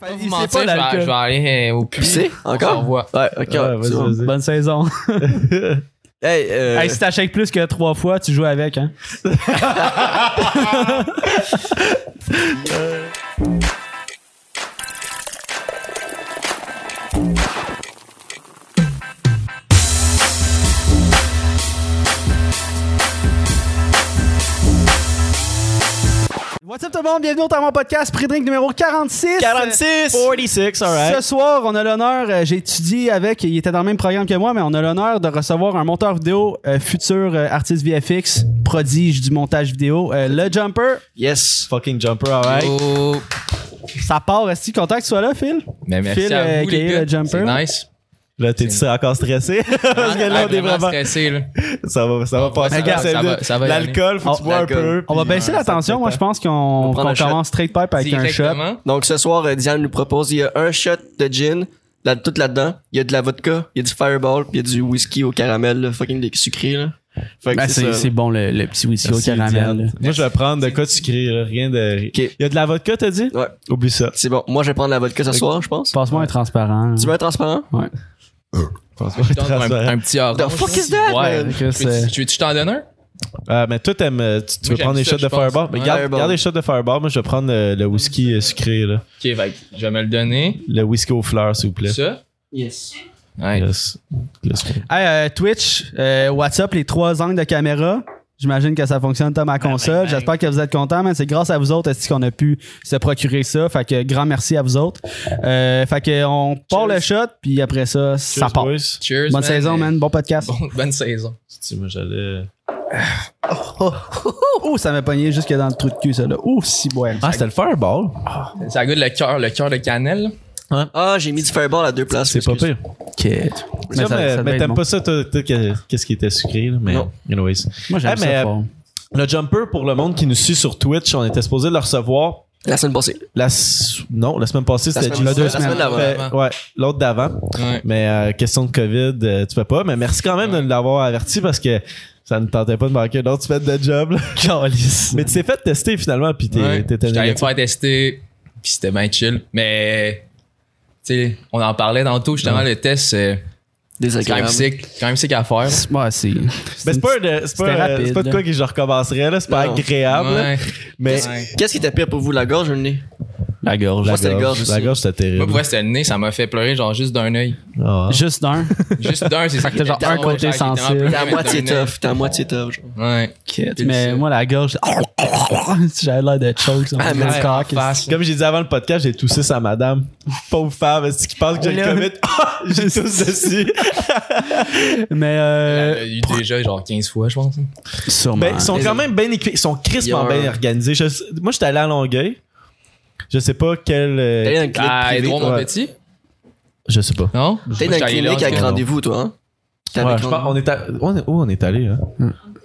Fait- Pas il vous sait mentir, pas je vais- l'alcool. je vais aller euh, au puits. Pisser On encore? revoit. Ouais, ok. Ouais, c'est bon. vas-y, vas-y. Bonne saison. Hey, euh, Hey, si t'achètes plus que trois fois, tu joues avec, hein. What's up tout le monde? Bienvenue au Tarmon Podcast, pré-drink numéro 46. 46! 46, alright. Ce soir, on a l'honneur, euh, j'ai étudié avec, il était dans le même programme que moi, mais on a l'honneur de recevoir un monteur vidéo, euh, futur euh, artiste VFX, prodige du montage vidéo, euh, le Jumper. Yes! Fucking jumper, alright. Oh. Ça part, est-ce content que tu sois là, Phil? Mais merci Phil, à euh, vous, les Kaye, gars. le jumper. C'est nice. Là, t'es-tu encore stressé? Parce que Ah, là, on est vraiment vraiment. stressé, là. Ça va, ça va passer. ça par va, celle ça de- va, ça va y aller. L'alcool, faut que tu Oh, bois un l'alcool. peu. On va puis, baisser euh, la tension, moi je pense qu'on On prend qu'on un shot. commence straight pipe avec un shot. Directement. Donc ce soir, euh, Diane nous propose, il y a un shot de gin, là, tout là-dedans. Il y a de la vodka, il y a du fireball, puis il y a du whisky au caramel, là, fucking des sucrés, là. Fait que Ben, c'est c'est ça. c'est bon le, le petit whisky Merci, au caramel. Diane. là. Moi, je vais prendre de quoi tu crées, là, rien de. Ok. Il y a de la vodka, t'as dit? Ouais, Oublie ça. c'est bon. Moi, je vais prendre la vodka ce soir, je pense. Passe-moi un transparent. Tu veux un transparent? Ouais. Je donne un, un petit orange. The fuck is that? Ouais. man? Tu veux- tu veux que je t'en donne un? Ah, mais toi, t'aimes, euh, tu, tu Moi, veux prendre j'aime des ça, shots de je pense. fireball? Mais Ouais. garde, Fireball. garde les shots de fireball. Moi, je vais prendre euh, le whisky euh, sucré, là. Ok, fait que je vais me le donner. Le whisky aux fleurs, s'il vous plaît. Ça? Yes. Ouais. Yes. Yes. Hey, euh, Twitch, euh, WhatsApp, les trois angles de caméra. J'imagine que ça fonctionne, Tom, à console. bang. J'espère que vous êtes contents, man. C'est grâce à vous autres est-ce qu'on a pu se procurer ça. Fait que grand merci à vous autres. Euh, fait que on part le shot, puis après ça, ça Cheers, part. boys. Cheers. Bonne saison, man. Bon podcast. Bon- bonne saison. Si, moi, j'allais. Oh, oh, ça m'a pogné jusque dans le trou de cul, ça là. Ouh, si ouais. Ah, c'était le fireball? Ça goûte le cœur, le cœur de cannelle. Ah, j'ai mis du fireball à deux places. Hein? C'est pas excuse. pire. Mais ça- ça Ça, Mais devait euh, mais être t'aimes bon. pas ça, toi, toi, que- qu'est-ce qui était sucré, là? Mais, Non. anyways. Moi, j'aime Ah, ça mais, fort. Le jumper, pour le monde qui nous suit sur Twitch, on était supposé le recevoir La semaine passée. la. s- Non, la semaine passée, La c'était semaine- juste- la semaine d'avant. Fait- d'avant. Ouais, l'autre d'avant. Ouais. Mais euh, question de COVID, euh, tu peux pas. Mais merci quand même de nous l'avoir averti parce que ça ne tentait pas de manquer une autre semaine de job. là. mais tu t'es fait tester finalement, puis t'es- Ouais. J'étais t'étais allé me négatif. faire tester, puis c'était bien chill. Mais, tu sais, on en parlait dans le tout, justement, le test, c'est c'est quand même Désagréable. sick, quand même sick à faire. Ouais, c'est. Mais c'est pas, un- c'est pas, C'était un- rapide, c'est pas de là. quoi que je recommencerais, là. C'est pas Non. agréable. là. Ouais. Mais Ouais. Qu'est-ce qui était pire pour vous, la gorge ou le nez? La gorge. Moi, c'était le gorge la aussi. gorge, c'était Moi, terrible. pour vrai, Bah, c'était le nez, ça m'a fait pleurer, genre, juste d'un œil. Ah. Juste d'un. Juste d'un, c'est ça qui T'as genre était un drôle, genre, côté qui était en sensible. pleurs, T'es à mais moitié d'un œil. tough. T'es à moitié tough. genre. Ouais. Mais moi, la gorge. J'avais l'air de choke. sur mon Ah, mais gros Ouais, cock. en face. Comme j'ai dit avant le podcast, j'ai toussé sa madame. Pauvre femme, est-ce qu'il pense que j'ai le Là. COVID? Ah, j'ai toussé dessus. Mais Elle euh, l'a eu déjà, genre, 15 fois, je Ah, pense. sûrement. Ben, ils sont quand même bien équipés. Ils sont crispement Il y a un- bien organisés. Je sais- moi, j'étais allé à Longueuil. Je sais pas quel. euh, T'es allé dans le clinique Ah, privé, Edouard, toi. mon ouais. petit? Je sais pas. Non? T'es dans Moi, le j'étais allé clinique là, avec genre, rendez-vous, toi, hein? T'es Ouais, avec Ah, je pense- rendez-vous. on est à- on est- où on est allé, là?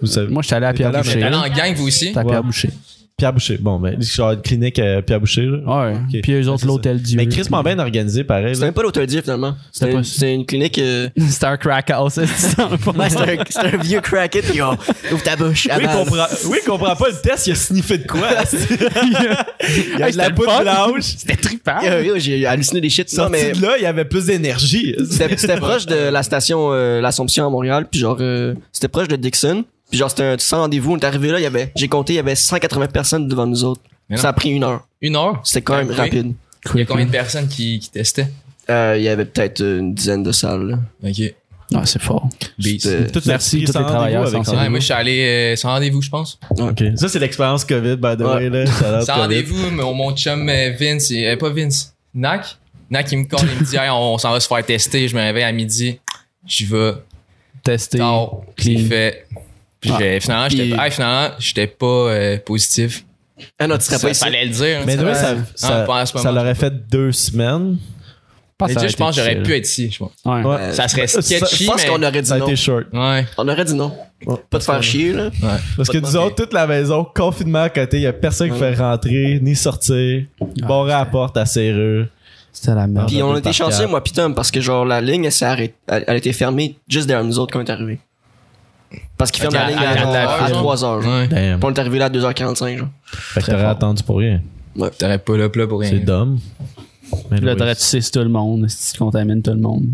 Vous savez. Moi, je suis allé à Pierre allé à Boucher. T'es allé en gang, vous aussi? T'as Ouais. Hmm. Pierre Boucher. Pierre Boucher. Bon, ben, genre une clinique euh, Pierre Boucher, là. Ouais. Ok. Puis eux Ouais, autres, c'est l'hôtel Dieu. Mais crispement bien organisé, pareil. C'était là. même pas l'hôtel Dieu, finalement. C'était pas une- ça. c'était une clinique. euh, C'était un crack house. c'est dans le fond. Ouais, c'est un, c'est un vieux crackhead qui ont ouvre ta bouche. Oui, il avale. comprend, oui, il comprend pas le test, il a sniffé de quoi? là. il y a Hey, de la c'était poudre fun. blanche. C'était trippant. Yo, yo, Ah, J'ai halluciné des shit. Non, Sorti mais de là, il y avait plus d'énergie. c'était c'était proche de la station euh, L'Assomption à Montréal. Puis genre, euh, c'était proche de Dixon. Puis genre, c'était un sans rendez-vous. On est arrivé là, il y avait, j'ai compté, il y avait 180 personnes devant nous autres. Mais non. Ça a pris une heure. Une heure? C'était quand Ah, même Ouais. rapide. Il y a combien de personnes qui, qui testaient? Euh, il y avait peut-être une dizaine de salles. là. Euh, Ok. Non, Ah, c'est fort. Beast. C'était- Tout Merci, esprit tous les sans travailleurs rendez-vous avec sont un Ouais, moi, je suis allé euh, sans rendez-vous, je pense. rendez-vous. Ça, c'est l'expérience COVID, by the way. Ouais. Là. Shout out Sans COVID. rendez-vous, mais mon chum euh, Vince, il- euh, pas Vince, Nac. Nac, il me colle, il me dit, Hey, on, on s'en va se faire tester. Je me réveille à midi, j'y vais. Testé. Tard, clean. j'ai Oh, fait. Puis Ah. j'ai- finalement, j'étais Puis- hey, finalement, j'étais pas euh, positif. Ah non, tu serais Ça, pas ici. fallait le dire. hein, Mais ça. nous, ça, Ouais. ça, Ah, pas à ce ça moment. l'aurait fait deux semaines. Mais tu sais, je pense que j'aurais pu être ici, je pense. Ouais. Ouais. Euh, Ça serait Ça- sketchy, Je pense qu'on mais... aurait dit Ça a non. été short. Ouais, On aurait dit non. Pas de faire chier, là. ouais. Parce que Pas de disons, manger. toute la maison, confinement à côté, il y a personne qui fait rentrer ni sortir. Ah, Bon à la porte à serrure. C'était la merde. Puis un on peu était par chanceux, quatre. moi, pis Tom, parce que genre la ligne, elle s'est arrêtée. Elle, elle était fermée juste derrière nous autres quand on est arrivé. Parce qu'ils Ok, ferment la ligne à- à, à- à- à- à 3h. ouais. Damn. Puis on est arrivé là à 2h45. Genre. Fait que t'aurais attendu pour rien. Ben, T'aurais pas le plat pour rien. C'est dumb. Mais Puis là, oui. t'aurais tué tout le monde, si tu contamines tout le monde.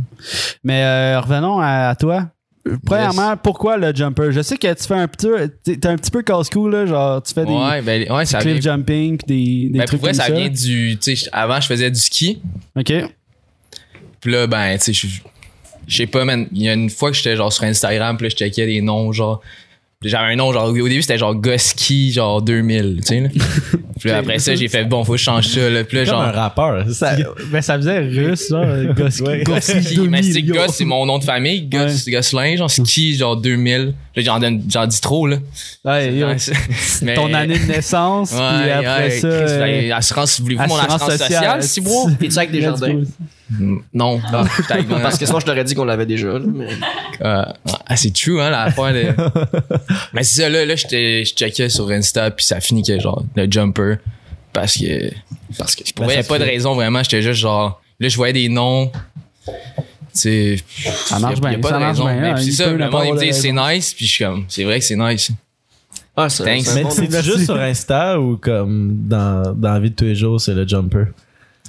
Mais euh, revenons à, à toi. Euh, Premièrement, pourquoi le jumper? Je sais que tu fais un petit, t'es- t'es un petit peu casse-cou, là, genre tu fais des Ouais, ben, ouais, ça vient. cliff jumping pis des, des Ben, pour trucs vrai, comme ça ça. vient du. Tu sais, avant, je faisais du ski. Ok. Puis là, ben, tu sais, je- je sais pas, man. Il y a une fois que j'étais genre sur Instagram, puis là, je checkais des noms, genre. Puis J'avais un nom, genre, au début, c'était genre Goski, genre 2000, tu sais, là. Puis là, après ça, j'ai fait, bon, faut que je change ça, là. Puis là, Comme genre. un rappeur. Ça, c'est- ben, ça faisait russe, genre, gosse Ouais. Goski, mais c'est Goss, c'est mon nom de famille. Goss, Gosselin, genre ski, genre 2000. Là, j'en donne, j'en dis trop, là. Mais- Ton année de naissance, Ouais, puis après ouais, ça. Chris, euh, ben, assurance, voulez-vous mon assurance sociale, si bro? T'es-tu avec des Let's jardins? go. Non, non, j'étais avec mon- Parce que sinon, je t'aurais dit qu'on l'avait déjà. là, mais- Euh, ah, c'est true, hein, l'affaire de. Mais c'est ça, là, là j'étais- je checkais sur Insta, puis ça finit que, genre, le jumper. Parce que. Parce que je Ben, ça pouvais te pas de fait. raison, vraiment. J'étais juste, genre. Là, je voyais des noms. Tu sais. Ça marche bien, ça marche bien, hein, Mais il c'est ça, peut le ne monde, pas il me avoir dit, de c'est nice, puis je suis comme, c'est vrai que c'est nice. Ah, c'est Thanks. c'est un Mais bon c'est nom. juste sur Insta ou comme dans, dans la vie de tous les jours, c'est le jumper.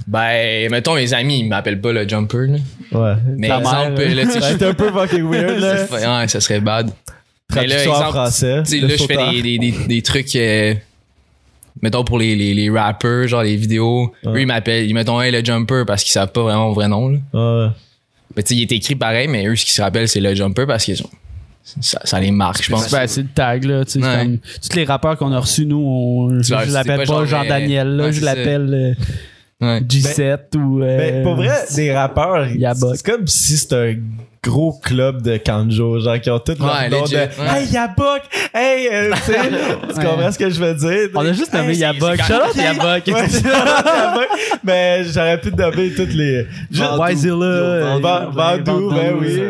Ben, mettons, mes amis, ils m'appellent pas le jumper, là. Ouais. Mais Ta mère, exemple, là, tu sais, je- C'est un peu fucking weird, là. Ouais, ça serait bad. Mais là, Euh, Traduction en exemple, français. Tu sais, le là, je fais sauteur. des, des, des, des trucs, euh, mettons, pour les, les, les rappers, genre les vidéos. Ouais. Eux, ils m'appellent, ils mettent hey, le jumper parce qu'ils savent pas vraiment mon vrai nom. là. Ouais. Mais tu sais, il est écrit pareil, mais eux, ce qu'ils se rappellent, c'est le jumper parce qu'ils ont. Ça, ça les marque, je pense. Ben, c'est le tag, là. Tu sais, Ouais. c'est comme- tous les rappeurs qu'on a reçus, nous, on, je, Ouais, je c'est l'appelle pas genre, pas, Jean-Daniel, là. ouais, je c'est ça. l'appelle euh, Ouais. G7 ou. euh, Mais Ben, pour vrai, des rappeurs, y a Buck. c'est comme si c'était un gros club de Kanjo, genre qui ont tout Ouais, leur nom legit, de ouais. Hey Yabok! Hey! euh, tu sais, tu comprends ce que je veux dire? On a juste nommé Hey, Yabok. c'est- Shout out Yabok. Ouais, c'est vraiment Yabok, mais j'aurais pu nommer toutes les. Juste- Vandou. Yzilla, euh, Van- Vandou, Vandou, ben oui.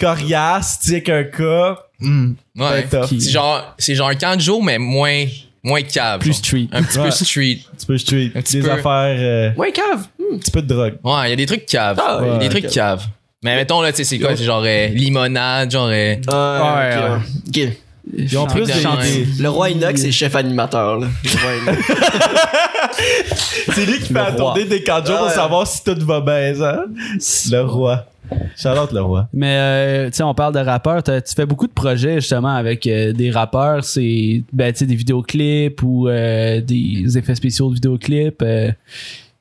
Coriace, tu sais qu'un cas. Ouais. Ben, tough. C'est genre, c'est genre un camp de jour, mais moins, moins cave. Plus genre. street. Un petit Ouais. peu street. Tu peux tuer Un petit des peu. affaires, euh, Ouais, cave. un petit peu de drogue. Ouais, il y a des trucs caves. Ah, Il y a ouais, des trucs ok. caves. Mais mettons, là, tu sais, c'est quoi? C'est genre euh, limonade, genre. euh, Ah, ok, ouais. Ok. Ils ont plus des- des- Le roi Inox est chef animateur. Là. Le roi Inox. C'est lui qui fait roi. Ah, attendre des Kanjo pour Ouais. savoir si tout va bien, hein? Le roi. Charlotte, le roi. Mais euh, tu sais, on parle de rappeurs. T'as- Tu fais beaucoup de projets justement avec euh, des rappeurs. C'est ben, tu sais, des vidéoclips ou euh, des effets spéciaux de vidéoclips. euh,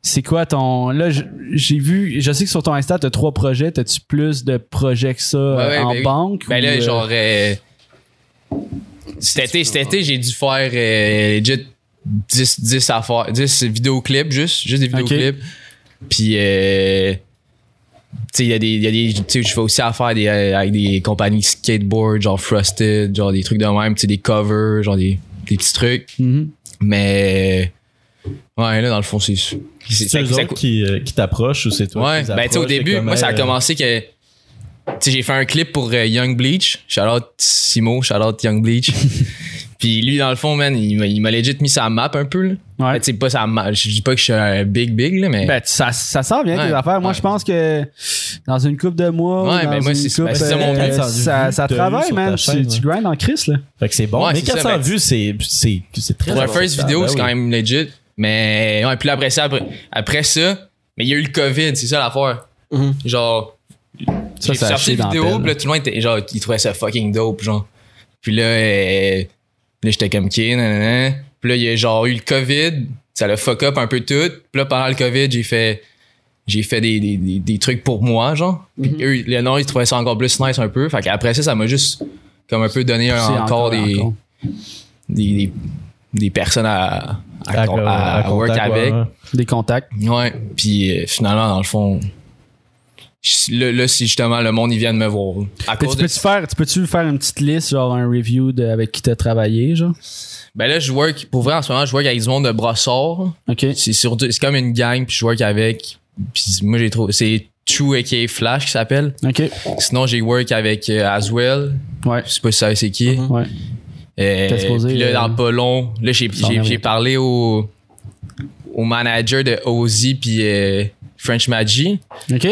c'est quoi ton. Là, j- j'ai vu. Je sais que sur ton Insta, t'as trois projets. T'as-tu plus de projets que ça euh, ouais, en ben oui. banque? Ben ou, là, euh, genre. euh, cet été, cet été, j'ai dû faire euh, legit 10, 10 affaires, 10 vidéoclips, juste, juste des Ok. vidéoclips. Puis, euh, tu sais, il y a des. il y a des- Tu sais, je fais aussi affaire des, euh, avec des compagnies de skateboard, genre Frosted, genre des trucs de même, tu sais, des covers, genre des, des petits trucs. mhm. Mais. Ouais, là, dans le fond, c'est. C'est C'est c'est- eux c'est- autres qui, euh, qui t'approchent ou c'est toi Ouais, qui les ben tu sais, au approches, c'est début, comme, moi ça a euh, commencé que. Tu sais, j'ai fait un clip pour euh, Young Bleach. Shout out Simo, shout out Young Bleach. Puis lui, dans le fond, man, il m'a- il m'a legit mis sa map un peu. Là. Ouais. Ben, tu sais, pas sa map. Je dis pas que je suis un big, big, là, mais. Ben, tu- ça, ça sent bien Ouais, tes affaires. Moi, ouais. je pense que dans une coupe de mois, Ouais, ou dans ben, moi, une c'est- coupe, ben, c'est ça, mon euh, but. ça, ça T'as eu travaille, sur ta man. chaîne, Tu, tu ouais. grindes en crise, là. Fait que c'est bon. Ouais, mais c'est ça, 400 ben, vues, c'est, c'est, c'est très pour la important. first vidéo, Ben c'est quand oui. même legit. Mais. Ouais, puis là, après ça, après, après ça, mais il y a eu le COVID, c'est ça l'affaire. Mm-hmm. Mhm. Genre. Ça, j'ai ça a sorti chié une dans la vidéo, pelle. puis là, tout le monde était. Genre, il trouvait ça fucking dope, genre. Puis là, euh, là j'étais comme ok, nanana. Puis là, il y a genre eu le COVID, ça le fuck up un peu tout. Puis là, pendant le COVID, j'ai fait. J'ai fait des, des, des, des trucs pour moi, genre. Puis Mm-hmm. eux, le nom, ils trouvaient ça encore plus nice un peu. Fait qu'après ça, ça m'a juste comme un peu donné un- C'est Ah, encore, des, encore. Des, des, des personnes à, à, À- con- à- à à work contact, avec. ouais, ouais. Des contacts. Ouais, puis euh, finalement, dans le fond, je- là, là, c'est justement le monde, ils viennent me voir. À Mais cause tu de, peux-tu faire, tu peux-tu faire une petite liste, genre un review de, avec qui t'as travaillé, genre? ben là, je work, pour vrai, en ce moment, je work avec du monde de brossard. OK. C'est surtout, c'est comme une gang, puis je work avec. Puis moi, j'ai trouvé, c'est True aka Flash qui s'appelle. OK. Sinon, j'ai work avec euh, Aswell. Ouais. Je sais pas si ça c'est qui. Ouais. Euh, T'es supposé, puis là, euh, dans pas long, là, j'ai, s'en j'ai, aller. j'ai parlé au, au manager de Ozzy puis euh, French Magic. OK.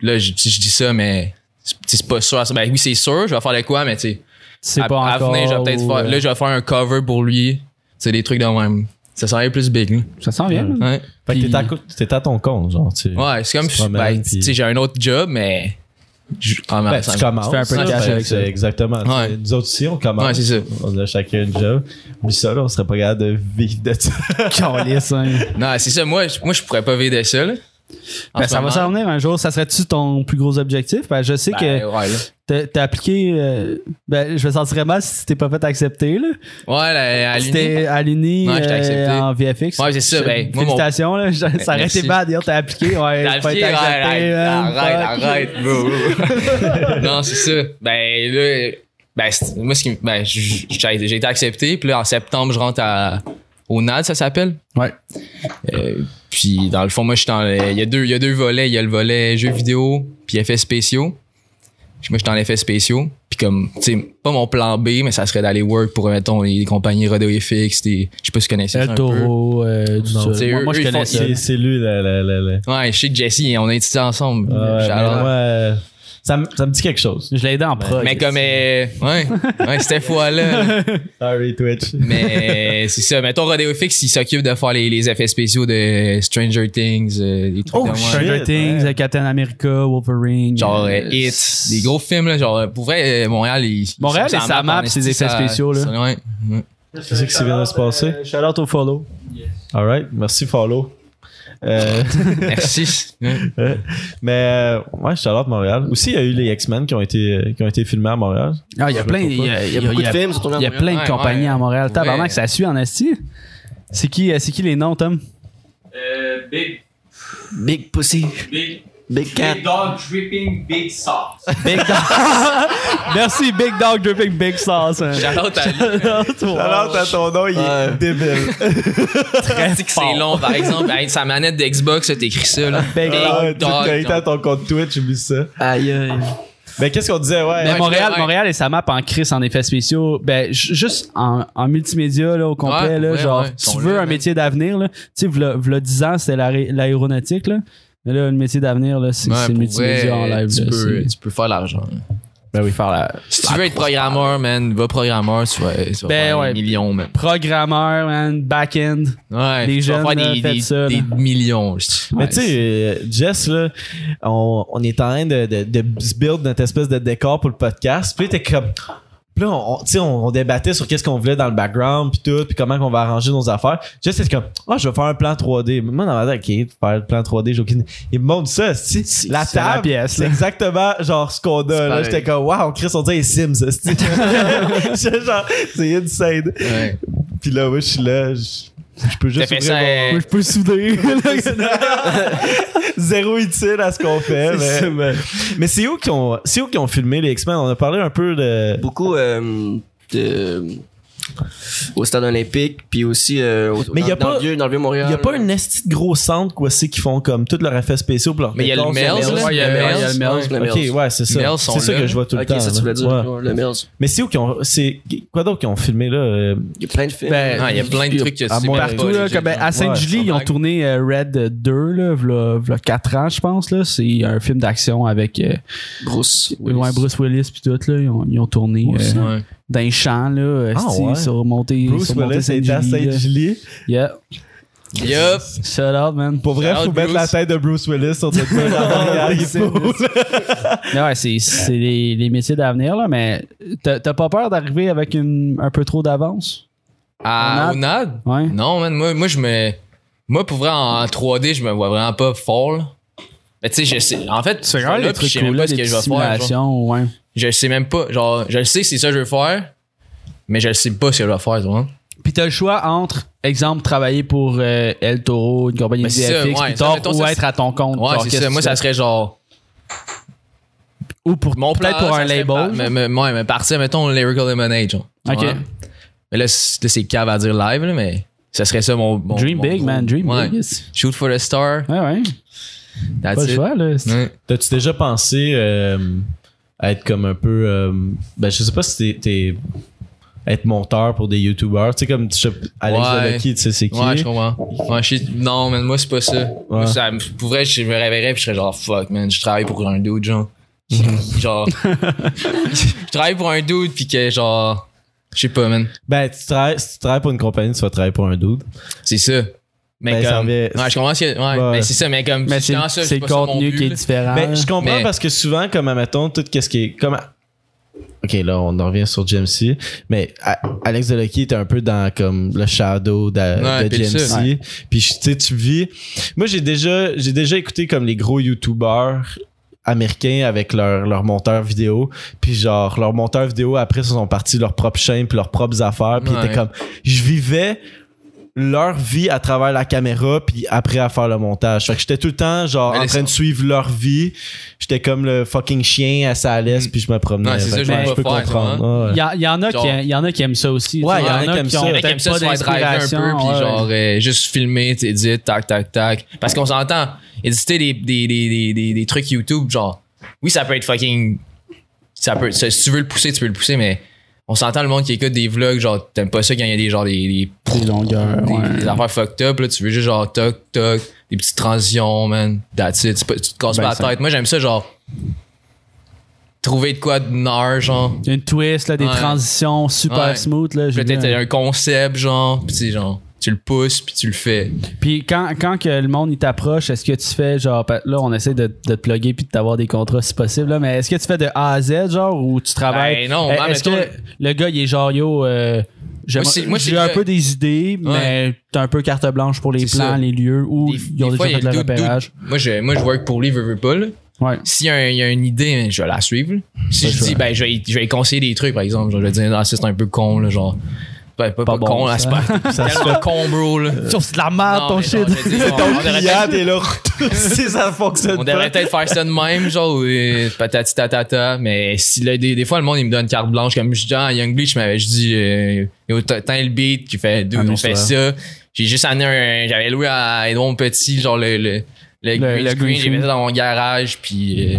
Là, je, je dis ça, mais c'est, c'est pas sûr. Ben oui, c'est sûr, je vais faire de quoi, mais tu sais. C'est à, pas à encore. venir, je vais peut-être ou, faire. euh, Là, je vais faire un cover pour lui. C'est des trucs de même. Ça s'en est plus big. là. euh, Ça s'en vient. Ouais. là. Ouais. Fait que Puis- t'es à, co- t'es à ton compte, genre. Tu, Ouais, c'est comme Tu te promènes, ben, puis- tu sais, j'ai un autre job, mais je- en même Ben, temps, tu commences. tu fais un peu de là, cash fait avec que ça. c'est Exactement. tu sais, Ouais. Nous autres aussi, on Ouais, commence. c'est ça. on a chacun une job. Mais ça, là, on serait pas capable de vivre de ça. Calisse, hein. Non, c'est ça. Moi, je- moi, je pourrais pas vivre de ça. là. En Ben, ce ça va moment- s'en venir un jour. Ça serait-tu ton plus gros objectif? Ben, je sais Ben, que ouais, là. t'as- t'as appliqué. euh, ben, je me sentirais mal si t'es pas fait accepter. Là. Ouais, là, à l'uni. C'était à l'Uni Ouais, j'étais euh, accepté. en VFX. Ouais, c'est ça, ben, moi, mon- Félicitations, là, ça aurait Merci. été bad. d'ailleurs, T'as appliqué. Ouais, T'as t'as pas hein, appris, été ouais, accepté. arrête, man, fuck. arrête, arrête, bro. non, c'est ça. Ben là, ben, c'est- moi, ce qui, m- ben, j- j'ai j'ai été accepté. Puis là, en septembre, je rentre à, au NAD, ça s'appelle. Ouais. Euh, puis dans le fond, moi, je suis dans. le- Il y, a deux- il y a deux volets. Il y a le volet jeux vidéo, puis effets spéciaux. Puis moi, je suis dans les effets spéciaux. Puis comme, tu sais, pas mon plan B, mais ça serait d'aller work pour, mettons, les compagnies Rodeo FX. des- Je sais pas si tu connais ça. un El peu. Toro, euh, du Non. Sud. C'est Moi, eux, moi, je eux, ils connais font- ça. C'est c'est lui, là. là, là, là. Ouais, je sais que Jesse, on est étudiants ensemble. Ouais, Shout mais out. moi, euh, ça, me- ça me dit quelque chose. Je l'ai aidé en prog. Mais comme euh, ouais, ouais c'était fois là. Sorry, Twitch. Mais euh, c'est ça. Mettons Rodeo Fix, il s'occupe de faire les, les effets spéciaux de Stranger Things, euh, des trucs Oh, de shit. même. Stranger Ouais. Things, euh, Captain America, Wolverine. Genre euh, euh, It, des gros films là, genre euh, pour vrai euh, Montréal, ils, ils Montréal sont et sur sa la map, en ses esti, effets ça- spéciaux, là. ça- Ouais. ouais. Qu'est-ce qui vient de se passer? Shout out au follow. Alright, merci, follow. Euh, Merci. Ouais. mais euh, ouais, je suis allé de Montréal. Aussi, il y a eu les X-Men qui ont été euh, qui ont été filmés à Montréal. Ah, il y a plein. Il y a, il y a- beaucoup il y a- de films sont tournés à Il y a Montréal. plein de Ouais, compagnies ouais. à Montréal. Ouais. Tabarnak, ça suit en esti. C'est qui, euh, c'est qui les noms, Tom? Uh, big, Big Pussy, big, Big Cat. big dog dripping big sauce. Big Dog. Merci, Big Dog Dripping Big Sauce. hein. J'adore ta liste. Alors, t'as ton nom, il Ouais. débile. C'est long, par exemple. Avec sa manette d'Xbox, là, t'écris ça. Là. Big Ah, tu dog, t'as été à ton compte Twitch, j'ai mis ça. Aïe, aïe. Mais Ben, qu'est-ce qu'on disait, ouais. Mais Ouais, Montréal, ouais. Montréal et sa map en crise en effets spéciaux, ben ju- juste en, en multimédia là, au complet, Ouais, là, ouais, genre ouais. Ils tu sont veux là, un man. métier d'avenir, là. tu sais, v'là, v'là 10 ans c'était l'aé- l'aéronautique, là. mais là le métier d'avenir là, c'est Ouais, c'est pour multimédia vrai, en live. Tu là, peux, c'est- tu peux faire l'argent. là. ben oui, faire la Si tu veux être programmeur, man, va programmeur, tu vas, tu vas Ben faire ouais. des millions, man. programmeur, man, back-end. Ouais, Les tu jeunes, vas faire là, des, faites des- ça, des là. millions. je- Mais ouais, tu sais, euh, Jess, là, on, on est en train de, de, de se build notre espèce de décor pour le podcast. Puis là, t'es comme. Puis là, on, on- tu sais, on, on débattait sur qu'est-ce qu'on voulait dans le background, puis tout, puis comment qu'on va arranger nos affaires. Jess, était comme, ah, je vais faire un plan 3D. Moi, dans ma tête, ok, faire le plan 3 d j'ai aucune. Il me montre ça, c'est la c'est la table. pièce, c'est là. exactement genre ce qu'on a. Là, pareil. j'étais comme, waouh, Chris, on dirait les Sims, esti. J'étais genre, c'est insane. c'est- ouais. Puis là, ouais, je suis là, je, je peux T'as juste. fait ouvrir ça. mon- euh, Moi, je peux souder. Zéro utile à ce qu'on fait. mais mais c'est où qui ont, c'est où qui ont filmé les X-Men On a parlé un peu de. Beaucoup euh, de, au stade olympique, puis aussi euh, au, Mais dans, y a dans pas- le vieux, dans le vieux Montréal. Il y a pas un esti de gros centre quoi c'est qui font comme tous leurs effets spéciaux pour leur Mais il y a le décor, Melz, c'est- là. Ouais, il y a le Melz, il y a le Melz. le Melz. Ok, ouais, c'est ça. Melz sont C'est ça là. que je vois tout le Ok, temps. ça tu là. voulais dire, Ouais. ouais, le Mills. Mais c'est où qui ont, c'est quoi d'autre qui ont filmé là euh, Il y a plein de films. Ben, Ah, il y a plein de trucs que à tu sais moi, pas, Partout, les là, gens. comme, ben, à Sainte-Julie, Ouais, ils ont ouais. tourné euh, Red 2, là, v'là, v'là 4 ans, je pense, là. C'est un film d'action avec euh, Bruce. ouais, Bruce Willis puis tout, là. Ils ont, ils ont tourné euh, Ouais. dans les champs, là, euh, Ah, sti, ouais. sur montée Bruce sur montée Willis était à Sainte-Julie, là. Saint-Julie. Yeah. Yup. Shout out, man. Pour vrai, Shout faut out mettre Bruce. la tête de Bruce Willis sur cette tête Ouais, c'est- Mais Ah ouais, c'est, c'est les, les métiers d'avenir, là, mais t'as, t'as pas peur d'arriver avec une, un peu trop d'avance? À Onad Ouais. Non, man, moi, moi, je me. Moi, pour vrai, en 3D, je me vois vraiment pas fort, là. Mais tu sais, je sais. En fait, je suis là, puis je sais même pas ce que je vais faire. genre. simulations, ouais. Je sais même pas. Genre, je le sais, c'est ça que je veux faire, mais je sais pas ce que je vais faire, tu vois. Puis t'as le choix entre, exemple, travailler pour euh, El Toro, une compagnie Ben, de c'est ça, VFX, ouais, plus ça, tard, mettons, ou ça, être à ton compte. Ouais, genre, c'est qu'est-ce ça. que Moi, tu ça fais? serait genre. Ou pour, Mon plan, peut-être pour ça un serait label. par- mais, mais, ouais, mais partir, mettons, Lyrical Lemonade, genre. Ok. Ouais. Mais là, c'est là, c'est cave à dire live, là, mais ça serait ça mon. mon- Dream mon big, gros- man. Dream Ouais. big. yes. Shoot for the star. Ouais, ouais. That's Pas le it. choix, là. c'est- Ouais. T'as-tu déjà pensé euh, à être comme un peu. euh, ben, je sais pas si t'es- t'es. être monteur pour des youtubeurs. Tu sais, comme tu sais, Alex Ouais. Delaki, tu sais, c'est qui. Ouais, je comprends. Ouais, je sais- non, mais moi, c'est pas ça. Moi, Ouais. ça me- pour vrai, je me réveillerais puis je serais genre, fuck, man, je travaille pour un dude, genre. genre. je travaille pour un dude puis que, genre, Je sais pas, man. Ben, tu travailles, si tu travailles pour une compagnie, tu vas travailler pour un dude. C'est ça. Mais Ben, ça comme. revient- Ouais, je comprends ce que. Ouais, Ouais. mais c'est ça, mais comme. Mais c'est dans ça, c'est le pas ça mon contenu but, qui est là. différent. Ben, je comprends Mais- parce que souvent, comme, admettons, tout ce qui est. Comme, ok, là, on en revient sur GMC. Mais A- Alex Delucky était un peu dans comme le shadow de, Ouais, de puis le GMC. ça. Puis, je- tu sais, tu vis. Moi, j'ai déjà, j'ai déjà écouté comme les gros YouTubers américains avec leur, leur monteur vidéo puis genre leur monteur vidéo après ils sont partis de leur propre chaîne puis leurs propres affaires puis ils Ouais. étaient comme je vivais leur vie à travers la caméra puis après à faire le montage. Fait que j'étais tout le temps genre Mais en les- train de suivre leur vie. J'étais comme le fucking chien à sa laisse puis je me promenais. Ouais, Mm. c'est Fait ça, que je hein. veux je pas peux faire, comprendre. Il Ouais. y, a- il y en a Genre- qui, il y en a qui aiment ça aussi. Ouais, Tu sais, il y en a qui aiment ça. ont Il y en a Fait peut-être qu'aime ça pas se faire driver un d'inspiration, peu, puis ouais. genre, euh, juste filmer, t'édites, tac, tac, tac. Parce qu'on s'entend, éditer des, des, des, des, des, des trucs YouTube, genre, oui, ça peut être fucking. Ça peut, ça- si tu veux le pousser, tu peux le pousser, mais on s'entend le monde qui écoute des vlogs, genre, t'aimes pas ça quand il y a des, genre, des, des, Des longueurs, des- ouais. des affaires fucked up, là, tu veux juste, genre, toc, toc, des petites transitions, man, that's it. C'est pas- tu te casses Ben, pas la ça- tête. Moi, j'aime ça, genre, trouver de quoi de nard, genre. Une twist, là, des Ouais. transitions super Ouais. smooth. Là, j'ai Peut-être euh, vu un- un concept, genre, pis c'est genre, tu le pousses, puis tu le fais. Puis quand, quand que le monde il t'approche, est-ce que tu fais genre pa- là on essaie de, de te plugger puis de t'avoir des contrats si possible là, mais est-ce que tu fais de A à Z genre ou tu travailles Ben non, Eh, ben, est-ce mettons- que le gars il est genre yo euh, j'aime- Moi, c'est- moi, j'ai c'est un que- peu des idées mais t'as un peu carte blanche pour les C'est plans, ça. les lieux où Des- ils ont des déjà fois, il y a fait de le doute, repérage. doute. Moi, je, moi, je work pour lui, veux, veux pas, là. Ouais. S'il y, a un- il y a une idée, je vais la suivre. là. Si Pas je sûr. dis, ben, je vais, je vais lui conseiller des trucs, par exemple, genre, je vais dire, non, ça, c'est un peu con, là, genre. Ben, pas, pas bon, con, là, c'est ça. pas tellement con, bro, là. c'est de la merde Non, Ah, mais ton non, shit. je veux dire, on- on devrait Yann peut-être- est là. si ça fonctionne On pas. devrait peut-être faire ça de même, genre, ou, euh, patati tatata, mais si, là, des, des fois, le monde, il me donne carte blanche, comme je dis, ah, Young Bleach, je m'avais- je dis, euh, yo, t'as t'as le beat, qui fait, dude, on Amuse-toi. fait ça. J'ai juste amené un, j'avais loué à Edouard Petit, genre, le, le, le, green le green screen, j'ai mis screen. ça dans mon garage, puis, euh,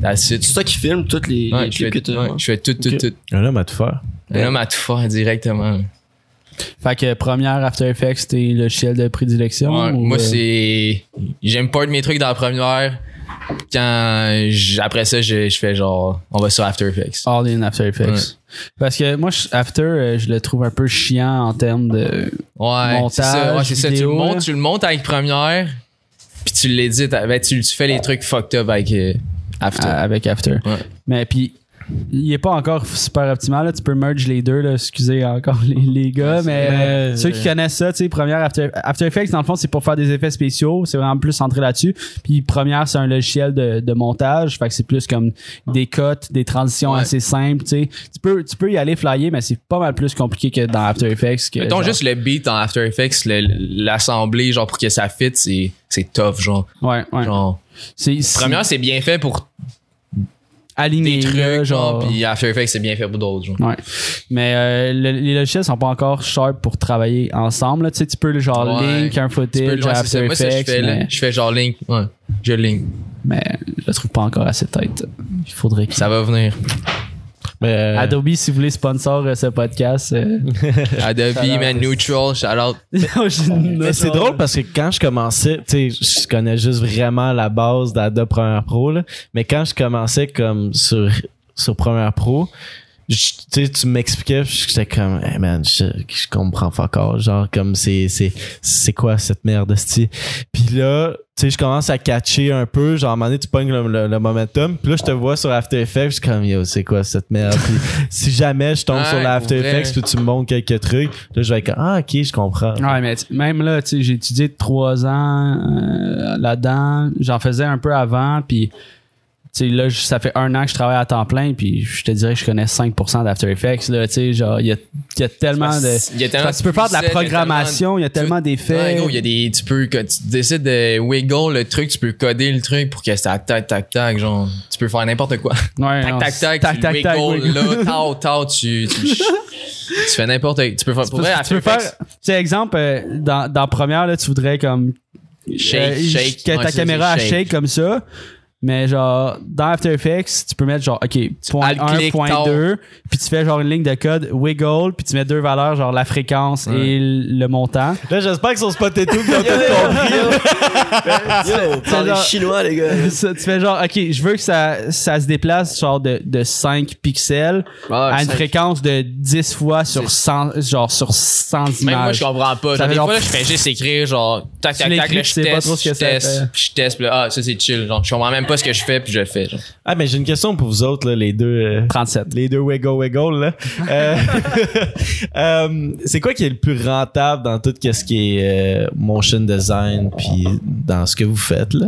that's it. C'est toi qui filme tous les, Ouais, les je clips que fais, t'as. ouais, je fais tout, tout, Ok. tout. Un homme à tout faire. Un homme à tout faire directement. Fait que première After Effects c'était le ciel de prédilection. Ouais, ou, moi, euh, c'est. J'aime pas de mes trucs dans la première. Quand j- après ça, je, je fais genre, on va sur After Effects. All in After Effects. Parce que moi, je- After, euh, je le trouve un peu chiant en termes de. Ouais, Ah, Montage, c'est ça. ouais, c'est ça. Tu, le vidéo, montes, là. tu le montes avec première, puis tu l'édites. Ben, tu, tu fais les trucs fucked up avec euh, After. à- avec After. Ouais. Mais puis, il est pas encore super optimal. là. Tu peux merge les deux, là. excusez encore les, les gars, mais euh, ceux qui connaissent ça, tu sais, première After, After Effects, dans le fond, c'est pour faire des effets spéciaux. C'est vraiment plus centré là-dessus. Puis première, c'est un logiciel de, de montage. Fait que c'est plus comme des cotes, des transitions Ouais. assez simples. Tu sais, tu peux, tu peux y aller flyer, mais c'est pas mal plus compliqué que dans After Effects. Que Mettons genre- juste le beat en After Effects, le- l'assemblée, genre pour que ça fit, c'est c'est tough, genre. Ouais, ouais. genre. C'est c'est Première, c'est bien fait pour aligné, des trucs, là, genre, puis After Effects, c'est bien fait pour d'autres, genre. Ouais. Mais euh, le- les logiciels sont pas encore sharp pour travailler ensemble. là. Tu sais, tu peux genre Ouais. link un Tu peux- footage ouais, à c'est ça. After Moi, ça, je Effects, fais, là. mais, je fais genre link. Ouais, je link. mais je le trouve pas encore assez tête. Il faudrait que Ça va venir. Mais, euh, Adobe, si vous voulez sponsor euh, ce podcast, euh, Adobe, man, neutral, shout out. Mais c'est drôle parce que quand je commençais, tu sais, je connais juste vraiment la base d'Adobe Premiere Pro, là, mais quand je commençais comme sur, sur Premiere Pro, je- tu sais, tu m'expliquais, puis j'étais comme, hey man, je, je comprends pas encore. Genre, comme, c'est, c'est, c'est quoi cette merde, c'ti? Puis là, tu sais, je commence à catcher un peu. Genre, à un moment donné, tu pognes le, le- le momentum. Puis là, je te vois sur After Effects, je suis comme, yo, c'est quoi cette merde? Puis si jamais je tombe Ouais, sur la After Ah, pour vrai. Effects, puis tu me montres quelques trucs, là, je vais être comme, ah, ok, je comprends. Ouais, mais tu- même là, tu sais, j'ai étudié trois ans euh, là-dedans. J'en faisais un peu avant, puis tu sais, là, je- ça fait un an que je travaille à temps plein, puis je te dirais que je connais 5% d'After Effects. Là, tu sais, genre, il y a, il y a tellement de. Il y a tellement euh, Parce que tu peux faire de la presets, il y a tellement- programmation, il y a tellement d'effets. Ouais, gros, il y a des. Tu peux. Quand tu décides de wiggle le truc, tu peux coder le truc pour que ça tac, tac, tac. Genre, tu peux faire n'importe quoi. Ouais, Tac, non, tac, tac, tac, tu tac, tac, wiggle oui. là, tao, tao, tu. Tu, tu fais n'importe. Tu peux faire. Pour vrai, tu After peux faire, Effects, tu sais, exemple, euh, dans, dans première, là, tu voudrais comme Shake, euh, shake. que Ouais, ta c'est ça, caméra elle shake. shake comme ça. Mais genre, dans After Effects, tu peux mettre genre, OK, point alt 1, click, point tord. 2, puis tu fais genre une ligne de code wiggle, puis tu mets deux valeurs, genre la fréquence et l- le montant. Là, j'espère que sur Spotify, ils ont tout compris. Yo, parlez genre- chinois, les Ah, gars. Ça, tu fais genre, OK, je veux que ça, ça se déplace genre de, de 5 pixels Ah, à une fréquence de 10 fois sur 100, genre sur 100 Même moi, je images. comprends pas. Genre, Ça fait des genre- fois, là, je fais juste écrire, genre, tac, Tu tac, tac, l'écris, là, tu je sais pas teste, trop ce je que ça fait. teste, puis je teste, puis là, ah, ça, c'est chill. Genre, je comprends même pas ce que je fais, puis je le fais. genre. Ah, mais j'ai une question pour vous autres, là, les deux. euh, 37. les deux wiggle wiggle là. Euh, euh, c'est quoi qui est le plus rentable dans tout ce qui est euh, motion design puis dans ce que vous faites là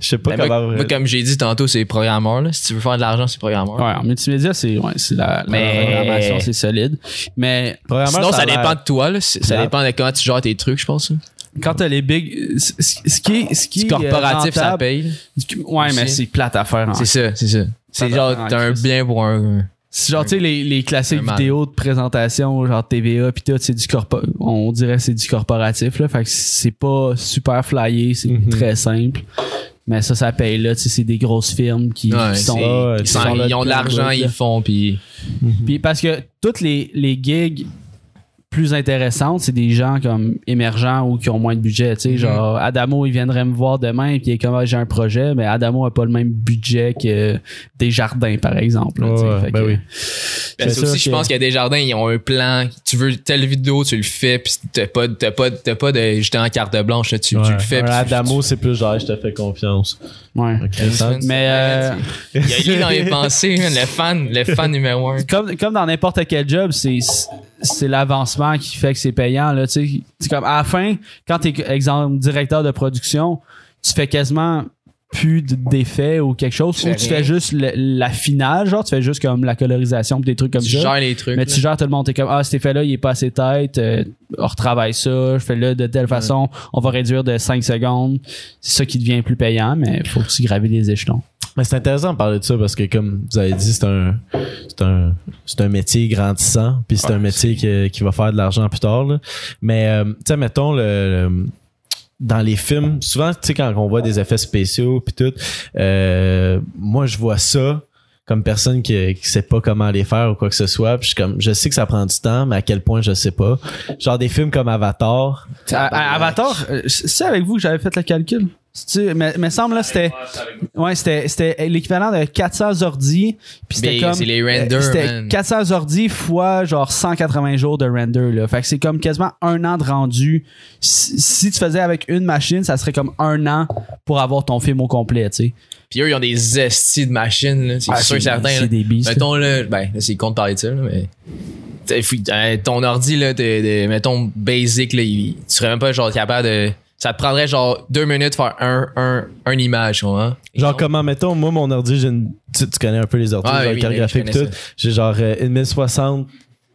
Je sais pas Ben, comment. moi, moi, comme j'ai dit tantôt, c'est programmeur. Là. Si tu veux faire de l'argent, c'est programmeur. Ouais, en multimédia, c'est ouais, c'est la, la Mais- programmation, c'est solide. Mais Programmeur, Sinon, ça, a l'air- dépend de toi. Là. C'est- Ça Ouais. dépend de comment tu gères tes trucs, je pense. là. quand t'as les big, ce ce qui est, ce qui Si est corporatif, ça paye. paye. Ouais, mais aussi. c'est plate à faire. hein. en- C'est ça, c'est ça. C'est va genre, faire en t'as un crise. bien pour un. C'est genre, tu sais, les, les classiques Un mal. vidéos de présentation, genre TVA, pis tout, c'est du corpo... On dirait que c'est du corporatif, là. Fait que c'est pas super flyé, c'est Mhm. très simple. Mais ça, ça paye, là. Tu sais, c'est des grosses firmes qui, qui Ouais, sont... c'est- là, ils, ils sont- sont là ils ont depuis de un l'argent, bout, ils là. le font, puis. Puis parce que toutes les, les gigs plus intéressantes, c'est des gens comme émergents ou qui ont moins de budget. Tu Mhm. sais, genre Adamo, il viendrait me voir demain puis il est comme Ah, j'ai un projet, mais Adamo a pas le même budget que des jardins, par exemple. là, tu sais. Ouais, Fait ben que- oui. C'est Parce que sûr aussi, je que- pense qu'il y a des jardins, ils ont un plan. Tu veux telle vidéo, tu le fais, puis t'as pas, t'as pas, t'as pas de. J'étais en carte blanche, là, tu, tu Ouais. le fais. Un puis tu- Adamo, c'est plus genre, je te fais confiance. Ouais. tu- Mais, euh, Il y a lui dans les pensées, hein, le fan, le fan numéro un. comme, comme dans n'importe quel job, c'est c'est l'avancement qui fait que c'est payant. Là, tu sais. C'est comme à la fin, quand tu es, exemple, directeur de production, tu fais quasiment plus d- d'effets ou quelque chose, Tu ou fais tu rien. fais juste le- la finale, genre tu fais juste comme la colorisation pis des trucs comme Tu ça. gères les trucs. mais là. tu gères tout le monde, t'es comme Ah, cet effet-là, il est pas assez tête, euh, on retravaille ça, je fais le de telle façon, on va réduire de 5 secondes. C'est ça qui devient plus payant, mais faut que tu gravis les échelons. Mais c'est intéressant de parler de ça parce que, comme vous avez dit, c'est un, c'est un, c'est un métier grandissant, puis c'est un métier qui, qui va faire de l'argent plus tard. là. Mais, euh, tu sais, mettons, le, le- dans les films, souvent, tu sais, quand on voit des effets spéciaux, puis tout, euh, moi, je vois ça comme personne qui, qui sait pas comment les faire ou quoi que ce soit. Puis je, suis comme, je sais que ça prend du temps, mais à quel point, je sais pas. Genre des films comme Avatar. À- à- Avatar, euh, c'est c'est avec vous que j'avais fait le calcul. Tu mais, mais semble là c'était Ouais, c'est avec ouais, c'était c'était l'équivalent de 400 ordi puis c'était Mais comme c'est les renders, euh, c'était man. 400 ordi fois genre 180 jours de render là. Fait que c'est comme quasiment un an de rendu. Si, si tu faisais avec une machine, ça serait comme un an pour avoir ton film au complet, tu sais. Puis eux, ils ont des estis de machines, là. C'est Ah, sûr et certain. c'est là. des beasts. Mettons, là, ben, là, c'est con de parler de ça, là, mais. T'sais, fou- euh, ton ordi, là, t'es- t'es- mettons, basic, là, il- tu serais même pas, genre, capable de. Ça te prendrait, genre, deux minutes faire un, un, un image, tu vois, hein? Genre comment, mettons, moi, mon ordi, j'ai une- tu, tu connais un peu les ordi, Ouais, genre oui, calligraphique je puis connais tout. J'ai genre euh, une 1060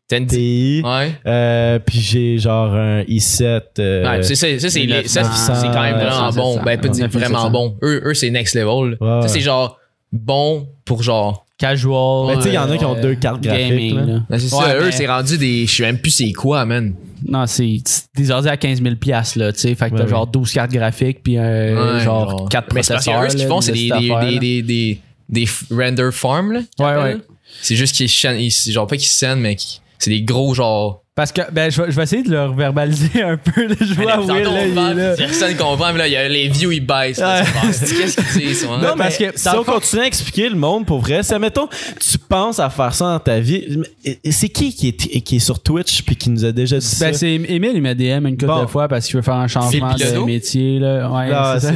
T'as une- Ti. Ouais. Euh, puis j'ai genre un i7. euh, Ouais, c'est ça, ça, c'est les- ça, c'est- c'est quand même 900, vraiment bon. Ben, pas dire 900. vraiment bon. Eux, eux c'est next level. Ouais, ouais. Ça, c'est genre bon pour genre. Casual. Ben, tu sais, il y en a euh, qui ont deux cartes graphiques. gaming, là. là. Ouais, Ouais, eux, mais- Ben, c'est rendu des. Je sais même plus c'est quoi, man. Non, c'est c'est des ordi à 15 000 pièces là, tu sais, fait que Ouais, t'as ouais. genre 12 cartes graphiques puis euh, Ouais, genre 4 Mais c'est parce que processeurs. eux, ce qu'ils là, font, c'est de des, cette des, affaire-là. des, des, des, des f- render farms, là. qu'ils Ouais, appellent, ouais. là. C'est juste qu'ils chaînent. ils- c'est Genre, pas qu'ils scènent, mais qu'ils- c'est des gros, genre. Parce que, ben, je vais, je vais essayer de leur verbaliser un peu. là. Je vois Tantôt, Will, là, on il vend, est là. Personne comprend, mais là, il y a- les views, ils baissent. là, c'est pas- c'est- Qu'est-ce qu'ils disent, ouais? Non, mais parce que, si dans le on fond- continue à expliquer le monde pour vrai, c'est mettons, tu penses à faire ça dans ta vie. mais- et C'est qui qui est, qui est sur Twitch puis qui nous a déjà dit Ben, ça? c'est Émile, il m'a DM une couple Bon. de fois parce qu'il veut faire un changement Phil de Piloto? métier, là. Ouais, Ah, c'est ça.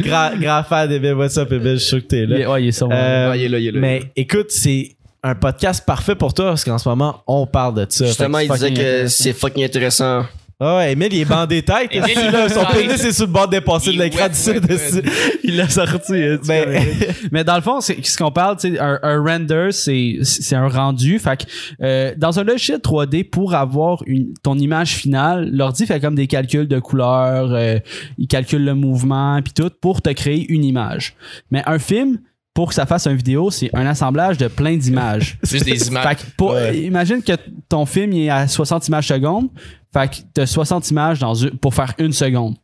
Gra Grafad, eh bien, what's up, eh bien, je suis sûr que t'es Il là. est, ouais, il est sur Euh, Ouais, il est là, il est là. Mais écoute, c'est un podcast parfait pour toi parce qu'en ce moment, on parle de ça. Justement, Fait il que disait fucking- que c'est fucking intéressant. Ah ouais, Emile, il est bandé tête. Émile, il est là, son bandé pénis est sur le bord dépassé de Il l'écran wet, d'ici, wet, dessus. Il l'a sorti. hein, tu Ben, connais. Mais dans le fond, c'est ce qu'on parle, tu sais, un, un render, c'est c'est un rendu. Fait que euh, dans un logiciel 3D, pour avoir une, ton image finale, l'ordi fait comme des calculs de couleurs, euh, il calcule le mouvement puis tout pour te créer une image. Mais un film, pour que ça fasse une vidéo, c'est un assemblage de plein d'images. C'est juste des Fait images. que pour- Ouais. imagine que ton film il est à 60 images secondes. Fait que t'as 60 images dans une- pour faire une seconde.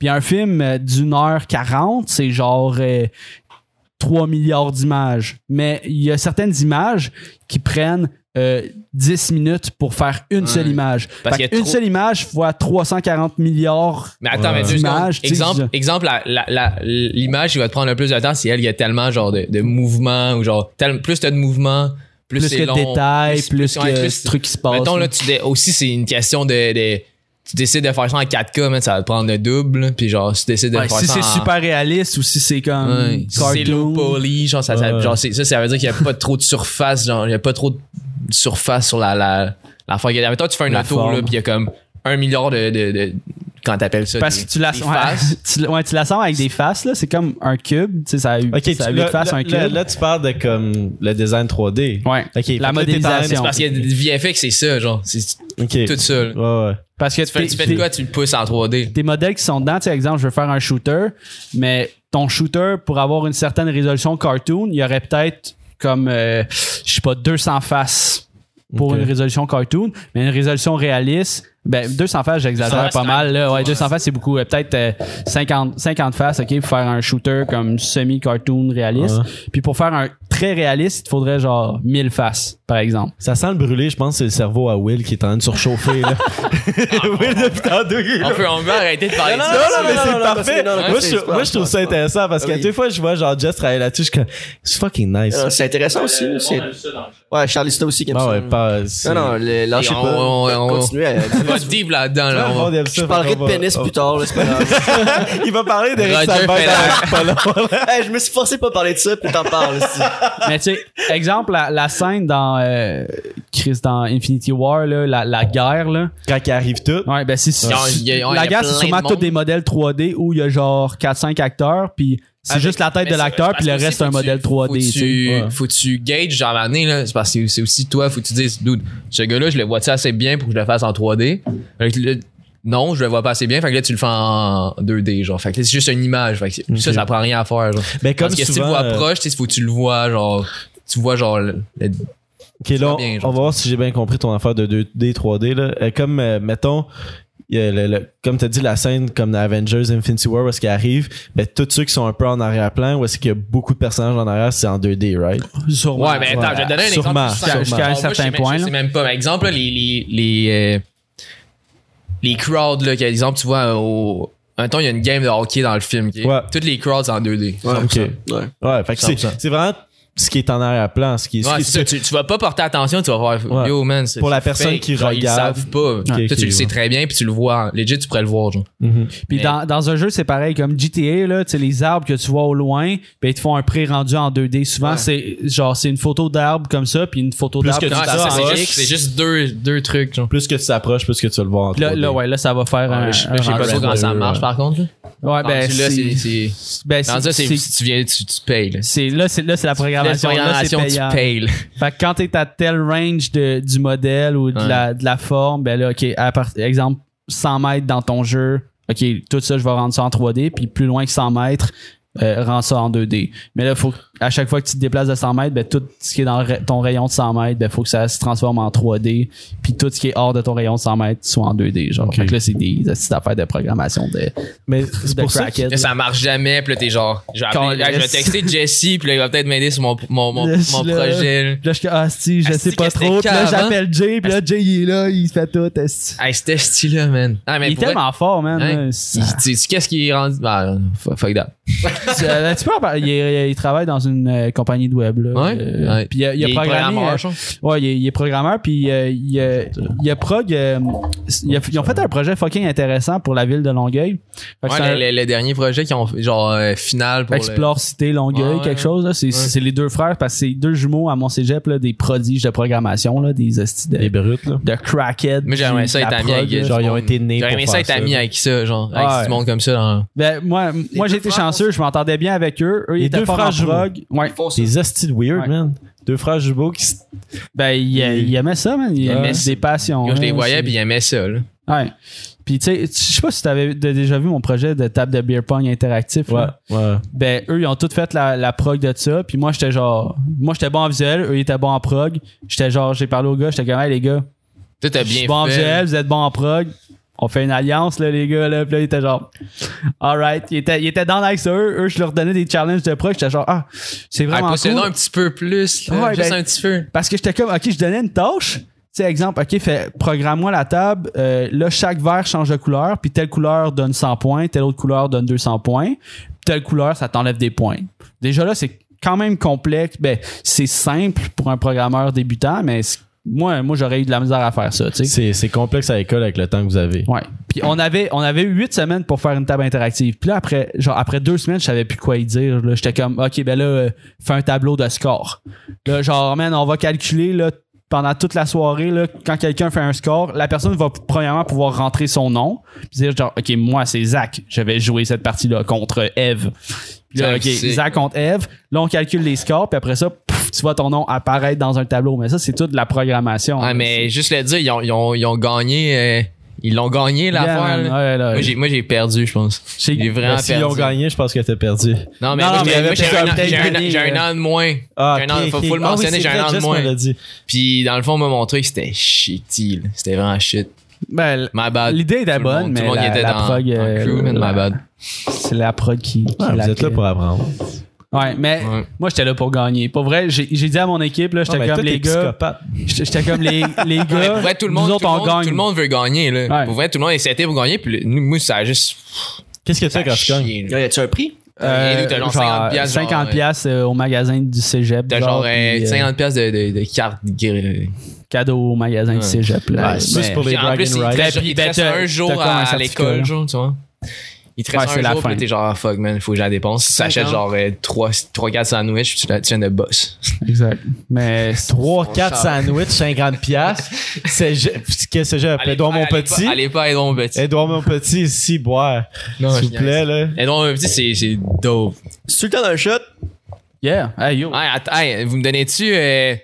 Puis un film euh, d'une heure 40, c'est genre euh, 3 milliards d'images. Mais il y a certaines images qui prennent euh, 10 minutes pour faire une seule image. Parce Fait qu'il y a une trop- seule image fois 340 milliards. Mais attends, mais deux L'image, secondes. tu sais, Exemple, je- exemple, la- la- la- l'image qui va te prendre le plus de temps, c'est elle qui a tellement genre de, de mouvements ou genre tel- plus t'as de mouvements, plus, Plus, c'est que long, de détails, plus, ouais, que de trucs qui se passent. Mettons là, tu dé- aussi c'est une question de, de- tu décides de faire ça en 4K, man, ça va te prendre le double, là, puis genre si tu décides de Ouais, faire si ça c'est en- super réaliste ou si c'est comme Ouais, si c'est low cartoon. poly, genre ça, ça- Ouais. genre, c'est- ça, ça veut dire qu'il n'y a pas trop de surface, genre il n'y a pas trop de surface sur la la la forme. Mais toi tu fais une La auto forme. là, puis il y a comme un milliard de, de, de- quand t'appelles ça Parce des- que tu la des faces. tu, ouais, tu l'assembles avec des faces, là. C'est comme un cube. Tu sais, ça a, eu- Ok, tu- ça a huit là, faces, là- un là- cube. là, tu parles de comme le design 3D. ouais. Ok, fait que là, t'es modélisation. en- Parce qu'il y a des VFX, c'est ça, genre. C'est Ok. tout ça. là. Ouais, ouais. Parce que Tu fais, t'es- tu fais de t'es- quoi, tu le pousses en 3D. des modèles qui sont dedans, tu sais, exemple, je veux faire un shooter, mais ton shooter, pour avoir une certaine résolution cartoon, il y aurait peut-être comme, euh, je sais pas, 200 faces pour Ok. une résolution cartoon, mais une résolution réaliste, ben 200 faces, j'exagère 200 pas faces, mal. Là. Ouais, 200 faces, c'est beaucoup. Euh, Peut-être euh, 50, 50 faces, OK, pour faire un shooter comme semi-cartoon réaliste. Ouais. Puis pour faire un très réaliste, il te faudrait genre 1000 faces, par exemple. Ça sent le brûler, je pense que c'est le cerveau à Will qui est en train de surchauffer. Là. Will, depuis tantôt, il est- On peut, on peut arrêter de parler de Non, ça. non, mais non, non, c'est non, parfait. parce que- non, non, moi, c'est- je, c'est moi, pas- je trouve ça c'est pas- intéressant parce que Oui. des fois, je vois genre Jess travailler là-dessus, je suis comme, c'est fucking nice. Ah, C'est intéressant aussi. Euh, c'est- on aime ça dans le chat. Ouais, Charlista aussi qui aime Ah ça. ouais, pas. c'est- Non, non, le- lâchez Et on- pas. on- on- Continuez à. On va deep là-dedans, Tout là. le on monde va- aime ça, Je parlerai fait qu'on de va- pénis on- plus tard, là, c'est pas grave. Il va parler d'Eric Roger Salvaire Federer. dans la- pas long. Hey, je me suis forcé de pas parler de ça, puis t'en parles. c'est- Mais tu sais, exemple, la, la scène dans, euh, Chris, dans Infinity War, là, la, la guerre, là, Quand il arrive tout. Ouais, ben c'est c'est- Il y a- il y a- il y La a guerre, plein c'est sûrement de tous des modèles 3D où il y a genre 4-5 acteurs, puis c'est Avec- juste la tête Mais de c'est- l'acteur, parce puis le qu'aussi, reste, c'est un faut que tu- modèle 3D. Faut que tu sais. tu, Ouais. faut que tu gages genre l'année, là. C'est parce que c'est aussi toi, faut que tu dises, dude, ce gars-là, je le vois ça assez bien pour que je le fasse en 3D. Fait que là, non, je le vois pas assez bien. Fait que là, tu le fais en 2D, genre. Fait que là, c'est juste une image. Fait que c'est- ça, Ok. ça prend rien à faire, genre. Ben, Mais comme Parce que si tu le souvent, vois euh, proche, tu sais, faut que tu le vois, genre. Tu vois, genre, le- le- Ok, là, on- bien, on genre. va voir si j'ai bien compris ton affaire de 2D, 3D. Là. Euh, comme, euh, mettons, il y a le- le- comme tu as dit, la scène comme dans Avengers Infinity War, où est-ce qu'il arrive, ben, tous ceux qui sont un peu en arrière-plan, où est-ce qu'il y a beaucoup de personnages en arrière, c'est en 2D, right? Sûrement. Ouais, mais attends, je vais te donner un Sûrement, exemple. sûrement. Jusqu'à un Moi, je sais certain même- point, Je là. sais même pas. Par exemple, là, les, les, les, euh, les crowds, là, par exemple, tu vois, au. Un temps, il y a une game de hockey dans le film. ok? Ouais. Toutes les crowds en 2D. Ouais, ok. Ouais. Ouais, fait que c'est, 100%. c'est vraiment ce qui est en arrière-plan. Ce qui, est- ce Ouais, qui- c'est ça, tu, tu vas pas porter attention, tu vas faire Ouais. Yo man, c'est- Pour la c'est personne fake. qui Genre, Ils regarde. savent pas. Toi, ok, tu le sais ouais. très bien, puis tu le vois. Legit, tu pourrais le voir. Genre. Mhm. Puis Mais- dans, dans un jeu, c'est pareil, comme GTA, là, tu sais, les arbres que tu vois au loin, ben, ils te font un pré-rendu en 2D. Souvent, c'est genre, c'est une photo d'arbre comme ça, puis une photo Plus d'arbre que comme Non, tu ça. ça, en c'est X. juste, c'est juste deux, deux trucs. Genre. Plus que tu t'approches, plus que tu vas le vois en 3D. Là, là, ouais, là, ça va faire un. je un je sais pas rendu. trop comment ça marche par contre. Là. Ouais, ben, Rendu là, c'est. c'est- ben, c'est- rendu là, c'est- c'est- Si tu viens, tu, tu payes. Là. c'est- là, c'est là, c'est la La programmation. Là, c'est programmation, payant. tu payes. là. Fait que quand t'es à tel range de, du modèle ou de, Ouais. la, de la forme, ben là, OK, à part, exemple, 100 mètres dans ton jeu, OK, tout ça, je vais rendre ça en 3D, puis plus loin que 100 mètres, euh, rends ça en 2D. Mais là, faut, que- à chaque fois que tu te déplaces de 100 mètres, ben, tout ce qui est dans le ra- ton rayon de 100 mètres, ben, faut que ça se transforme en 3D, puis tout ce qui est hors de ton rayon de 100 mètres soit en 2D. Genre. Fait que là, c'est des, petites affaires de programmation de, Mais c'est de pour ça. que- crackhead, Là, ça marche jamais, puis là, t'es genre. Je vais, appeler- Calisse. hey, je vais texter Jesse, puis là, il va peut-être m'aider sur mon, mon, mon, Laisse-le. mon projet. Là, je suis comme, ah, si, je Asti, sais pas que c'était trop. Puis là, cave, hein? j'appelle Jay, puis là, Jay, il est là, il fait tout. asti. là. Hey, c'était ce style-là, man. Ah, mais Il est pour vrai, tellement fort, man. Ouais. là, c'est- il- tu- tu- Qu'est-ce qui est rendu. Bah, fuck fuck that. Tu- euh, tu peux en parler. il, est- il travaille dans une euh, compagnie de web. Là, Ouais, Euh, ouais. Puis il a, il a est programmé. programmeur, euh, genre. ouais, il est, il est programmeur. Puis euh, il, a- il a prog. euh, il a- ils ont fait un projet fucking intéressant pour la ville de Longueuil. Fait que Ouais, c'est un- le, le- le dernier projet qui ont fait, genre euh, final pour le- Explore Cité Longueuil, Ouais, ouais, quelque chose. là. C'est c'est les deux frères parce que c'est deux jumeaux à mon cégep, là, des prodiges de programmation, là, des hosties de, Des brutes, là. de crackhead. Mais j'aimerais puis ça de être la ami prog, avec là. eux. Genre, ils ont été nés. J'aurais aimé pour ça faire être ami là. avec ça, genre, avec Ouais. du monde comme ça. Dans... Ben, moi, moi deux j'ai été frères chanceux, je m'entendais bien avec eux. Eux, Les ils étaient deux forts en frères jumeaux. prog. Ouais. Ils font ça. Des hosties de weird, Ouais. man. Deux frères jumeaux qui se Ben, il, il aimait ça, man. Il Ouais. aimait des passions. Quand je les hein, voyais, c'est- puis ils aimaient ça. Là. Ouais. Puis, tu sais, tu- je sais pas si t'avais de- déjà vu mon projet de table de beer pong interactif. Ouais, là. ouais. Ben, eux, ils ont tous fait la, la prog de ça. Puis moi, j'étais genre. Moi, j'étais bon en visuel. Eux, ils étaient bons en prog. J'étais genre, j'ai parlé aux gars, j'étais comme, hey, les gars, Toi, t'as je suis bien bon en fait. visuel, vous êtes bons en prog. on fait une alliance, là, les gars, là. Puis là, il était genre, alright. Il était, il était dans avec ça, eux. Eux, je leur donnais des challenges de pro. J'étais genre, ah, c'est Ah, vraiment. poussez-le cool. un petit peu plus, là, Ouais, juste ben- un petit peu. Parce que j'étais comme, OK, je donnais une tâche. Tu sais, exemple, OK, fait, programme-moi la table. euh, là, chaque verre change de couleur. Puis telle couleur donne 100 points. Telle autre couleur donne 200 points. Telle couleur, ça t'enlève des points. Déjà là, c'est quand même complexe. Ben, c'est simple pour un programmeur débutant, mais c'est- moi, moi j'aurais eu de la misère à faire ça, tu sais. C'est c'est complexe à l'école avec le temps que vous avez. Ouais. Puis on avait on avait huit semaines pour faire une table interactive. Puis là après genre après deux semaines, je savais plus quoi y dire. là. J'étais comme OK, ben là euh, fais un tableau de score. Là genre man, on va calculer là pendant toute la soirée là, quand quelqu'un fait un score, la personne va premièrement pouvoir rentrer son nom, puis dire genre OK, moi c'est Zach, je vais jouer cette partie là contre Eve. Puis là, Zach, OK, c'est- Zach contre Eve. Là on calcule les scores, puis après ça pouf, tu vois ton nom apparaître dans un tableau, mais ça c'est toute la programmation. Ah, là. mais juste le dire, ils ont, ils ont, ils ont gagné, euh, ils l'ont gagné Yeah, l'affaire. man. là. Ouais, là, Moi, j'ai- Moi, j'ai perdu, je pense. j'ai- J'ai vraiment Ben, S'ils ont perdu. gagné, je pense que t'as perdu. Non, mais moi, j'ai- Non, mais il y moi, avait j'ai peut-être un, an- un j'ai un an- gagné, euh. j'ai un an de moins. J'ai un an- ok, faut- ok. faut le Ah oui, mentionner, c'est j'ai un vrai, an de Jess moins. me l'a dit. Puis, dans le fond, on m'a montré que c'était shitty. là. C'était vraiment shit. Ben, My bad. L'idée était Ah, Tout le monde- bonne, tout mais le monde y la, était la dans, prog, dans le euh, crew, man, la- my bad. c'est la prog qui, qui Ouais, la vous êtes là crée. pour apprendre. Ouais, mais Ouais. moi j'étais là pour gagner. Pour vrai, j'ai j'ai dit à mon équipe là, Ah, j'étais mais comme toi, les t'es gars, psychopathe. j'étais j'étais comme les les Non, mais pour gars. vrai, tout le nous monde, autres, tout le on monde- gagne. tout le monde veut gagner. Là. Ouais. Pour vrai, tout le monde est seté pour gagner. Puis, le- nous, moi, ça a juste. Qu'est-ce que tu Ça fais a quand tu gagnes? chié, là. Y a-tu un prix? T'as rien eu, t'as genre 50 euh, genre, piastres, genre, 50 euh, piastres, euh, au magasin du Cégep. T'as genre euh, puis, euh, 50 pièces de, de, de cartes gris- cadeau au magasin du Ouais. Cégep. Là. Ouais, c'est juste pour les Ben, Puis en bragging plus, il te rights. reste- Ben, il te reste ben, t'as- un jour t'as comme un à, à certificat, là. l'école, genre, tu vois. Il te reste Ouais, c'est un la jour, fin. puis là, t'es genre, ah, fuck, man, faut que j'en dépense. Tu t'achètes Cinq ans. genre euh, 3-4 sandwichs, puis tu, la- tu viens de boss. Exact. Mais 3, 4 char. sandwichs, 50 piastres. C'est je- Qu'est-ce que c'est, j'ai Allez Edouard pas- mon allez pas- petit. Allez pas à Edouard mon petit. Edouard mon petit ici boire. S'il vous plaît là. Edouard mon petit, c'est c'est dope. C'est le temps d'un shot. Yeah. Hey yo. Ouais, att- hey, vous me donnez-tu euh,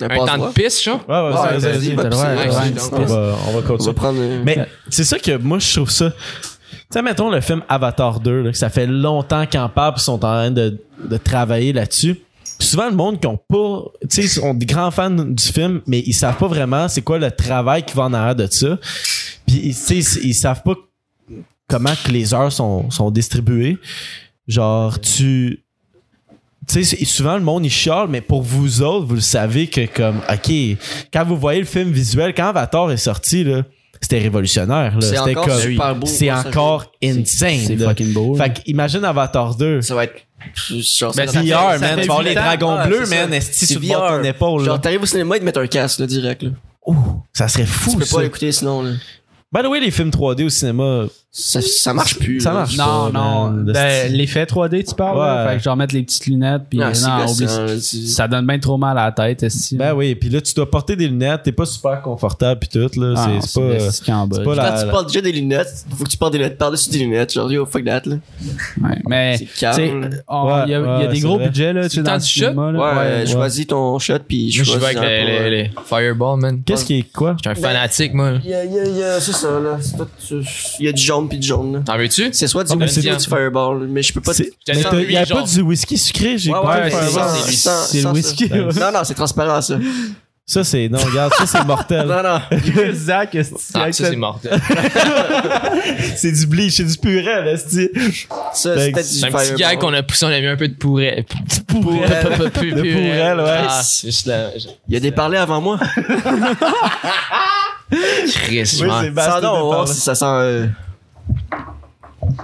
Un un temps de piste, genre? Ouais, ouais, Ouais, vas-y, vas-y, vas-y. pas t'as de le droit, ouais, pisse, ouais, c'est c'est On bon. va, on va On va continuer. prendre. euh, Mais c'est ça que moi je trouve ça. Tu sais, mettons le film Avatar 2, là, que ça fait longtemps qu'en parle puis ils sont en train de, de travailler là-dessus. Souvent, le monde qui ont pas. Tu sais, sont des grands fans du film, mais ils savent pas vraiment c'est quoi le travail qui va en arrière de ça. Puis, ils- tu sais, ils savent pas comment que les heures sont, sont distribuées. Genre, tu. Tu sais, souvent le monde il chiale, mais pour vous autres, vous le savez que comme OK, quand vous voyez le film visuel, quand Avatar est sorti, là, c'était révolutionnaire. là. C'est C'était encore comme- super beau, C'est moi, ça, encore insane. C'est là. fucking beau. là. Fait que imagine Avatar 2. Ça va être. Genre, Ben, ça- ça VR, fait- man, ça fait tu vas voir les huit ans. dragons Ah, bleus, c'est ça. man, esti C'est sur le bord de VR. ton épaule. là. Genre, t'arrives au cinéma et te mettre un casque, là, direct, là. Ouh, ça serait fou. Tu peux ça. pas l'écouter sinon, là. By the way, les films 3D au cinéma, Ça, ça marche plus. Ça là. marche. Non, non. man, de Ben, style. l'effet 3D, tu parles? là? Ouais. Fait que genre mettre les petites lunettes, puis Non, euh, c'est non, gossant, oublie ça. là, tu- Ça donne bien trop mal à la tête, est ben oui, puis là tu dois porter des lunettes, t'es pas super confortable puis tout là, Ah, c'est- c'est pas euh, c'est pas pas la- Quand tu portes déjà des lunettes, faut que tu portes des lunettes par-dessus des lunettes. Genre, yo, fuck that, là. mais C'est Eh, tu sais, calme. on- il y a, Ouais, il y a ouais, des c'est gros vrai. budgets là, tu C'est sais, le dans temps le du cinéma, Ouais, là. euh, choisis ton shot, puis Moi, je choisis. joue avec genre, les, pour, les- euh, les Fireball, man. Qu'est-ce qui est quoi Je suis un fanatique, moi. Il y a, il y a- il y a- c'est ça, là. C'est pas- tu- Il y a du jaune puis du jaune, là. T'en veux-tu? C'est soit du Ah, mais whisky c'est- ou du fireball, là, mais je peux pas. C'est- Je te Mais sens t'as- lui, il y a genre- pas du whisky sucré, j'ai Ouais, pas ouais, le c'est- Fireball. c'est- C'est- c'est le sans- whisky. sans- Non, non, c'est transparent, ça. Ça c'est non, regarde, ça c'est mortel. Non, non. ouais. Zach, est-ce que tu Ah, ça, acceptes- euh, c'est mortel. c'est du bleach, c'est du purée là, c'est Ça, Fait c'est que peut-être du C'est un petit fireball. gars qu'on a poussé, on a mis un peu de pourrel. pourrel. Pas- pas- pas- De pourrel, ouais. Ah, c'est juste la. Il y a des parlés avant moi. Chris, Oui, man. c'est Ça, bastard non, on va voir si ça sent. euh,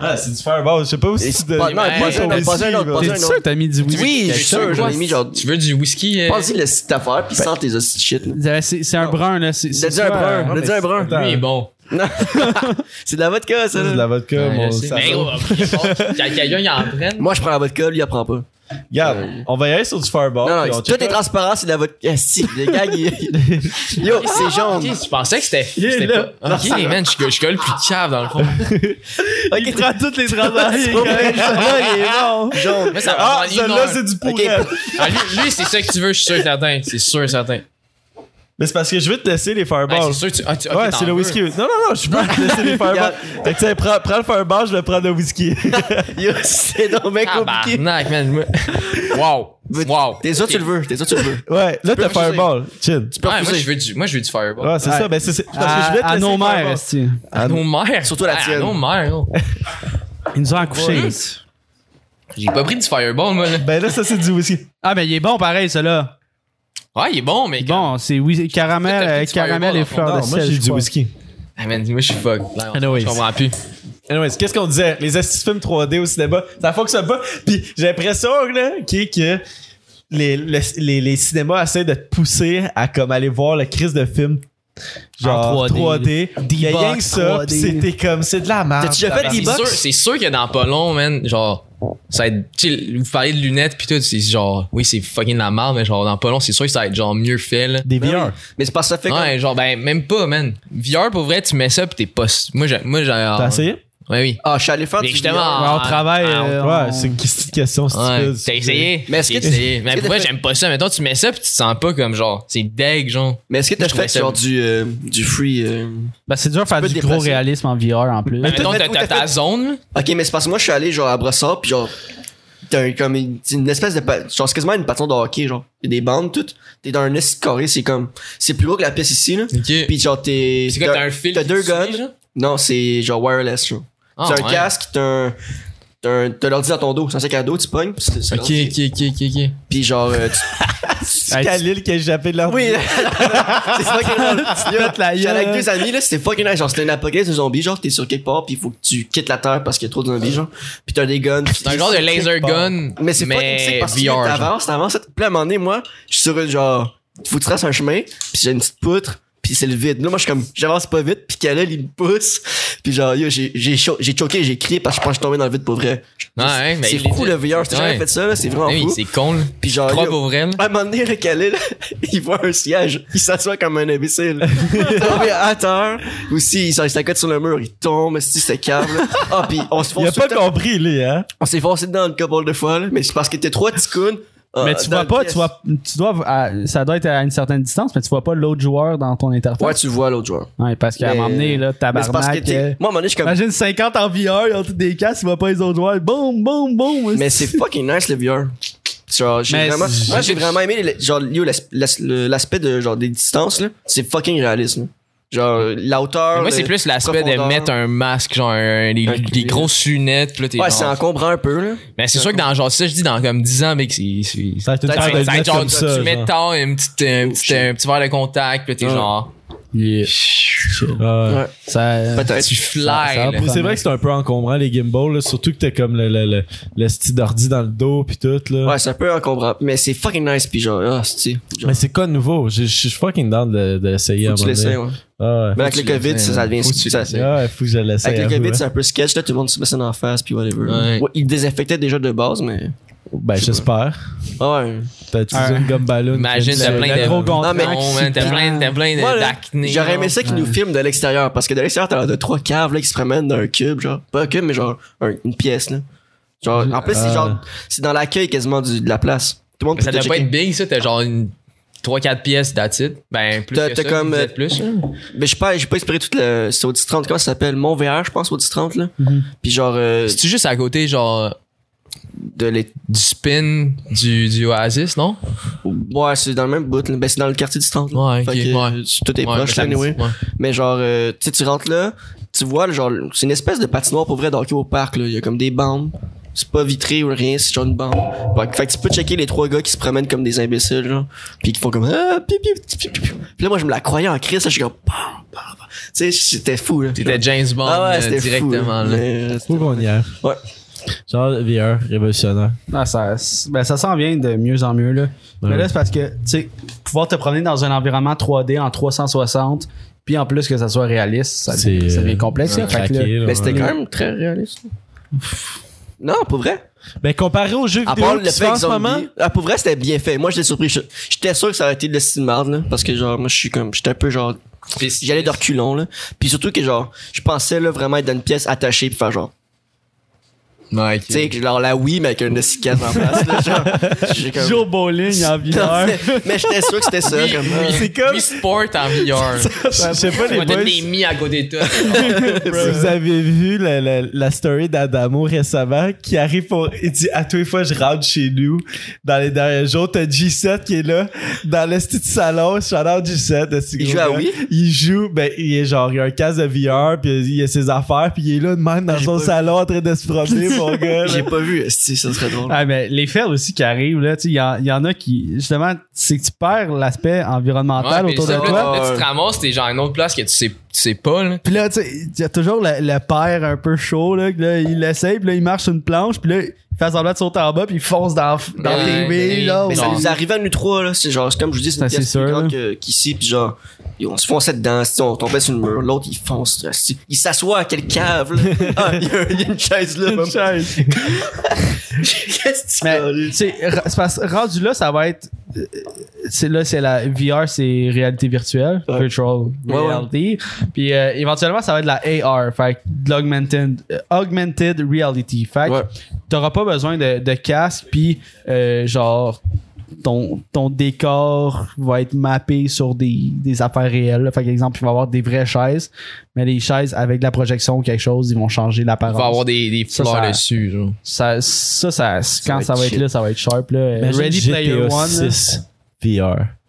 Ah, c'est du Fireball, je sais pas et- si de pas- non, mais- pas un autre, pas un autre, pas T'es un sûr que autre. t'as mis du whisky? Oui, je Quelque suis sûr, chose, j'en quoi? ai mis genre. Tu veux du whisky? euh, Pense-y le site affaire, puis sens tes hosties de shit. là. Euh, C'est c'est un brun, là. C'est T'as c'est dit un quoi, euh, brun, t'as mais dit un brun. attends. Lui, il est bon. C'est de la vodka, ça. C'est de là. la vodka, Ouais, mon je sais. ça Mais va. gros, il est fort. Quand quelqu'un il en prenne. Moi, je prends la vodka, lui, il prend pas. Regarde, on va y aller sur du Fireball. Non, Oh, puis non, on tout est checkera. transparent, c'est de la vodka. Si, les gars, il- Yo, c'est jaune. Ok, tu pensais que c'était. est c'était là. pas- Ok, man, je, je colle plus de cave dans le fond. Il prend toutes les transactions. Jaune. Moi, ça va Ah, prendre une celle-là heure. c'est du hein. Ok. pourrel. Ah, lui, lui, c'est ça que tu veux, je suis sûr et certain. C'est sûr et certain. Mais c'est parce que je veux te laisser les fireballs. Hey, c'est sûr, tu- ah, tu- ok, ouais, t'en c'est le veux. whisky. Non, non, non, je peux te laisser les fireballs. fait que tu sais, prends, prends le fireball, je vais prendre le whisky. Ah! Yo, c'est donc bien compliqué. Tabarnak, man. je me- Wow. Ah, bah. Wow. T'es ça, tu le veux. T'es ça, tu le veux. ouais, là, t'as refuser. fireball. Chill. peux Ouais, moi, refuser. je veux du, moi, je veux du fireball. Ouais, c'est Ouais. ça. Ben, c'est, c'est- parce que je À, vais te à laisser nos les fireballs. mères, esti. à nos mères. Surtout la Ah, tienne. À nos mères, non. Ils nous ont accouchés. esti. J'ai pas pris du fireball, moi, là. Ben là, ça, c'est du whisky. Ah, mais il est bon pareil, celui-là. Ouais, il est bon, mais. Bon, c'est oui, Peut-être caramel, t'as euh, pris du caramel Fireball, et en fleurs Non, de moi, sel. j'ai je du crois. whisky. Ah, man, moi, je suis fuck. Là, on- Anyways. Je comprends plus. Anyways, qu'est-ce qu'on disait? Les astuces films 3D au cinéma, ça fonctionne pas. Puis j'ai l'impression là, qui est que les, le- les, les cinémas essaient de te pousser à comme aller voir le crise de film genre En 3D. 3D. Il y a rien que ça, 3D. puis c'était comme c'est de la merde. T'as-tu déjà fait tabarnak. des- C'est box? sûr, c'est sûr que dans pas long, man, genre, ça va être. tu sais, Vous parlez de lunettes pis tout, c'est genre, oui, c'est fucking de la merde, mais genre, dans pas long, c'est sûr que ça va être genre mieux fait, là. des Ben oui. VR? Mais c'est parce que ça fait Ouais, genre, ben, même pas, man. VR, pour vrai, tu mets ça pis t'es pas. Moi, j'ai. Moi, j'ai. T'as essayé? Ouais, oui. comme- Ah, je suis allé faire Mais du justement, VR. Ouais, on travaille. Ah, euh, Ouais, on- c'est une petite question Ouais, stupide. t'as essayé? Mais est-ce J'ai que tu- essayé. Mais est-ce que pourquoi t'as fait- j'aime pas ça? Mettons, tu mets ça pis tu te sens pas comme genre, c'est deg, genre. Mais est-ce que t'as Je trouvais fait ça- genre du, euh, du free. euh, Ben, c'est dur de faire peux du te gros déplacer. réalisme en VR en plus. Mais t'as mettons, fait- t'as où t'as t'as fait- ta zone, là. Ok, mais c'est parce que moi, je suis allé genre à Brossard, puis genre. T'as un- comme une, c'est une espèce de. pa- Genre, c'est quasiment une patente de hockey, genre. Il y a des bandes toutes. T'es dans un esti carré, c'est comme. C'est plus gros que la pièce ici, là. Ok. Puis genre, t'es. C'est quoi, t'as un fil T'as qui deux te suit, guns. genre? Non, c'est genre wireless, genre. Ah, c'est un ouais. casque, t'as un. T'as un- t'as l'ordi dans ton dos, c'est un sac à dos, tu pognes, pis c'est. c'est Ok, l'ordi. ok, ok, ok, ok. Puis genre. euh, tu- C'est Khalil qui a échappé de leur Oui, c'est ça qui est drôle. Yo, pètes la J'étais avec gueule. deux amis, là, c'était fucking nice. Genre, c'était une apocalypse de zombies, genre, t'es sur quelque part, pis il faut que tu quittes la terre parce qu'il y a trop de zombies, genre. Pis t'as des guns. C'est un genre de laser gun. Mais c'est fucking sick parce que VR, genre. t'avances, t'avances. Puis là, à un moment donné, moi, je suis sur une genre, faut que tu traces un chemin, puis j'ai une petite poutre, puis c'est le vide. Là, moi, je suis comme, j'avance pas vite, puis Kalel, il me pousse. Puis genre, yo, j'ai j'ai cho- j'ai choqué, j'ai crié parce que je pense que je suis tombé dans le vide pour vrai. Ouais, mais c'est il est- fou le VR, si t'as jamais Ouais. fait ça, là, c'est vraiment Ah oui, fou. c'est con, là. Puis genre, Trois yo, pour vrai, là. à un moment donné, le Khalil, il voit un siège, il s'assoit comme un imbécile. Tombé à terre. Aussi, il s'en- il s'accote sur le mur, il tombe, si c'est câble. Ah, puis on se Il a fonce tout pas le temps. compris, lui, hein? On s'est foncé dedans une couple de fois, là, mais c'est parce que t'es trois petits cons, euh, Mais tu dans vois le pas, pièce. tu vois, tu dois, à- ça doit être à une certaine distance, mais tu vois pas l'autre joueur dans ton interface. Ouais, tu vois l'autre joueur. Ouais, parce qu'à un Mais- moment donné, là, Mais c'est parce que tabarnak. t'es. euh, Moi, à un moment donné, je suis comme. Imagine 50 en VR, ils ont tous des casques, ils voient pas les autres joueurs. Boum, boum, boum. Mais c'est fucking nice le VR. Genre, j'ai Mais vraiment, c'est- moi, j'ai vraiment aimé le- genre, yo, l'as- l'as- le- l'aspect de, genre, des distances, là. C'est fucking réaliste, là. Genre, la hauteur. Mais moi, c'est le- plus l'aspect de profondeur. mettre un masque, genre un- des, Un des cuir. grosses lunettes. Pis là, t'es Ouais, genre- c'est encombrant un peu, là. Mais c'est sûr que dans genre ça, je dis dans comme 10 ans, mec, c'est. c'est- Ça va être une Ça va sorte de être- ça va être lunettes genre, comme ça, tu mets genre. tant un petit, Oh, un, petit, euh, un petit verre de contact, pis là, t'es Ouais. genre. Yeah. Ouais. Ouais. Ça. Peut-être. Tu Ça- ça fly, va là. pas. Mais c'est vrai que c'est un peu encombrant les gimbals, là. surtout que t'as comme le, le, le, le style d'ordi dans le dos puis tout. Là. Ouais, c'est un peu encombrant. Mais c'est fucking nice, pis genre, ah, c'est genre, mais c'est quoi de nouveau? Je je suis fucking down de, de l'essayer faut à un que tu moment l'essayes, donné. ouais. Ah Mais ouais. avec tu le COVID, l'essayes, ça, ça devient. faut que tu ça- l'essayes. Ah ouais, faut que je l'essaye. avec à le vous, COVID, hein. c'est un peu sketch, là, tout le monde se met ça dans la face, puis whatever. Ouais. Ouais, ils désinfectaient déjà de base, mais. Ben, j'espère. Ouais. T'as utilisé Ouais. une gomme ballon. Imagine, t'as plein le de. gros Non, contract mais. qui T'as se plein, prend. t'as plein de- Moi, là, d'acné. J'aurais aimé genre. ça qu'ils nous filment de l'extérieur, parce que de l'extérieur, t'as l'air de trois caves là, qui se promènent d'un cube, genre. Pas un cube, mais genre un- une pièce, là. Genre, en plus, c'est Ah. genre. C'est dans l'accueil quasiment du- de la place. Tout le monde Mais Ça peut te doit pas checker. être big, ça. T'as genre une. 3-4 pièces d'attitude. Ben, plus. T'as- que t'as ça, comme, peut-être euh, Plus. Mais j'ai pas, j'ai pas espéré toute la. C'est au 10-30, comment ça s'appelle Mon VR, je pense, au 10-30, là. Mhm. Puis genre, euh, C'est-tu juste à côté, genre, de les. du spin du, du Oasis, non? Ouais, c'est dans le même bout, là. Ben, c'est dans le quartier 10-30, là. Ouais, ok. Fait que, Ouais. euh, Tout est Ouais, proche, mais là, ça me dit- anyway. ouais. Mais genre, euh, tu sais, tu rentres là, tu vois, le genre, c'est une espèce de patinoire pour vrai d'hockey au parc, là. Il y a comme des bandes. C'est pas vitré ou rien, c'est genre une bande. Fait, que- fait que tu peux checker les trois gars qui se promènent comme des imbéciles, genre. Puis qui font comme, ah, pi, pi, pi, pi, pi. Puis là, moi, je me la croyais en crise, là, je suis comme, Pam, pam, pam. tu sais, c'était fou, là. T'étais James Bond ah ouais, euh, c'était directement, fou, là. Mais, euh, Faut qu'on y aille. Ouais. Genre VR, révolutionnaire. Ah, ça, ben, ça s'en vient de mieux en mieux. Là. Mais Ouais. là, c'est parce que, tu sais, pouvoir te promener dans un environnement 3D en 360, puis en plus que ça soit réaliste, ça, C'est, devient- ça devient euh, complexe. là. Fait que là, Craquer, là, mais c'était ouais. quand même très réaliste. Non, pour vrai. Ben, comparé aux jeux À vidéo part le qui se font fait en ce moment, Ah, pour vrai, c'était bien fait. Moi, j'étais surpris. Je- J'étais sûr que ça aurait été de la style de merde, là. Parce que, genre, moi, je suis comme, j'étais un peu genre, Spécialiste. J'allais de reculons, là. Puis surtout que, genre, je pensais, là, vraiment être dans une pièce attachée, puis faire genre. Ouais, ok. Tu sais, genre la Wii, mais avec une cicatrice en face. Là, genre, j'ai comme- Joue au bowling en Non, videur. mais- mais j'étais sûr que c'était ça. Oui, comme, euh, oui. C'est comme- Oui, sport en VR. Je sais pas, On les va boys. peut-être les mis à côté de toi. Si vous avez vu la, la- la story d'Adamo récemment, qui arrive pour. Il dit à tous les fois, je rentre chez nous. Dans les derniers jours, t'as G7 qui est là, dans le style salon. Shout out G7. le petit Il gros joue à gars. Wii? Il joue, ben, il est genre, il a un casque de VR, puis il a ses affaires, puis il est là de même dans J'ai son pas vu. salon en train de se promener, mon gars. là. euh, J'ai pas vu, si ça serait drôle. Ah, mais les fails aussi qui arrivent, là, tu sais, il y, en- il y en a qui, justement, c'est que tu perds l'aspect environnemental Ouais, autour puis de ça, toi. là, tu te ramasses, t'es genre à une autre place que tu sais, tu sais pas, là. Puis là, tu sais, il y a toujours le, le père un peu chaud, là, que là, il l'essaye, puis là, il marche sur une planche, puis là, il fait semblant de sauter en bas, puis il fonce dans, dans Ouais, les ouais, billes, là. Mais ou- ça Non. nous arrivait à nous trois, là. C'est genre, c'est comme je vous dis, c'est Ça, une c'est pièce sûr, plus grande là. que- qu'ici, pis genre, et on se fonçait dedans, si on tombait sur le mur. L'autre, il fonce, là, si- il s'assoit à quelle cave, là. Ah, il y, a- il y a une chaise, là. maman. Qu'est-ce Mais, que tu tu sais, ra- c'est parce- rendu là, ça va être. euh, C'est là, c'est la VR, c'est réalité virtuelle, Ouais. virtual Ouais, ouais. reality. Puis euh, éventuellement, ça va être la AR, fait que de l'augmented euh, augmented reality. Fait que Ouais. t'auras pas besoin de, de casque, puis euh, genre. Ton, ton décor va être mappé sur des, des affaires réelles. là. Fait que, exemple, il va y avoir des vraies chaises, mais les chaises avec de la projection ou quelque chose, ils vont changer Il l'apparence. va avoir des, des Ça, fleurs ça- dessus, genre. Ça, ça, ça, quand va ça être va être shit. là, ça va être sharp. Là. Imagine Ready GTA Player One. là. 6 VR.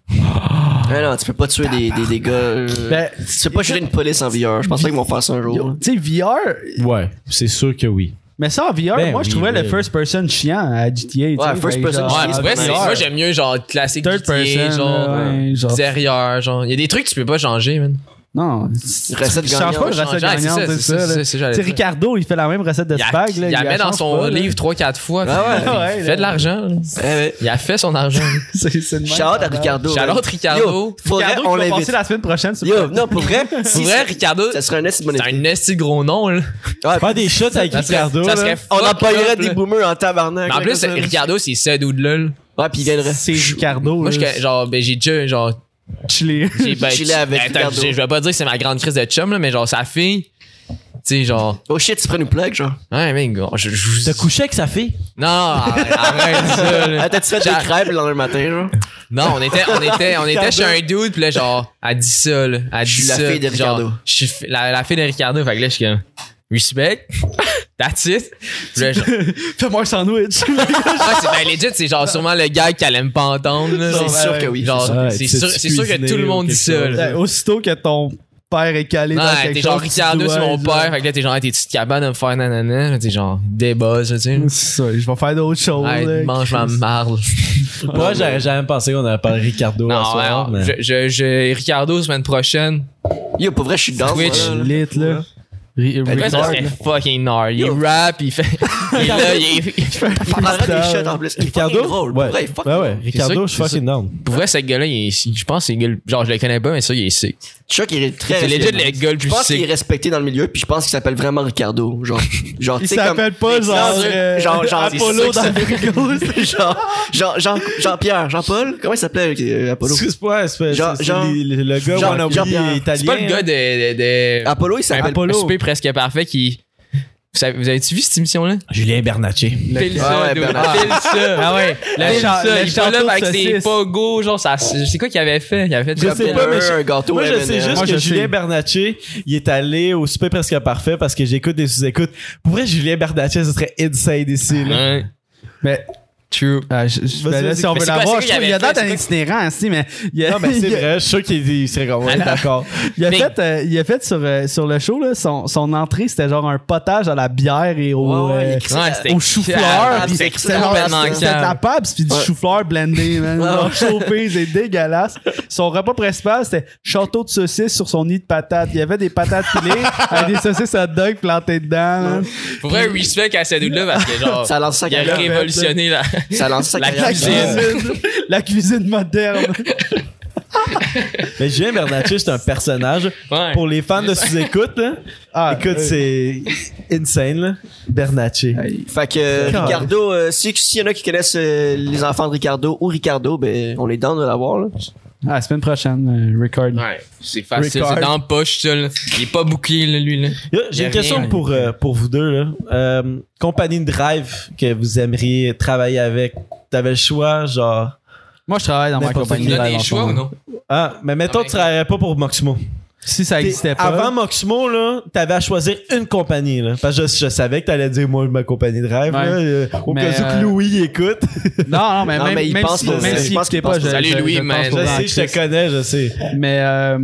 veux? Ah non, tu peux pas tuer des, des dégâts. euh, Ben, tu peux pas gérer une police en VR. Je pense pas qu'ils vont faire ça un jour. yo, là. tu sais, VR, Ouais, c'est sûr que oui. mais ça en VR, Ben moi je oui, trouvais ben le oui. first person chiant à GTA. tu sais, first fait person genre, chiant, Ouais, c'est vrai, c'est- VR. moi j'aime mieux genre classique Third GTA, person, genre, là, ouais, genre. extérieur, genre. Il y a des trucs que tu peux pas changer, man. Non, Une recette je change gagnante. pas de recette Ouais, c'est ça, gagnante, c'est c'est ça, ça. c'est là. ça, c'est j'allais Tu sais, dire. Ricardo, il fait la même recette de Il, spag. il, là, la la met dans change son pas, là. livre 3-4 fois. Ah il ouais. fait de l'argent. là. Ouais, Eh ouais. Il a fait son argent. C'est c'est le même. Shout out à Ricardo. Shout out ouais. Ricardo. Yo, faudrait, Ricardo, on on va passer l'invite. la semaine prochaine. sur Yo, le- non, pour vrai, Pour si vrai, Ricardo, ça serait un assez bon c'est un esti gros nom, là. Faire des shots avec Ça serait, Ricardo. ça là. serait On fuck en payerait up, des là. boomers en tabarnak. Mais en là, plus, comme ça. Ricardo, c'est ce dude-là. là. Ouais, puis il viendrait. C'est Ricardo. Moi, je, là, genre, ben, j'ai déjà, genre, chillé. J'ai ben, Chiller avec attends, Ricardo. j'ai- Je vais pas dire que c'est ma grande crise de chum, là, mais genre sa fille. Tu sais, genre. Oh shit, tu prends une plaque, genre. Ouais, mais gars, je, je vous. T'as couché avec sa fille? Non, arrête, arrête ça, là. Attends, tu fais des Genre- crêpes le lendemain matin, genre. Non, on était, on était, on était chez un dude, pis là, genre, elle dit ça, là. Elle Je dit suis la ça, fille de puis genre, Ricardo. Je suis fi- la, la fille de Ricardo, fait que là, je suis comme. Respect. That's it. Pis là, genre, Fais-moi un sandwich. ah, c'est ben legit, c'est genre sûrement le gars qu'elle aime pas entendre, là. C'est sûr ouais, que oui. Genre, Ouais, c'est tu sais, sûr, tu c'est sûr que cuisiner tout le ou monde dit quelque ça, chose. là. Ouais, Ben, Aussitôt que ton père est calé dans Ouais, t'es quelque genre chose. tu Ricardo, dois, c'est mon genre, père. Fait que là, t'es genre, t'es petites cabanes à me faire nanana. T'es genre, débuzz, tu sais. C'est ça, je vais faire d'autres choses. là, Ouais, mange ma Chris. marle. Moi, j'aurais jamais pensé qu'on avait parlé Ricardo à Non, soir, ouais, mais- je, je, je- Ricardo, semaine prochaine. Yo, pour vrai, je suis dans Twitch. moi, là. lit là. Re- Ouais, ça record, serait là. fucking hard. Il rap, il fait. Il est là, il est- Il prendrait des shots en plus. Il est fucking Ricardo? drôle. Pour Ouais. vrai, il est fucking ouais, ouais. drôle. Ricardo, sûr- je suis fucking down. Pour vrai, ce gars-là, il est- je pense que c'est le gars. le- Genre, je le connais pas, mais ça, il est sick. Chuck, il est très. C'est legit le gars le Je plus pense qu'il est sick. respecté dans le milieu, puis je pense qu'il s'appelle vraiment Ricardo. Genre, genre tu Il sais, comme. s'appelle pas genre, Genre, euh, genre, genre, Apollo c'est dans ça le frigo. genre, genre, Jean, Jean-Pierre, Jean-Paul, comment il s'appelait euh, Apollo Excuse-moi, c'est Jean- c'est- Jean- c'est le, le gars Jean- wannabe Jean-Pierre. italien. C'est pas le hein. gars de. de- de- Apollo, il s'appelle un souper presque parfait qui. Vous avez- vous avez-tu vu cette émission-là? Julien Bernatchez. Pile Ah ouais, ça, dude, Bernard. pile ça. Ah ouais, le pile chan- ça. le Il était là château avec de ses saucisses. pogos, genre, ça, c'est quoi qu'il avait fait? Il avait fait Je genre sais plein pas, de- mais je- un gâteau. Moi, je sais juste Moi, que je Julien sais. Bernatchez, il est allé au super presque parfait parce que j'écoute des sous-écoutes. Pour vrai, Julien Bernatchez, ce serait inside ici. Là. Ouais. Mais. True. Ah, je- je- Vas-y, ben là, vas-y. si on Mais veut c'est quoi, c'est l'avoir, quoi je trouve, il qu'il y a avait date fait, un itinérant, aussi, mais il a, Non, mais c'est il a- vrai, je suis sûr qu'il il serait comme ouais, Alors- d'accord. il a Mais- fait, euh, il a fait sur, euh, sur le show, là, son, son entrée, c'était genre un potage à la bière et au, Ouais, ouais, il euh, écrit- Ouais, c'était au chou-fleur. calme, puis C'était C'était genre- complètement c'était de la calme. pâte, puis du Ouais. chou-fleur blendé, man. Ouais, ouais. Genre chopé, c'est dégueulasse. Son repas principal, c'était château de saucisses sur son nid de patates. Il y avait des patates pilées avec des saucisses hot dog plantées dedans, man. Pour vrai, respect à cette dude-là parce que genre. Ça lance sa il a carrière. révolutionné la. Ça lance sa La carrière. cuisine. la cuisine moderne. Mais Julien Bernatchez, c'est un personnage. Ouais. Pour les fans de sous-écoute, là, Ah, écoute, euh, c'est insane, là. Bernatchez. Fait que euh, Carré. Ricardo, euh, si- s'il y en a qui connaissent euh, les enfants de Ricardo ou Ricardo, ben on est dans de l'avoir. là. À la semaine prochaine, euh, Ricard. Ouais, c'est facile, Ricard. c'est dans la poche, ça, là. Il est pas bouclé, là, lui, là. Là, Y J'ai a une question rien. pour, euh, pour vous deux. Là. Euh, compagnie de rêve que vous aimeriez travailler avec. T'avais le choix, genre. Moi, je travaille dans ma N'importe compagnie. Il de a rêve des en ce choix ou moment. non? Ah, mais mettons, Ah, tu ben, travaillerais pas pour Moximo. Si ça T'es- n'existait pas. Avant Moxmo, là, t'avais à choisir une compagnie, là. Parce que je, je savais que t'allais dire, moi, ma compagnie de rêve, Ouais. là, euh, au Mais, cas où euh, que Louis écoute. Non, non, mais Non, même, mais il même pense si, pour même ça. s'il Je pense qu'il écoutait pas, pense je, pour ça. Salut, je- Louis, je mais- pense Je pas dans sais, la je te crise. connais, je sais. Mais euh,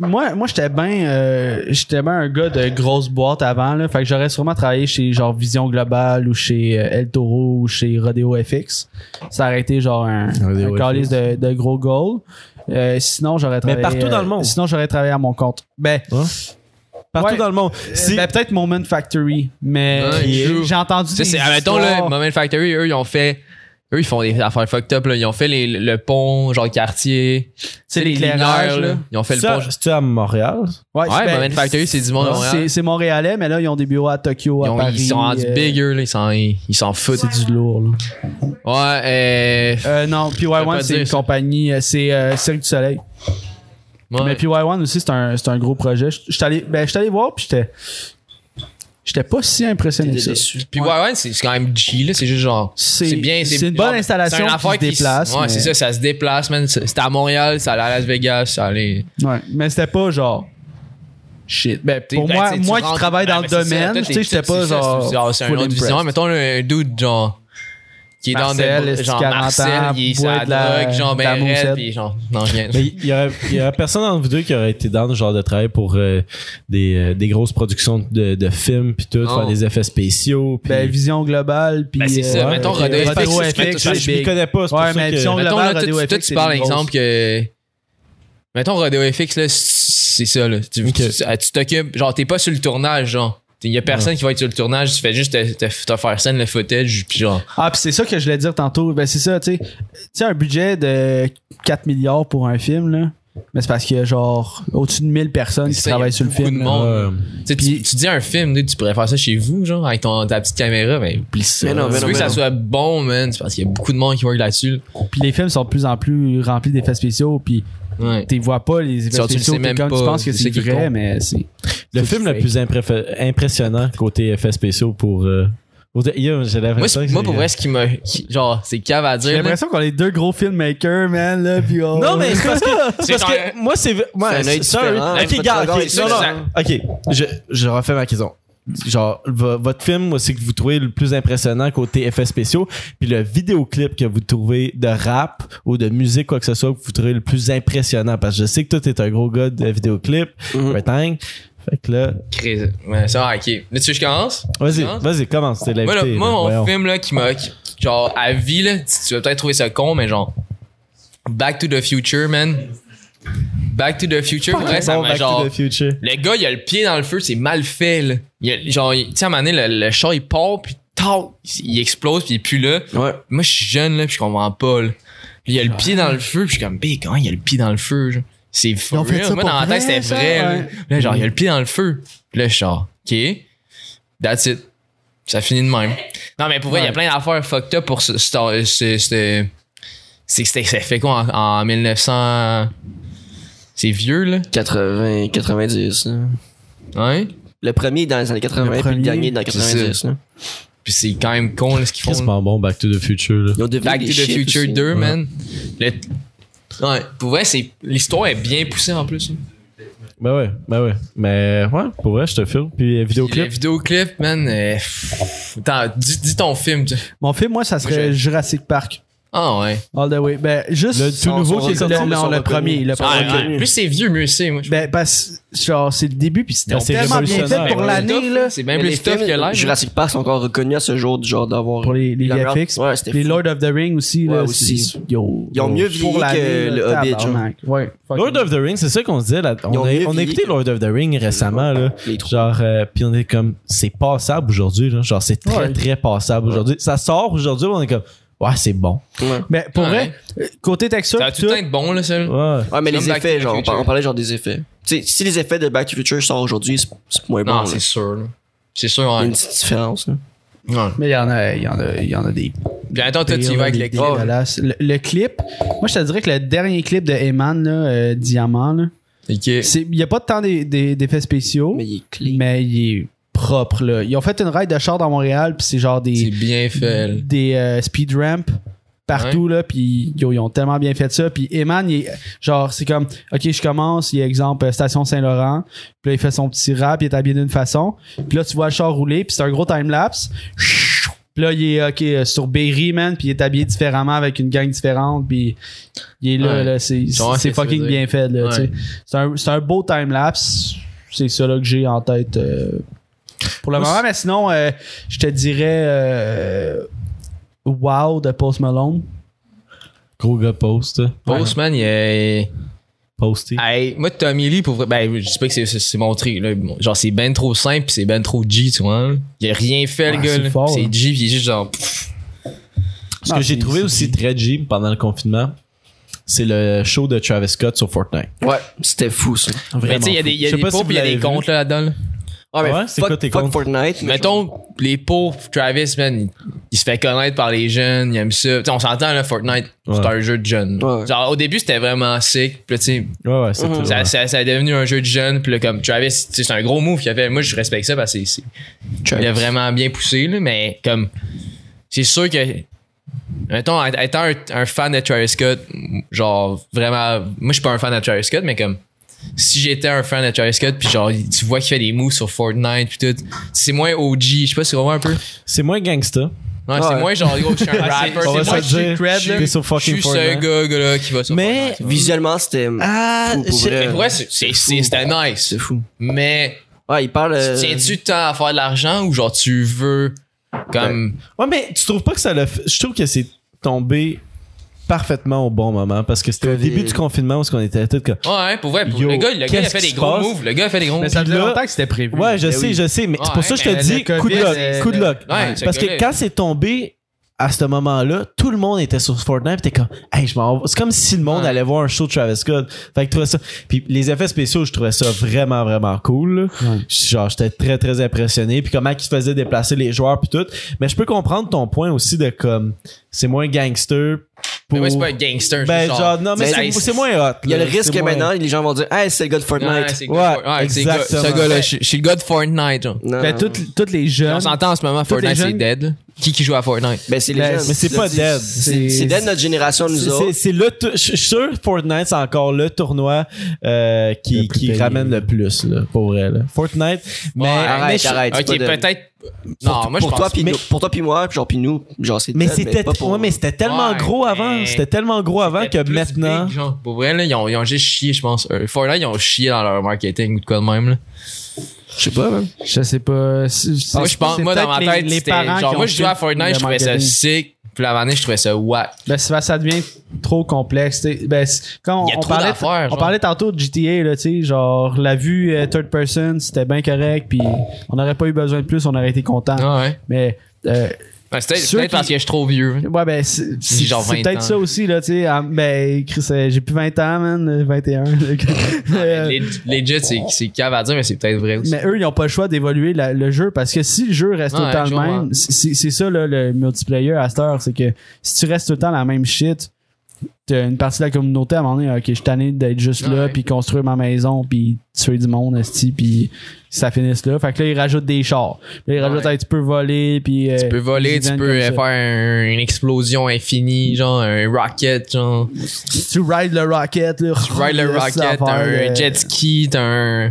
moi, moi j'étais bien j'étais ben un gars de grosse boîte avant. Là, fait que j'aurais sûrement travaillé chez genre Vision Global ou chez euh, El Toro ou chez Rodeo FX. Ça aurait été genre un, Rodeo un calice de, de gros goals. Euh, sinon, j'aurais travaillé. partout euh, dans le monde. Sinon, j'aurais travaillé à mon compte. Ben, Partout Ouais. dans le monde. Si- ben, peut-être Moment Factory, mais Ouais, j'ai- true. j'ai entendu. Ça, des c'est, admettons, là, histoires. Moment Factory, eux, ils ont fait. Eux, ils font des affaires fucked up, là. Ils ont fait les- le pont, genre quartier. c'est les l'éclairage. lumières, là. Ils ont fait le ça, pont. c'est-tu à Montréal? Ouais, Ouais, ben, Moment Factory, c'est du monde à Montréal. c'est- c'est montréalais, mais là, ils ont des bureaux à Tokyo, Ils, à ont- Paris. ils sont rendus euh, bigger, là. Ils s'en, ils s'en foutent. C'est du lourd, là. Ouais, euh. Euh, non, Je peux pas PY1, c'est dire une ça. compagnie, euh, c'est euh, Cirque du Soleil. ouais. Mais PY1 aussi, c'est un, c'est un gros projet. Je je suis allé, ben, je suis allé voir, puis j'étais. J'étais pas si impressionné que T'étais ça. déçu. Puis ouais, ouais, c'est c'est quand même G, là. C'est juste genre. C'est- C'est bien. c'est une bonne genre, installation c'est une qui affaire se déplace, Ouais, mais- c'est ça, ça se déplace, man. C'est- C'était à Montréal, ça allait à Las Vegas, ça allait. Ouais, mais c'était pas genre. Shit. Ben, T'sais, pour ben, moi, t'sais, tu moi qui rentres- travaille dans Ah, le mais c'est ça, domaine, toi, tu t'es- sais, j'étais t'es- pas c'est ça, genre. c'est- genre, C'est un full autre impressed. vision. Mettons un dude, genre. Qui est dans Marcel, des. Genre, 40 ans, Marcel, il est sur boit la de la- drogue, genre, de la ben, raide, Moussette. pis genre, non, je viens. Mais il y, aurait- il y aurait personne d'entre vous deux qui aurait été dans le genre de travail pour euh, des, euh, des grosses productions de, de films puis tout, Non. faire des effets spéciaux. puis- Ben, vision globale, puis. Ben, c'est ça. euh, Mettons, euh, Rodeo FX, Rodeo mettons, FX, ça, je c'est je m'y big. connais pas, c'est pour Ouais, ça mais que- Vision Mettons, là, Global, toi, tu- Rodeo toi, FX. tu parles, exemple, que. Mettons, Rodeo FX, là, c'est ça, là. Tu Ok. tu- ah, tu t'occupes. Genre, t'es pas sur le tournage, genre. Il y a personne qui va être sur le tournage, tu fais juste te, te- te faire scène le footage, puis genre. Ah, puis c'est ça que je voulais dire tantôt. Ben, c'est ça, tu sais. Tu sais, un budget de 4 milliards pour un film, là. Mais c'est parce qu'il y a genre au-dessus de 1000 personnes qui Ça, il y a travaillent sur le beaucoup film. de là. monde. Euh, Tu sais, tu, tu dis un film, dude, tu pourrais faire ça chez vous, genre, avec ton, ta petite caméra, mais oublie ça. Mais non, tu mais non, veux que mais ça non. soit bon, man, c'est parce qu'il y a beaucoup de monde qui work là-dessus. Puis les films sont de plus en plus remplis d'effets spéciaux. Puis Ouais. tu vois pas les effets Ça, tu le spéciaux. sais même t'es comme, pas. Tu penses que C'est ça c'est qui est vrai, con. mais c'est. le c'est film le fake. plus impré- impressionnant côté effets spéciaux pour. euh, pour dire- Yo, j'ai l'impression Moi, c'est- que moi, j'ai- pour vrai, ce qui me. qui- Genre, c'est cave à J'ai dire. là. l'impression qu'on est deux gros filmmakers, man. Là, puis on- Non, mais c'est parce que, c'est parce genre- que moi, c'est. Moi, C'est un œil sorry. différent. Ok, Votre gars, regard ok, est non, non, hein. différent. ok, je, je refais ma question. Genre, vo- votre film, moi, c'est que vous trouvez le plus impressionnant côté effets spéciaux, puis le vidéoclip que vous trouvez de rap ou de musique, quoi que ce soit, que vous trouvez le plus impressionnant. Parce que je sais que toi, t'es un gros gars de vidéoclip, Mhm. Bretagne. Fait que là, Crise. Ouais, ça, ok. Là, tu veux que je commence? vas-y, Non. vas-y, commence, t'es Moi, là, l'invité. moi, là, mon voyons. film, là, qui m'a. qui- Genre, à vie, là, tu, tu vas peut-être trouver ça con, mais genre. Back to the Future, man. Back to the Future, pour vrai, ça Bon, m'a Back genre. to the Future. Le gars, il a le pied dans le feu, c'est mal fait, là. Il a- genre, il- tu sais, à un moment donné, le, le char, il part, puis tau, il explose, puis il est plus là. Ouais. Moi, je suis jeune, là, puis je comprends pas, là. Puis Ah. il a le pied dans le feu, puis je suis comme, ben, comment il a le pied dans le feu, genre? C'est for ont fait real. ça Moi, pour dans ma vrai, tête, c'était ça, vrai, là. ouais. Là, genre, il a le pied dans le feu. Puis là, je suis genre, OK, that's it. Ça finit de même. Non, mais pour vrai, il y a plein d'affaires fucked up pour ce. ce- ce- ce- C'est que c'était- ça fait quoi en, en 1900. C'est vieux, là? 80, 90. là. Hein? Le premier est dans les années 80, Le puis le premier, dernier est dans c'est 90. là. Puis c'est quand même con, là, ce qu'ils font. Qu'est-ce bon, Back to the Future, là? Ils ont devenu Back to des the shit Future aussi. 2, man. Le- Ouais, pour vrai, c'est- l'histoire est bien poussée en plus. Ben ouais, ben ouais. Mais ouais, pour vrai, je te filme. Puis euh, Puis le vidéoclip. vidéoclip, man. euh, pff, attends, dis, dis ton film. tu- Mon film, moi, ça serait Moi, je- Jurassic Park. Ah ouais. All the way. Ben, juste. Le tout nouveau qui est sorti, le- mais Non, son le premier. reconnu. Le Ah, premier. ouais. Plus c'est vieux, mieux c'est. Moi, je- Ben, parce genre, c'est le début, puis c'était Ben, c'est tellement bien révolutionnaire. fait pour Ben, l'année, stuff, là. C'est Mais bien plus les stuff films que l'air. Jurassic Park sont encore reconnus à ce jour, genre d'avoir. Pour les, les La meilleure- VFX. Ouais, c'était les fou. Lord of the Rings aussi, là. Ouais, aussi. c'est- yo, Ils ont yo, mieux pour vieilli l'année, que là, le Hobbit, tabarnak. Ouais. Lord of the Rings, c'est ça qu'on se dit. Là, Ils on, ont a, mieux on a vieilli écouté que- Lord of the Rings récemment. Là, Les trois. genre, euh, puis on est comme, c'est passable aujourd'hui. là. Genre, c'est très, Ouais. très passable aujourd'hui. Ça sort aujourd'hui, on est comme, ouais, c'est bon. Ouais. Mais pour Ouais. vrai, euh, côté texture, Ça va tout le temps tout- être bon, là, ça. là. Ouais. Ouais, mais Comme les Back to effets, the genre, on par- Future. on parlait genre des effets. Tu sais, si les effets de Back to the Future sortent aujourd'hui, c'est c'est moins Non, bon. là. c'est Il sûr. là. C'est sûr, y a ouais. une petite différence. là. Ouais. Mais il y en a, il y en a, il y en a des. Puis attends, toi, tu y vas avec des le clip. dégueulasses. Le, le clip, moi, je te dirais que le dernier clip de Eman, là, euh, Diamant, là, Ok. c'est- il n'y a pas tant des- des- d'effets spéciaux, Mais mais, il est clean. il est propre. Là. Ils ont fait une ride de char dans Montréal, puis c'est genre C'est des, bien fait. là. des euh, speed ramps partout là puis yo, ils ont tellement bien fait ça puis Eman il est- genre c'est comme ok je commence il est exemple euh, station Saint-Laurent puis là il fait son petit rap il est habillé d'une façon puis là tu vois le char rouler puis c'est un gros time lapse puis là il est ok euh, sur Berry man puis il est habillé différemment avec une gang différente puis il est là, Ouais. là, c'est Je vois ce que tu c'est veux dire. fucking bien fait là, Ouais. tu sais. c'est un, c'est un beau time lapse c'est ça là que j'ai en tête euh, pour le Moi, moment mais sinon euh, je te dirais euh, Wow de Post Malone. Gros gars post. euh, Postman, il est. Posté. Hey, moi, Tommy Lee, pour vrai, ben, je dis pas que c'est- c'est c'est mon truc. là. Bon, Genre, c'est ben trop simple, pis c'est ben trop G, tu vois. hein. Il a rien fait, Ouais, le gars. c'est là. fort, C'est hein. G, pis il est juste genre. pff, Ce que Ah, j'ai c'est- trouvé c'est- aussi très G pendant le confinement, c'est le show de Travis Scott sur Fortnite. Ouais, c'était fou ça. Mais tu sais, il y a des, il y a Je sais des pas si pots, vous pis il y a l'avez des vu. comptes là, là-dedans. là. Ouais, Ah, mais Ah Ouais, c'est fuck- quoi tes fuck comptes? Fortnite. mais Mettons, les pots, Travis, man, il, il se fait connaître par les jeunes, il aime ça. Tu sais, on s'entend, là, Fortnite, Ouais. c'est un jeu de jeunes. Ouais. Genre, au début, c'était vraiment sick, pis là, tu sais, Ouais, ouais, c'est Mhm. tout, Ça, ouais. ça, ça a devenu un jeu de jeunes. Puis là, comme Travis, tu sais, c'est un gros move qu'il a fait. Moi, je respecte ça parce que c'est- c'est- Travis. il a vraiment bien poussé. là, mais comme, c'est sûr que, mettons, être- étant un, un fan de Travis Scott, genre vraiment, moi, je suis pas un fan de Travis Scott, mais comme, si j'étais un fan de Travis Scott, puis genre, tu vois qu'il fait des moves sur Fortnite, puis tout, c'est moins OG. Je sais pas si on voit un peu. C'est moins gangsta. Non, Ouais. c'est moins genre, gros, je suis un rapper. On va C'est se moins, le dire, street cred, là. t'es sur je fucking suis ce Fortnite. gars, gars-là qui va sur Mais- Fortnite. Visuellement, c'était. Ah, fou, pour je- vrai. Mais pour vrai, c'est- c'est- c'est- c'était nice. C'est fou. Euh, Mais Ouais, il parle. euh, Tiens-tu tant à faire de l'argent ou genre tu veux comme Ouais, mais tu trouves pas que ça l'a fait- Je trouve que c'est tombé parfaitement au bon moment parce que c'était au Covid. début du confinement où on était tous comme. ouais, hein, pour vrai pour- Yo, le gars le gars il a qu'est-ce fait qui des se gros passe? moves le gars a fait des gros Mais moves ça faisait Là- longtemps que c'était prévu. Ouais, je Ben sais, oui. je sais, mais c'est Ouais, pour ça que je mais te le dis coup de COVID, luck, c'est- coup de luck. Ouais, ce Parce gars-là, que quand c'est tombé à ce moment-là, tout le monde était sur Fortnite, pis t'es comme, hey, je m'en vais. C'est comme si le monde Ouais. allait voir un show de Travis Scott. Fait que je trouvais ça. Puis les effets spéciaux, je trouvais ça vraiment, vraiment cool. là. Ouais. Genre, j'étais très, très impressionné. Puis comment ils se faisaient déplacer les joueurs, puis tout. Mais je peux comprendre ton point aussi de comme, c'est moins gangster. mais Pour... moi c'est pas un gangster ben, c'est genre, non, mais c'est, c'est moins hot. Il y a là. le risque Euh, C'est que moins- maintenant, les gens vont dire, hey, c'est le gars de Ouais, Fortnite. c'est le gars de Ouais, Fortnite. Ouais, c'est le gars- exactement. ce gars-là je je suis le gars de Fortnite genre. Non. Ben, toutes, toutes les on jeunes. s'entend en ce moment Tous les Fortnite c'est jeunes- dead là. qui qui joue à Fortnite Ben, c'est les Ben, jeunes. Mais c'est pas C'est- dead. c'est- C'est dead notre génération, nous C'est- autres. C'est c'est le. tou- Je je suis sûr que Fortnite, c'est encore le tournoi euh, Le qui, plus qui payé. ramène le plus, là, pour vrai. là. Fortnite. Mais, Ouais, arrête, mais je- arrête, c'est OK pas de- peut-être non moi je Pour toi, pense puis mais- nous- pour toi, puis moi, puis genre, puis nous, genre, c'est mais dead, c'était pas pour- ouais, mais c'était tellement Ouais, gros mais- avant. C'était tellement gros avant que C'était plus maintenant. big, genre. pour vrai là, ils ont ils ont juste chié je pense Euh, Fortnite ils ont chié dans leur marketing ou de quoi de même là. Je sais pas, hein. man. Je sais pas. c'est- c'est- Moi, Ah, je pense, c'est moi, dans ma peut-être tête, les, les c'était parents genre, qui moi, ont je jouais à fait Fortnite, le je trouvais ça marketing. sick. Puis la année, je trouvais ça whack. Ben, c'est parce que ça devient trop complexe. t'sais. Ben, c'est- quand on, Il y a on trop parlait, d'affaires, on genre. parlait tantôt de GTA, là, t'sais, genre la vue euh, third person, c'était bien correct, puis on n'aurait pas eu besoin de plus, on aurait été content. Ouais. Mais euh, Ouais, c'était- Ceux peut-être qui- parce que je suis trop vieux. ouais, ben, c'est c'est- genre c'est 20 peut-être ans. ça aussi, là, t'sais. Ah, ben, Chris, euh, j'ai plus 20 ans, man, euh, 21. là. Euh, Les Legit, c'est- c'est cave à dire, mais c'est peut-être vrai aussi. mais eux, ils n'ont pas le choix d'évoluer la- le jeu parce que si le jeu reste Ouais, tout le temps je le vois. même, c'est c'est ça là, le multiplayer à cette heure, c'est que si tu restes tout le temps la même shit, t'as une partie de la communauté à un moment donné, ok, je suis tanné d'être juste là, Ouais. puis construire ma maison, puis tuer du monde, esti, puis ça finisse là. Fait que là, ils rajoutent des chars. Là, ils rajoutent, Ouais. hey, tu peux voler, puis. Tu peux voler, tu peux euh, faire un- une explosion infinie, genre un rocket, genre. Tu rides le rocket, là. Tu rides le rocket, t'as euh, un jet ski, t'as un.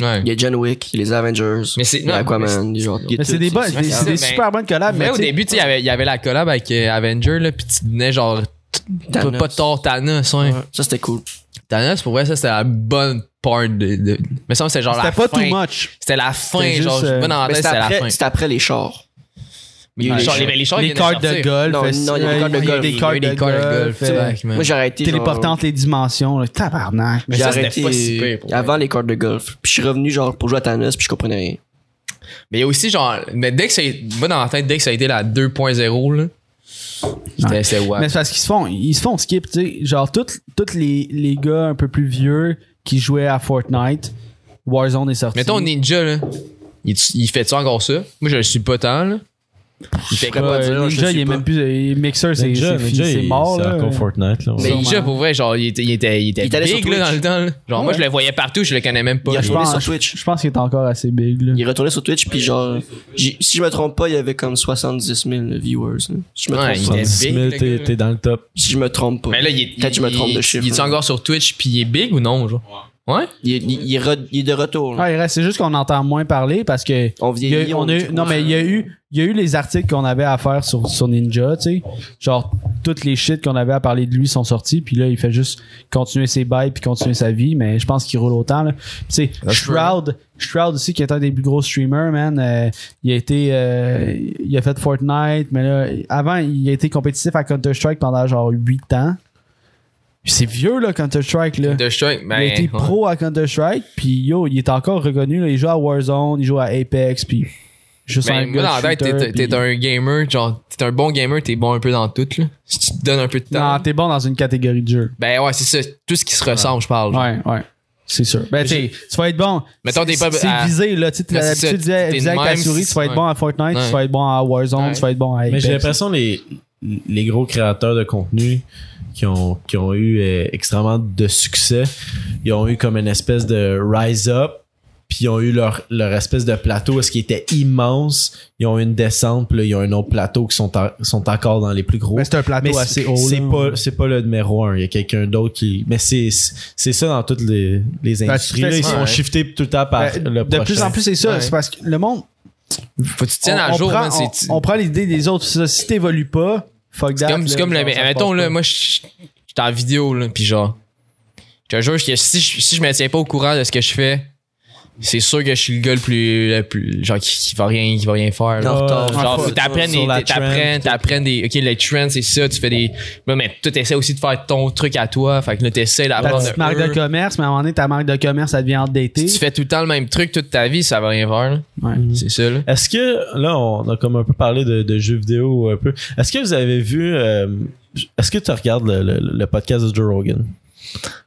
Ouais. Il y a John Wick, il y a les Avengers, Mais c'est- il y a non, Aquaman, genre, il y a Mais tout, c'est des, bonnes- c'est- des- c'est des Ben, super bonnes collabs, mais. Mais au tu sais, début, tu sais, il y avait- il y avait la collab avec euh, Avenger, là, pis tu tenais genre. Thanos. Pas tort Thanos, ouais. Ça, c'était cool. Thanos, pour vrai, ça, c'était la bonne part de. de... Mais ça, c'était genre la C'était pas fin. too much. C'était la fin, C'était genre. juste, euh, je- moi, dans ma Mais tête, c'était c'était Ah, la fin. après, c'était après les chars. Mais il y a eu Ouais. les chars- les- les chars, les ils cartes viennent de de golf. Non, euh, non, il y a des euh, cartes de il y a golf. des sortir. Il y a eu cartes de Il des cartes de golf. golf. euh, back, man. Moi, j'ai arrêté. genre- Téléportante les dimensions, là. Tabarnak. Mais J'ai ça, c'était arrêté pas si pire, pour avant les cartes de golf. Puis je suis revenu genre pour jouer à Thanos, puis je comprenais rien. Mais il y a aussi, genre. Mais dès que c'est. Moi, dans ma tête, dès que ça a été la 2.0, là. C'était c'était Mais wack. c'est parce qu'ils se font, ils se font skip, tu sais. Genre, tous toutes les, les gars un peu plus vieux qui jouaient à Fortnite, Warzone est sorti. Mettons Ninja, là. Il, il fait-tu encore ça? Moi, je le suis pas tant, là. Je pourrais pas Ouais, dire, je Ninja, le il suis est pas. même plus. euh, il- Mixer, c'est Ninja, c'est fini, Ninja, c'est il- mort. c'est là. encore Fortnite. Là, Mais Sûrement. déjà, pour vrai, genre, il était, il était, il était Il est allé sur big là, dans le Twitch. temps. là. Genre, moi, je le voyais partout, je le connais même pas. Il a genre. joué pense- sur Twitch. Je pense qu'il est encore assez big. Là. Il est retourné sur Twitch, puis genre, j'ai- si je me trompe pas, il y avait comme 70 000 viewers. là. Si je me Ouais, trompe il pas. était- 70 000, big, le t'es gars, t'es dans le top. Si je me trompe pas. Mais là, il est. Peut-être que je me trompe de chiffre. Il est encore sur Twitch, puis il est big ou non, genre? Ouais. Il, est- il- il est re- il est de retour. là. Ah, il reste, c'est juste qu'on entend moins parler parce que. On il y a- vieillit. on a eu- non, mais il y a eu, il y a eu les articles qu'on avait à faire sur, sur Ninja, tu sais. Genre, toutes les shit qu'on avait à parler de lui sont sortis, puis là, il fait juste continuer ses bails puis continuer sa vie, mais je pense qu'il roule autant, là. Puis, Tu sais, Shroud, Shroud aussi, qui est un des plus gros streamers, man, euh, il a été, euh, il a fait Fortnite, mais là, avant, il a été compétitif à Counter-Strike pendant genre 8 ans. Puis C'est vieux, là, Counter-Strike, là. De ben, Strike, Il a mais. été pro à Counter-Strike, puis yo, il est encore reconnu. là. il joue à Warzone, il joue à Apex, puis juste un Mais Ben, moi, gars dans de la tête, shooter, t'es- t'es puis- un gamer, genre, t'es un bon gamer, t'es bon un peu dans tout, là. Si tu te donnes un peu de temps. Non, t'es bon dans une catégorie de jeu. Ben ouais, c'est ça. Tout ce qui se ressemble, je parle. genre. Ouais, ouais. C'est sûr. Ben, tu sais, tu vas être bon. Mettons, t'es C'est- pas- C'est à- visé, là. Tu sais, Ben, c'est t'as ça, l'habitude de dire- t'es viser avec de ta même, souris, tu vas être ouais. bon à Fortnite, Ouais. tu vas être bon à Warzone, Ouais. tu vas être bon à Apex. Mais j'ai l'impression que les, les gros créateurs de contenu qui ont, qui ont eu euh, extrêmement de succès, ils ont eu comme une espèce de rise up, puis ils ont eu leur, leur espèce de plateau, ce qui était immense. Ils ont eu une descente, puis là, ils ont un autre plateau qui sont, en- sont encore dans les plus gros. Mais c'est un plateau Mais assez c'est haut. c'est là. pas, c'est pas le numéro un. Il y a quelqu'un d'autre qui. Mais c'est c'est ça dans toutes les, les Ben, tu industries. fais là. ils ça, hein. sont ouais. shiftés tout le temps par Ben, le de plus prochain. en plus, c'est ça. Ouais. C'est parce que le monde. Faut que tu te tiennes à on, on jour, prend, man, c'est- on, on prend l'idée des autres. Ça, Si t'évolues pas, fuck C'est that. comme, c'est là, comme le. genre, ça Mettons, passe là, pas. moi, je suis en vidéo, là, pis genre. Je te jure que si je, si je me tiens pas au courant de ce que je fais, c'est sûr que je suis le gars le plus. le plus- genre, qui, qui va rien, qui va rien faire. là. Non, Ah, Genre, ouais. faut que t'apprennes Sur des- la t'apprennes- trend, t'apprennes des. Ok, les trends, c'est ça, tu fais des. Mais, mais toi, t'essaies aussi de faire ton truc à toi. Fait que là, t'essaies Ta d'apprendre. petite marque eux. de commerce, mais à un moment donné, ta marque de commerce, ça devient outdatée. Si tu fais tout le temps le même truc toute ta vie, ça va rien faire. là. Ouais. C'est ça, là. Est-ce que, là, on a comme un peu parlé de, de jeux vidéo un peu. Est-ce que vous avez vu. euh, Est-ce que tu regardes le, le- le podcast de Joe Rogan?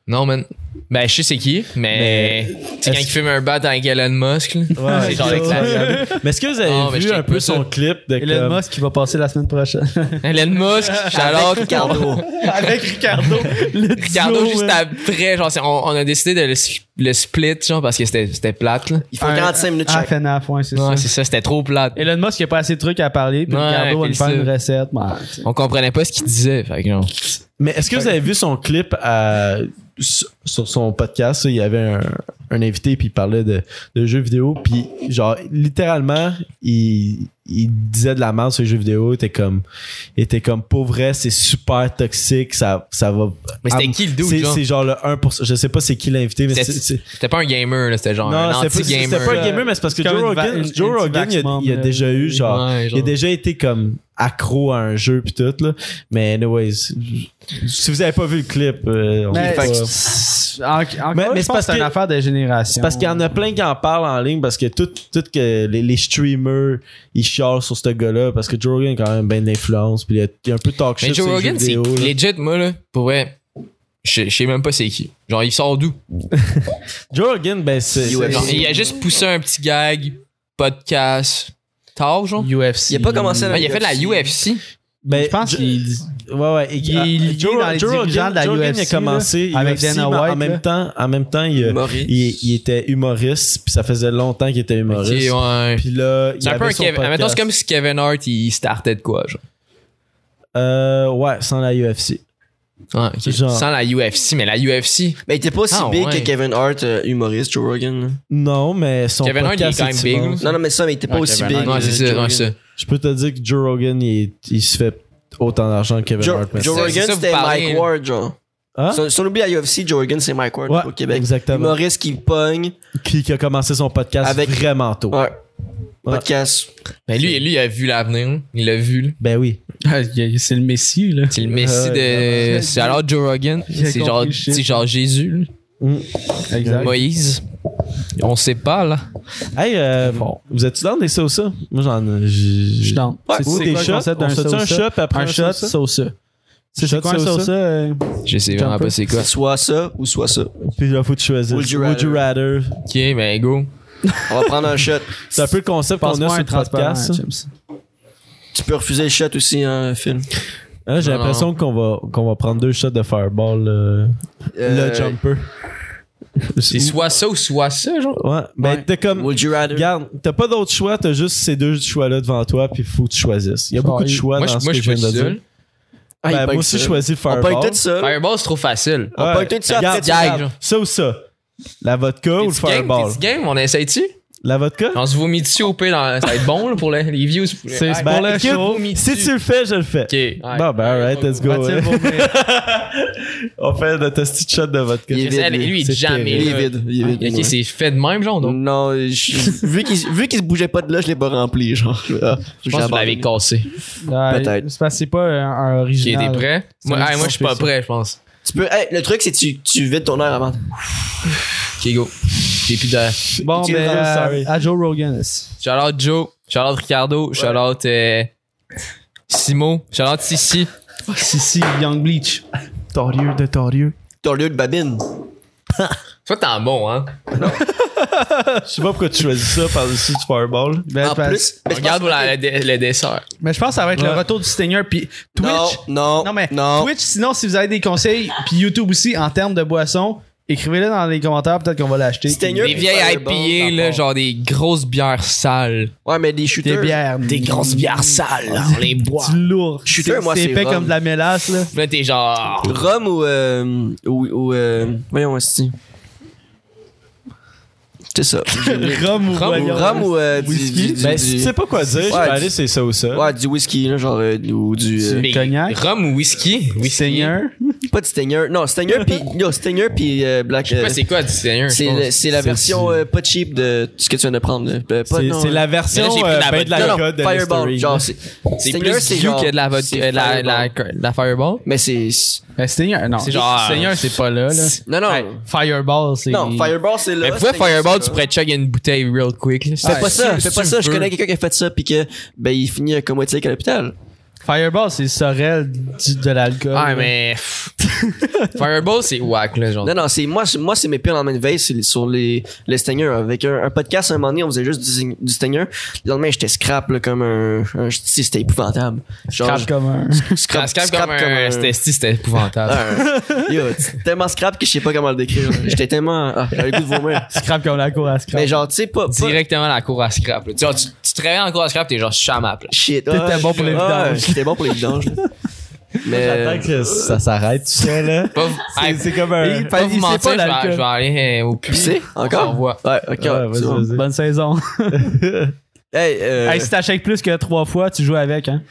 Non, man. Ben, je sais c'est qui, mais. tu sais, quand est-ce- il fume un bat avec Elon Musk, là. c'est genre éclaté. Mais est-ce que vous avez Non, mais je vu check un peu pas ça. son clip de Elon comme- Musk qui va passer la semaine prochaine. Elon Musk, Alors, Charlotte, Ricardo. Avec Ricardo. Le Ricardo juste après, genre, c'est- on, on a décidé de le, s- le split, genre, parce que c'était c'était plate, là. Il faut 45 minutes à Ah, chaque. fin à fin, c'est Non, ça. c'est ça, c'était trop plate. Elon Musk, il a pas assez de trucs à parler, puis Ouais, Ricardo va lui c'est faire une ça. recette. man. On comprenait pas ce qu'il disait, fait que genre. Mais est-ce que vous avez vu son clip à- sur sur son podcast? là, Il y avait un, un invité puis il parlait de, de jeux vidéo. Puis genre, littéralement, il, il disait de la merde sur les jeux vidéo. Il était comme, il était comme pour vrai, c'est super toxique. Ça, ça va. Mais c'était Ah, qui le dude, c'est- genre? C'est genre le 1%. Je sais pas c'est qui l'invité, mais C'était- c'est. c'est- C'était pas un gamer, là, c'était genre Non, un c'était pas, anti-gamer. c'était pas un gamer, mais c'est parce que C'est Joe comme une va- Rogan, une- Joe une Rogan, il a, anti-vax euh, il a mom, déjà là. eu genre. Ouais, Il a déjà été comme accro à un jeu puis tout là. Mais anyways, si vous avez pas vu le clip, euh, on Mais, peut pas- c'est- en- encore, Mais- mais je pense que c'est parce c'est une que- affaire de C'est génération. parce qu'il y en a plein qui en parlent en ligne parce que tout, tout que les, les streamers ils chialent sur ce gars-là parce que Joe Rogan a quand même bien d'influence puis il y a, il y a un peu de talk shit Mais Joe sur les Rogan, jeux c'est vidéo, là. legit, moi, là, pour vrai. Je je sais même pas c'est qui. Genre, il sort d'où? Joe Rogan ben c'est UFC. Genre, Il a juste poussé un petit gag, podcast, tard, genre. UFC. Il a pas commencé la- Ouais, il a fait de la UFC. ben, Je pense Jo- qu'il- ouais ouais il est lié dans les dirigeants de la Joe Rogan, il a UFC, commencé là, avec UFC, Dana mais en White, même là. temps en même temps il, a- Maurice. il- il était humoriste puis ça faisait longtemps qu'il était Ok, humoriste ouais. puis là il C'est un peu avait un son Kevin. Admettons, podcast. c'est comme si Kevin Hart, il startait de quoi, genre. Euh, ouais sans la UFC Ouais, ok. Genre- Sans la UFC, mais la UFC. Mais il était pas aussi Ah, big ouais. que Kevin Hart, euh, humoriste, Joe Rogan. là. non mais son Kevin Hart, il est podcast quand même est big, immense. là. Non, non, mais ça, mais il était pas Ouais, aussi Ah, Kevin big. Hart. euh, Ouais, c'est ça, Joe ouais, Rogan. c'est ça. Je peux te dire que Joe Rogan, il, il se fait autant d'argent que Kevin Joe, Hart. mais- Joe C'est- c'est ça, Rogan, vous c'était parlez, Mike là. Ward, genre. Hein? Si on- Si on oublie à UFC, Joe Rogan, c'est Mike Ward Ouais, au Québec. exactement. Humoriste qui pogne. Qui, qui a commencé son podcast Avec- vraiment tôt. Ouais. Podcast. Mais Ben, lui, lui, il a vu l'avenir. là. Il l'a vu. là. Ben oui. Ah, il y a- C'est le Messi, là. C'est le Messi ouais. de. C'est alors Joe Rogan. Il a C'est compris genre, le shit. c'est genre Jésus. Mm. là. Exact. Moïse. On sait pas, là. Hey, euh, vous êtes-tu dans des ça ou ça? Moi, j'en ai. Je suis dans. C'est quoi C'est des quoi le shots? concept On d'un se fait sauce, un ça? shot puis après Un shot, ça? sauce. C'est Shot, c'est quoi un sauce, sauce? euh, Je sais vraiment Jumper. pas c'est quoi. Soit ça ou soit ça. Puis là, faut te choisir. Would you rather? Ok, mais go. On va prendre un shot. C'est un peu le concept qu'on a Passe-moi sur un le transparent, podcast. ça. James. Tu peux refuser le shot aussi, hein, Phil. Hein, J'ai Non, l'impression qu'on va, qu'on va prendre deux shots de fireball. euh, Euh, Le jumper. C'est soit ça ou soit ça, genre. Ouais. Ben, Ouais. t'as comme. Would you rather? Regarde, t'as pas d'autre choix, t'as juste ces deux choix-là devant toi, puis faut que tu choisisses. Il y a Ah, beaucoup de il- choix Moi, dans je ce moi, que je je suis viens pas de tout dire. seul. Ah, il Ben, pogne moi aussi, ça. je choisis On Fireball. pogne tout ça. Fireball, c'est trop facile. On Ouais. pogne tout ça. Regarde, après, tu regarde. gardes. genre. Ça ou ça? La vodka ou le Petit game, Fireball? petit game, on essaye-tu? La vodka? On se vomit dessus au pire, dans- ça va être bon là, pour les, les views. C'est- Ah, c'est Ben, Pour la écoute, show, si tu le fais, je le fais. Ok. ouais. Bon, ben, alright, let's go. Va-t-il vomir? On fait notre petit shot de vodka. Il est Chris, elle, vide, lui, lui. il C'est est jamais Il est là. Ah, vide. Il est vide. Ok, c'est fait de même, genre. Donc, Non, je- vu qu'il vu qu'il se bougeait pas de là, je l'ai pas rempli, genre. Ah, je pense que vous l'avez cassé. Ah, Peut-être. C'est parce que c'est pas un, un Ok, t'es original. prêt? Moi, une ah, moi je suis pas sensation. prêt, je pense. Tu peux. hey, le truc, c'est que tu, tu vides ton air avant. Ok, go. J'ai plus de. Bon, Jim ben, Ross, à, sorry. à Joe Rogan. Shout-out Joe, shout-out Ricardo, shout-out euh, Simo, shout-out Sissi. Sissi, Young Bleach. Torieux de torieux. Ton lieu de babine. Toi, t'es en bon, hein? Je sais pas pourquoi tu choisis ça par-dessus du Fireball. Ben, en parce- plus. mais je Regarde pense- pour la- le, le dessert. Mais je pense que ça va être Ouais. le retour du Stinger. Puis Twitch. Non, non, Non, mais non. Twitch, sinon, si vous avez des conseils, puis YouTube aussi, en termes de boissons, écrivez-le dans les commentaires. Peut-être qu'on va l'acheter. Stinger. Des vieilles IPA, Fireball, là, genre des grosses bières sales. Ouais, mais des Mmh. Ah. shooters. Des bières. Des grosses bières sales. On les boit. Du lourd. Shooter, moi, c'est épais rhum. comme de la mélasse, là. Là, t'es genre. Rhum ou. Euh, ou, ou euh, voyons, aussi. C'est ça. Rhum Rhum ou Ou voyons. Rhum ou. euh, du- Whisky? du- du- Ben, si du- tu sais pas quoi dire, je peux Ouais, aller, du- c'est ça ou ça. Ouais, du whisky, là, genre. euh, ou du. euh, Mais cognac? Rhum ou whisky? Oui, Stinger. pas de Stinger. Non, Stinger pis. Yo, Stinger pis euh, Black. Ouais, euh, c'est quoi du Seigneur? c'est le- c'est la C'est version du- euh, pas cheap de ce que tu viens de prendre. là. Euh, pas- C'est non, c'est la Mais là, j'ai pris version euh, la ben de la non, non, vodka de Fireball. Mystery. Genre, c'est. C'est Stinger, plus c'est du genre- que de la, vodka- c'est euh, la, la, Fireball. de la Fireball. Mais c'est. Ben, Stinger, non. C'est genre- Stinger, c'est pas là, là. Non, non. Hey, Fireball, c'est. euh, Non, Fireball, c'est là. Mais pourquoi Stinger, Fireball, c'est tu là. pourrais chug une bouteille real quick? là? Fais pas ça, Si- fais si pas tu ça. Je veux. connais quelqu'un qui a fait ça pis que. Ben, il finit euh, comme moitié à l'hôpital. Fireball, c'est Sorel du- de l'alcool. Ah, là. mais. pff. Fireball, c'est whack, là, genre. Non, non, c'est moi, c'est- moi c'est mes pires en main de veille c'est sur les, les Stinger. Avec un, un podcast, à un moment donné, on faisait juste du, du Stinger. Le lendemain, j'étais scrap là, comme un. un tu sais, c'était épouvantable. Genre, Crache comme un. je- Scrap, comme, un. C'était c'était épouvantable. un- yo, c'est tellement scrap que je sais pas comment le décrire. J'étais tellement. Ah, j'avais le goût de vomir. Scrap comme la cour à scrap. Mais genre, tu sais, pas. pas- Directement à la cour à scrap. là. Tu, vois, tu, tu te réveilles en cour à scrap, t'es genre chamap. Shit. T'étais ouais, bon pour les ouais, vidanges. J'étais bon pour les vidanges. Mais. J'attends que euh, ça s'arrête, tu sais, là. Pas, vous- C'est hey, c'est comme un. Il- pas vous il sait pas mentir, je vais- je, l'alcool. vais, aller euh, au Pisser, puits. On encore? se revoit. Ouais, ok. Ouais, vas-y, c'est bon. vas-y. Bonne saison. Hey, euh, Hey, si t'achètes plus que trois fois, tu joues avec, hein.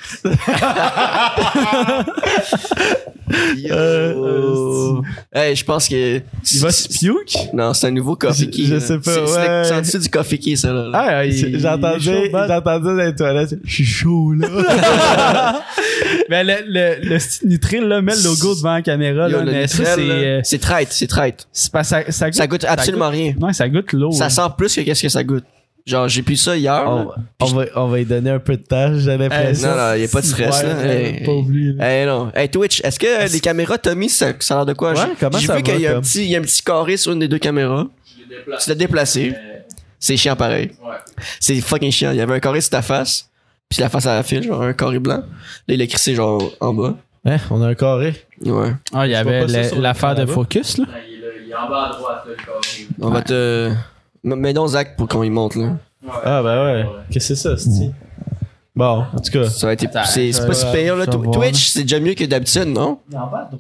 yo. euh, Hey, je pense que. Il va se puke? Non, c'est un nouveau Coffee Je- Key. je là. sais pas, C'est- c'est- ouais. C'est en dessous du Coffee Key, ça, là. Ah, il- il est J'entendais chaud, bad. j'entendais dans les toilettes. Je suis chaud, là. Ben, le, le, le style Nitril, là, met le logo devant la caméra, Yo, là, le mais ça, Nitrel, c'est. là, euh, C'est traite, c'est traite. c'est pas- ça, ça goûte. Ça goûte absolument rien. Non, ça goûte l'eau. hein. Ça là. sent plus que qu'est-ce que ça goûte. Genre, j'ai pu ça hier. on, là. on va, on va lui donner un peu de tâche, j'ai l'impression. non, non, y a pas de stress, Ouais, là. j'avais Hey. pas oublié, là. Hey, Eh, non. Hey, Twitch, est-ce que euh, les caméras, Tommy, ça, ça a l'air de quoi? Ouais, J'ai- comment J'ai ça vu va, qu'il y, a un Tom? petit- il y a un petit carré sur une des deux caméras. Je l'ai déplacé. Tu l'as déplacé. mais- C'est chiant pareil. Ouais. C'est fucking chiant. Il y avait un carré sur ta face. Puis la face à la file, genre un carré blanc. Là, il a crissé genre en bas. Hein, on a un carré. Ouais. Ah, il y Je vois avait pas ça la- sur le l'affaire de là-bas. Focus, là. Là, Il est il est en bas à droite, là, le carré. On va te. M- Mets donc Zach pour qu'on y monte, là. Ouais. Ah, ben ouais. Ouais. Qu'est-ce que c'est ça, c'est Bon, en tout cas. Ça a été. C'est c'est pas ouais, si pire, là. ça va, Tw- Twitch, c'est déjà mieux que d'habitude, non?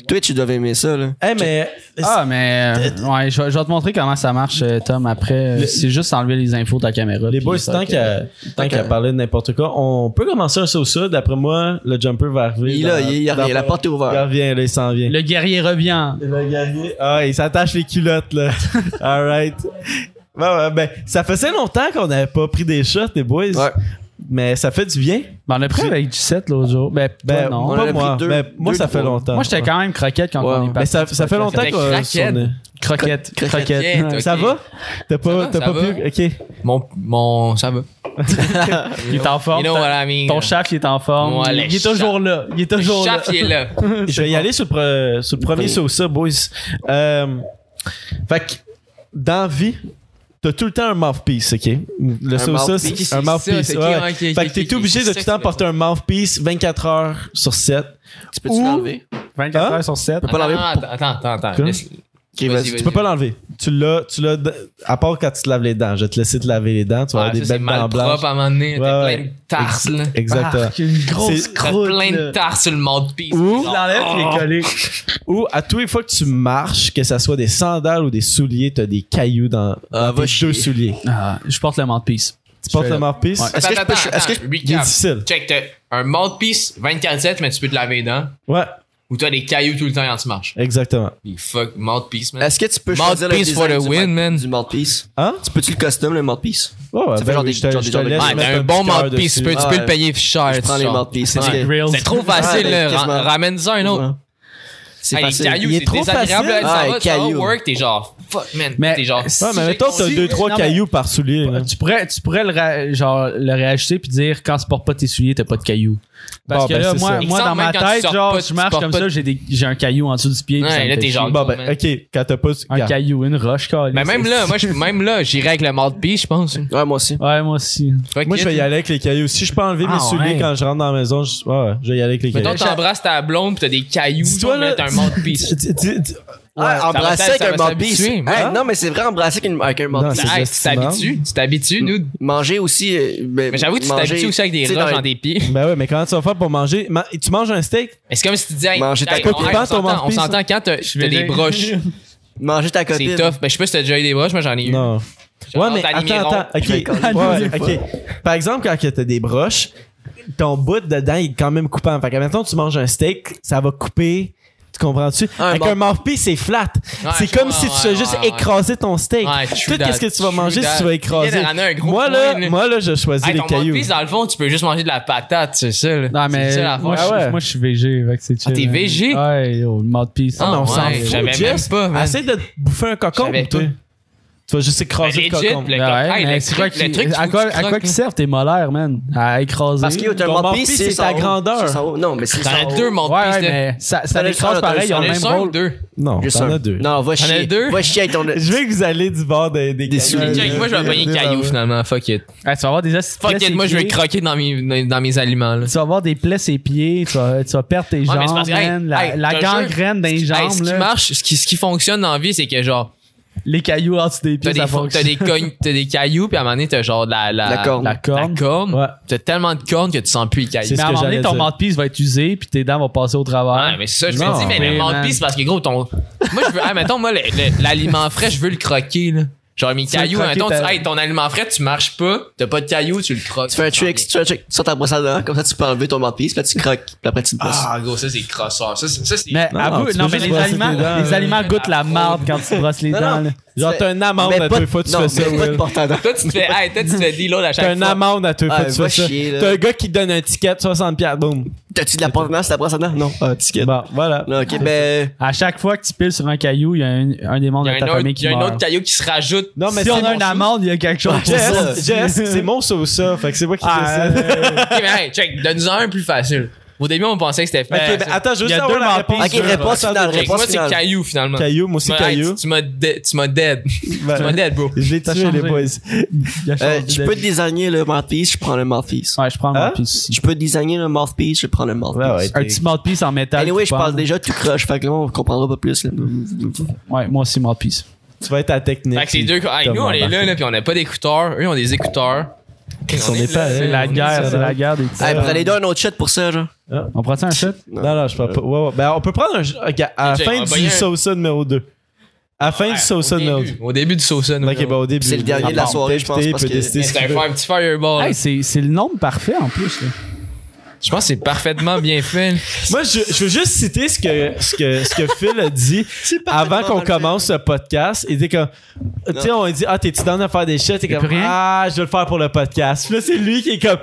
Twitch, ils doivent aimer ça, là. Eh, mais. Ah, mais. euh, ouais, je, vais- je vais te montrer comment ça marche, euh, Tom, après. euh, Le- c'est juste enlever les infos de ta ah, caméra. Les puis boys, ça, tant ok. qu'à tant qu'à que- parler de n'importe quoi, on peut commencer un ça ou ça. D'après moi, le jumper va arriver. Il est dans- là, il il dans- revient. La porte est Il ouverte. revient, là, il s'en vient. Le guerrier revient. Le guerrier. Ah, il s'attache les culottes, là. Alright. Bon, ouais, ben, ça faisait longtemps qu'on n'avait pas pris des shots, les boys. Ouais. Mais ça fait du bien. Ben, on a pris avec G7 l'autre jour. Ben, Ben, toi, non. on pas en a moi. pris deux- ben, moi, deux, ça fait trois. longtemps. Moi, j'étais quand même croquette quand Ouais. on est Mais parti. ça, ça fait longtemps T'étais qu'on craquette. qu'on est- Croquette, Cro- croquette. croquette, Ouais. ok. Ça va? T'as pas, Ça va, t'as ça pas va. pu. Ok. Mon, mon. Ça va. Il est en forme. You know ta- what I mean? Ton chef, il est en forme. Ouais, il, le il est toujours là. Il est Le toujours chef, là. il est là. Je vais y aller sur le, pre- sur le premier sur ça, boys. Euh, fait que, dans vie, T'as tout le temps un mouthpiece, OK? Le Un saucisse, mouthpiece, un c'est mouthpiece. ça, ok, ouais. ok, ok, fait que t'es ok, ok, obligé c'est ça de que tout le tu temps veux porter un mouthpiece 24 heures sur 7. Tu peux-tu Ou- l'enlever? 24 Hein? heures sur 7. pas l'enlever Attends, attends, attends. attends. Quoi? Laisse- Ok, Vas-y, vas-y. vas-y. Tu peux pas l'enlever. Tu l'as, tu l'as, de- à part quand tu te laves les dents. Je vais te laisser te laver les dents. Tu vas Ouais, avoir des ça, c'est belles dents mal blanches. propre à un moment donné. T'as Ouais, plein de ouais. tarses, là. Ah, Ah, Exactement. une grosse T'as plein de tarses sur le mouthpiece. Ou- Genre, l'enlèves, oh. je l'ai collé. Ou à tous les fois que tu marches, que ça soit des sandales ou des souliers, t'as des cailloux dans, Ah, dans va tes chier. deux souliers. Ah, je porte le mouthpiece. Tu portes fais le là. mouthpiece. Ouais. Est-ce que je Attends, peux- attends, est-ce que attends, Il est recap. difficile. Check, t'as un mouthpiece 24-7, mais tu peux te laver les dents. Ouais, Ou t'as des cailloux tout le temps quand tu marches. exactement. Les fuck mouthpiece, man. Est-ce que tu peux choisir le Mouthpiece for the design du win, mouth- man. du mouthpiece? Hein? Tu peux-tu le custom, le mouthpiece? Ouais, ouais, Ça fait ben genre oui, des- je te- genre je des- te genre des- Ah, ben, laisse Ouais, mettre t'as un petit bon cœur mouthpiece, tu dessus. peux, tu peux Ouais. le payer cher. Je prends tu les genre. mouthpieces. Ouais. C'est des grills. C'est trop facile, Ouais, là. quasiment. Ra- Ramène-en un autre. C'est Hey, les facile. cailloux, Il est c'est trop désagréable. facile. là, ça Ouais, va, ça va cailloux. work. T'es genre, fuck, man. Mais- T'es genre, Ouais, mais mettons, t'as Si- deux, trois non, mais- cailloux par soulier. là. Tu pourrais, tu pourrais le, ra- genre, le réajuster puis dire quand tu portes pas tes souliers, t'as pas de cailloux. Parce Bon, que ben, là, c'est moi, ça. moi dans Exemple, ma même quand tu tête, sors genre, pas, je tu marche portes comme pas ça, de- j'ai des- j'ai un caillou en dessous du pied. puis Ouais, ça me là, fait t'es chier. genre- Bon, ben, ok, quand t'as pas. Un Regarde. caillou, une roche, câlisse. Mais même là, moi, je- même là, j'irai avec le mouthpiece, je pense. Ouais, moi aussi. Ouais, moi aussi. Fuck Moi, je it. vais y aller avec les cailloux. Si je peux enlever Ah, mes souliers ouais. quand je rentre dans la maison, je, ouais, ouais, je vais y aller avec les Mettons, cailloux. t'embrasses ta blonde pis t'as des cailloux, Dis-toi, genre, mais là- t'as un mouthpiece. Dis- dis- dis- Ah, Ça embrasser va avec t'a- ça un va mouthpiece. s'habituer, Hey, hein? Non, mais c'est vrai, embrasser avec une- avec un Non, mouthpiece. c'est Hey, Tu justement. t'habitues, tu t'habitues, nous. Manger aussi. euh, ben, Mais j'avoue que tu manger- t'habitues aussi avec des tu sais, roches dans- dans des pieds. Ben ouais, mais comment tu vas faire pour manger Ma- Tu manges un steak Mais c'est comme si tu disais, hey, Manger ta hey, coquille. on- hey, Pas on ton s'entend- on mouthpiece, s'entend quand t'as t'as des dire- broches. Manger ta copine. C'est tough. Ben, je sais pas si t'as déjà eu des broches, moi j'en ai eu. Non. Genre, ouais, mais t'as animé attends, rond. attends. Ok, vais coller. Ouais, ouais, Allez, ok. Par exemple, quand que t'as des broches, ton bout dedans il est quand même coupant. Fait que maintenant tu manges un steak, ça va couper. Tu comprends-tu? Un Avec mort- un mouthpiece, c'est flat. c'est je comme vois, si tu ouais, fais juste ouais, ouais. écraser ton steak. Ouais, Tout true qu'est-ce that, que tu vas true manger si that. tu vas écraser. Il y en a un gros Moi là, point, là. moi là, je choisis Hey, les ton cailloux. mouthpiece, dans le fond, tu peux juste manger de la patate, c'est ça. là. Non, mais C'est ça, moi, l'affaire. je, Ah ouais. moi, je suis VG. fait que c'est Ah, chill, t'es hein. VG? Ouais, yo, le mouthpiece. Ah, Non, mais on ouais, s'en fout. j'avais même Jess. pas, man. Essaye de te bouffer un cocon, J'avais toi. pas. Tu vas juste Ben, écraser legit, le cocon. le Ouais, coq- hey, mais le c'est quoi truc- le truc qui, à qu'il faut quoi, que tu à quoi croques, qui là. servent tes molaires, man? À écraser. Parce qu'il y a Ton un mouthpiece, mouthpiece, c'est ta son haut. grandeur. C'est son haut. Non, mais c'est T'en as son haut. deux Ouais, ouais, mouthpieces, là. mais ça, ça T'en as les écrase le pareil, seul, ils ont T'en le as même un ou rôle. deux? Non, Juste t'en un. as deux. Non, va T'en as chier. deux? Va chier avec ton. Je veux que vous allez du bord des, des, souliers. cailloux. Jack, moi, je vais payer cailloux, finalement. Fuck it. Ah, tu vas avoir des acides. Fuck it, moi, je vais croquer dans mes, dans- dans mes aliments, là. Tu vas avoir des plaies ses pieds, tu vas, tu vas perdre tes Ouais, mais c'est jambes, parce que, hey, man, la, hey, la je te gangrène dans les Hey, jambes, ce qui là. marche, ce qui, ce qui fonctionne dans la vie, c'est que genre, les cailloux en dessous des t'as pieds, des, ça fo- t'as fonctionne. des, cognes- t'as des cailloux, puis à un moment donné, t'as genre de la, la, La corne. La corne. la corne. Ouais. T'as tellement de cornes que tu sens plus les cailloux. C'est Mais ce à un que moment donné, j'allais ton dire. mouthpiece va être usé, puis tes dents vont passer au Ouais, travers. mais c'est ça, je Non. me dis, mais Ouais, le man. mouthpiece, c'est parce que gros, ton. Moi, je veux. Ah, mettons, moi, le- le- l'aliment frais, je veux le croquer, là. Genre, mes veux cailloux, croquer mettons, ta- tu- hey, ton aliment frais, tu marches pas, t'as pas de cailloux, tu le croques. Ah, Tu fais un trick, tu fais un trick sur ta brosse à dents, comme ça tu peux enlever ton mouthpiece, puis là, tu croques, puis après tu te brosses. Ah, gros, ça, c'est crosseur. Ça, c'est. ça, c'est- Mais Non, avoue, tu non, peux mais juste les brosser aliments, tes dents, les euh, aliments goûtent la marde quand tu brosses les Non, dents. non. là. Genre, t'as une amende Mais à pas deux de- fois, tu non, fais ça. mais pas de Will. porte à dents. Toi, tu te fais. Hey, toi, tu te fais deal à chaque T'as fois. une amende à deux Ah, fois, tu va fais ça. chier, là. T'as un gars qui te donne un ticket de 60$, piastres, boum. T'as-tu de la porte à dents sur ta brosse à dents? Non. Ah, ticket. Bon, Ah, voilà. Non, ok, ben. À chaque fois que tu piles sur un caillou, il y a un, un des membres Il y a de ta un autre, famille il qui y a un meurt. autre caillou qui se rajoute. Non, mais si c'est on a mon une sou- amende, il y a quelque chose. pour ça. Jess, Jess, c'est mon sauce, ça. Fait que c'est moi qui fais Ah, ça. euh, Ok, mais hey, check, donne-nous un plus facile. Au début, on pensait que c'était Ok, facile. ben attends, je veux Il y a juste deux avoir la mentions. réponse. Ok, réponse finale, Check, ben, réponse moi, c'est finale. caillou, finalement. Caillou, moi aussi Ouais, caillou. Tu tu m'as dead. Tu m'as dead. Ben, Tu m'as dead, bro. Je l'ai T'as tué, les changé. boys. il a Euh, changé je de peux vie. designer le mouthpiece, je prends le mouthpiece. Ouais, je prends le Hein? mouthpiece aussi. Je peux designer le mouthpiece, je prends le Ouais, ouais. mouthpiece. Un petit mouthpiece en métal. Anyway, qui je parle pend. déjà tout croche, fait que là, on comprendra pas plus. là. Ouais, moi aussi, mouthpiece. Tu vas être à la technique. Fait que les deux, hey, nous, on est là, là, puis on n'a pas d'écouteurs. Eux, ils ont des écouteurs. sont des là, pareils. C'est la on est guerre, sur c'est la- la guerre des petits. Hey, prenez donc un autre shot Eh, pour ça, genre. On prend ça un shot? Non, non, je parle pas. Ouais, ouais. Ben, on peut prendre un. ok, à la Ok, fin on va bien- du Sosa numéro 2. À la fin Ouais, du Sosa au numéro 2. début- Au début du Sosa. nous, Ok, là. ben, au début. C'est le dernier de la Ah, bon, soirée, t'es- je pense, t'es- parce peut que- décider ce C'est qu'il un, veut. faire un petit fireball. Hey, c'est c'est le nombre parfait en plus. là. Je pense que c'est parfaitement bien fait. Moi, je, je veux juste citer ce que, ce que, ce que Phil a dit avant qu'on mal fait. commence ce podcast. Il dit que, tu sais, on dit, ah, t'es-tu dans à faire des shots? T'es comme, plus rien? ah, je vais le faire pour le podcast. Puis là, c'est lui qui est comme,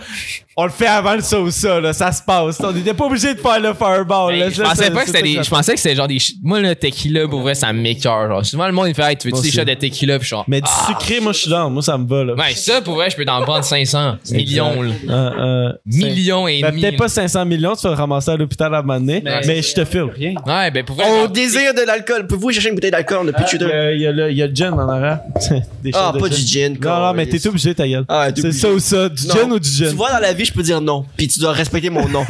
on le fait avant le ça ou ça, là, ça se passe. On n'était pas obligé de faire le fireball. là. Hey, Ben, je Ça, pensais c'est- pas que c'est c'était ça des. ça Je pensais que c'était genre des. ch- Moi, le tequila, pour vrai, ça m'écœure. genre. Souvent, le monde, il fait, hey, tu veux-tu Moi des aussi. shots de tequila? Puis je suis genre, Mais du sucré, moi, je suis dans. Moi, ça me va, là. Ah, ouais, ça, pour vrai, je peux t'en prendre 500. Millions, là. Euh, euh, Millions et ben, demi. peut-être pas 500 millions, tu vas le ramasser à l'hôpital à un moment donné, mais, Mais- je te file. Rien. Ouais, ben, pour vrai. On genre, désire de l'alcool. Pouvez-vous chercher une bouteille d'alcool? On n'a plus de Il shooter. Euh, y, a le- il y a le gin en arrière. Des Ah, shots de pas du gin. Non, non, mais t'es tout. obligé, ta gueule. Ah, t'es C'est obligé. ça ou ça, du Non. gin ou du gin? Tu vois, dans la vie, je peux dire non. Puis tu dois respecter mon nom.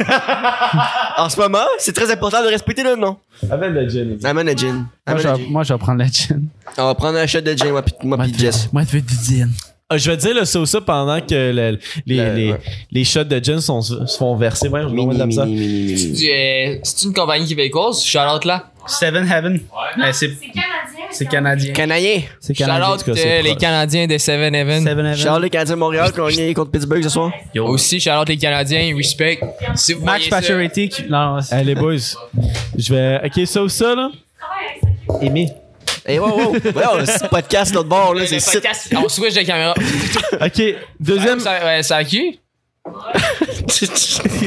en ce moment, c'est très important de respecter le nom. Avec le gin. Amène le gin. Ah, Moi, Amène je le vais- gin. Moi, je vais prendre la gin. On va prendre un shot de gin, moi, puis moi, puis Jess. Moi, tu veux du gin. Ah, je vais te dire le ça ou ça pendant que le- les, Le- les, ouais. les shots de gin sont, se font verser. Ouais, je vais Mini, mettre mini, ça. mini, mini. tu- euh, C'est une compagnie québécoise, Charlotte là. Seven Heaven. Non, Ben, c'est c'est- canadien. C'est canadien. Canadien. C'est canadien. Charlotte, cas, c'est euh, les proche. Canadiens de Seven Heaven. Seven Heaven. Charles, le Canadien de Montréal, qui a gagné contre Pittsburgh ce soir. Aussi, Charlotte, les Canadiens, respect. Si vous Max voyez ça- Pacioretty. qui- Non, c'est- Allez, boys. Je vais. Ok, ça ou ça, là? Aimé. Eh, wow, wow. Ouais, c'est podcast, l'autre bord, là. Le C'est site. podcast, On switch de caméra. Ah, Ok, deuxième. Deuxième. C'est à qui?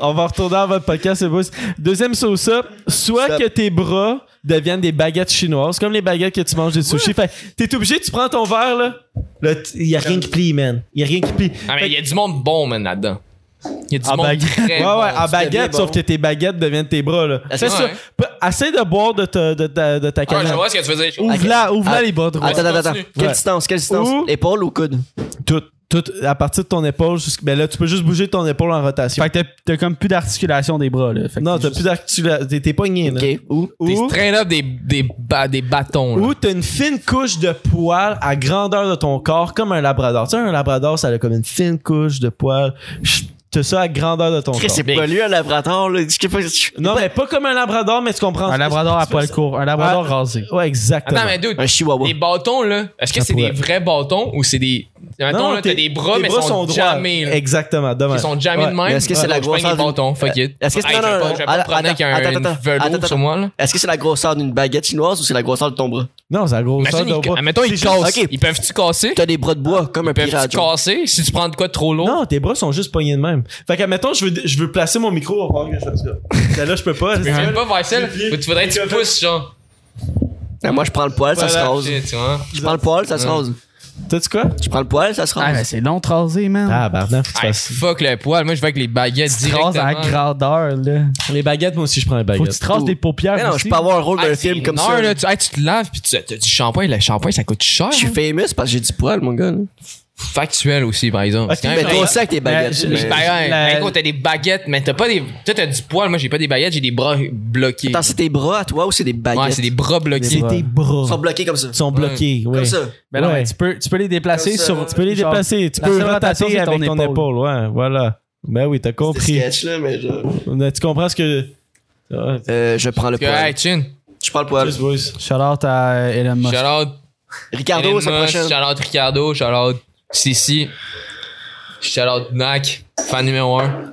On va retourner à votre podcast, les boys. Deuxième ça ou ça, soit Ça- que tes bras deviennent des baguettes chinoises, comme les baguettes que tu manges des sushis. Fait t'es obligé, tu prends ton verre, là. Là, t- y a rien qui plie, man. Y a rien qui plie. Ah, mais il y a du monde bon, man, là-dedans. Il y a du En monde Ah, baguette. très ben, Ouais, ah, ben, ouais, bon. Ah, en baguette, bon. sauf que tes baguettes deviennent tes bras, là. Est-ce Fais que- ça. Ouais. Pe- Essaye de boire de ta, de ta, de ta Ah, je canette. vois ce que tu veux dire. Ouvre-la, ouvre-la Ah, les bras droits. Attends, attends, attends. continue. Quelle Ouais. distance? Quelle distance? Ouh. Épaule ou coude? Tout, tout, à partir de ton épaule, jusqu'- ben là, tu peux juste bouger ton épaule en rotation. Fait que t'as- t'as comme plus d'articulation des bras, là. Fait que non, t'es t'as juste- plus d'articulation. T'es, t'es pogné, là. Ok. Où? T'es Ou, train up des, des, ba- des bâtons. là. ou t'as une fine couche de poils à grandeur de ton corps, comme un labrador. Tu sais, un labrador, ça a comme une fine couche de poils. Chut, T'as ça à grandeur de ton Chris, corps. c'est pas lui, un laboratoire, là. Je sais pas. Non, mais pas comme un labrador, mais tu comprends. Un labrador à poil court. Un labrador Ah. rasé. Ouais, exactement. Attends, mais dude, Un chihuahua. les bâtons, là, est-ce que Ça c'est des pourrait. vrais bâtons ou c'est des. Mettons, là, t'as tes- des bras, tes mais ils sont jamais. là. Exactement, demain. Ils sont jamais Ouais. de même. Mais est-ce que c'est Ouais, la donc, je prends grosseur des d'une- bâtons, fuck it. Est-ce que c'est- Hey, non, je vais non, pas- non, Je vais pas me attends, promener avec un attends, une attends, velours attends, sur moi, là. Est-ce que c'est la grosseur d'une baguette chinoise ou c'est la grosseur de ton bras? Non, c'est la grosseur Imagine, de ils- bras. Admettons, ils C'est juste- cassent. ok. Ils peuvent-tu casser? T'as des bras de bois, comme un Ah, Ils pirate. peuvent-tu genre. casser si tu prends de quoi de trop lourd? Non, tes bras sont juste poignés de même. Fait que, admettons, je veux, je veux placer mon micro au que je fasse ça. Ben là, je peux pas. Mais tu veux pas faire ça, là? Olivier, Faut- Tu faudrait que tu Olivier, pousses, genre. Ah, Moi, je prends le poil, ça se Voilà. rase. Shit, tu vois. Je prends le poil, ça se Ouais. rase. T'as-tu quoi? Je prends le poil, ça se Ah, mais rase. c'est long de raser, man. Ah, pardon, faut que tu Hey, fasses. fuck le poil. Moi, je vais avec les baguettes tu te rases à la directement. grandeur, là. Les baguettes, moi aussi, je prends les Faut que tu baguettes. te rases des paupières. Mais Ben, non, aussi. je peux avoir un rôle Ah, d'un c'est film comme une ça. heure, là. là, tu, hey, tu te laves puis tu, t'as du shampoing. Le shampoing, ça coûte cher. Je suis hein. famous parce que j'ai du poil, mon gars. là. factuel aussi, par exemple. Ok, C'est quand Mais même toi aussi avec tes baguettes. je- mais- je- Ben ouais, La- ben, écoute, t'as des baguettes, mais t'as pas des. Toi, t'as du poil. Moi, j'ai pas des baguettes, j'ai des bras bloqués. Attends, c'est tes bras à toi ou c'est des Ouais, baguettes? c'est des bras bloqués. C'est tes Ils sont bras. bloqués comme ça. Ils sont bloqués, ouais. Comme ça. Mais Ben non, Ouais. mais tu peux, tu peux les déplacer Comme ça, sur. là. Tu peux les genre- déplacer, tu la peux seule rotation, rotater c'est avec ton ton épaule. épaule, ouais, voilà. Ben oui, t'as C'est compris. sketch, là, mais je... Mais Tu comprends ce que. Ouais. Euh, je prends le Que, hey, poil. chin. Je prends le poil. Juste, boys. Shout out à Elon Musk. Shout-out. Ricardo, c'est prochain. Shout-out Ricardo. Shout-out Sissi. Shout-out Nac. Fan numéro 1.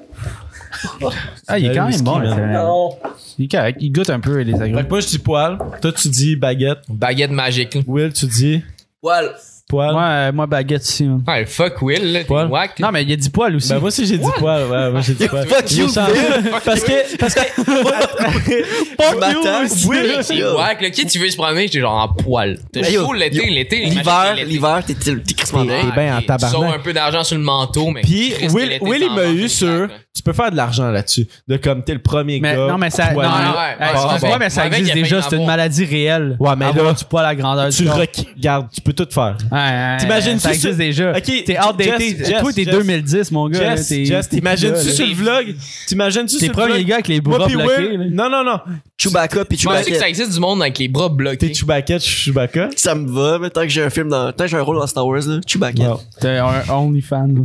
Ah, il est quand Euh, Whisky, même bon, man. là. Il est correct. Il goûte un peu les Fait agrumes. que moi, je dis poil. Toi, tu dis baguette. Baguette magique. là. Will, tu dis Poil. poil. Moi, euh, moi, baguette aussi. man. Hey, fuck Will. là, t'es Poil. whack, là. Non, mais il y a du poil aussi. Ben moi aussi j'ai dit poil, ouais, moi j'ai dit poil. Fuck you, Moi, ça- Parce que parce que Tu m'attends. Will, C'est whack, là. Qui tu veux se promener? J'étais genre en poil. T'as Ben, yo, chaud l'été, l'été. imagine L'hiver, l'été. l'hiver, t'es t'es- t'es crissement T'es- bien. t'es bien en ok. tabarnak. Sauve un peu d'argent sur le manteau, mais. puis Christ, Will, l'été, Will t'en il m'a manges eu des sur claques, là. tu peux faire de l'argent là-dessus de comme t'es le premier Mais gars. non, mais ça, non, poilu. non, non, ouais, hey, ouais, excuse-moi, ouais. mais ça Mon mec, il a existe failli déjà. en C'est une avoir. maladie réelle. Ouais, mais Avoir là- du poil à la grandeur tu du corps. rec- regarde, tu peux tout faire. Ouais, ouais, T'imagines-tu ça ça- existe déjà. Ok, T'es outdated. Jess, Jess, Toi, t'es Jess. 2010, mon gars. là, Jess, t'es- Jess, t'es t'imagines-tu là, sur là. le vlog? T'imagines-tu T'es le sur le premier vlog? gars avec les Moi bras puis bloqués. là. Will. Non, non, non. Chewbacca pis Je pensais que ça Chewbacca. existe du monde avec les bras bloqués. T'es Chewbacca, tu Chewbacca. Ça me va, mais tant que j'ai un film dans. Tant que j'ai un rôle dans Star Wars, là. Chewbacca. Non. T'es un OnlyFan.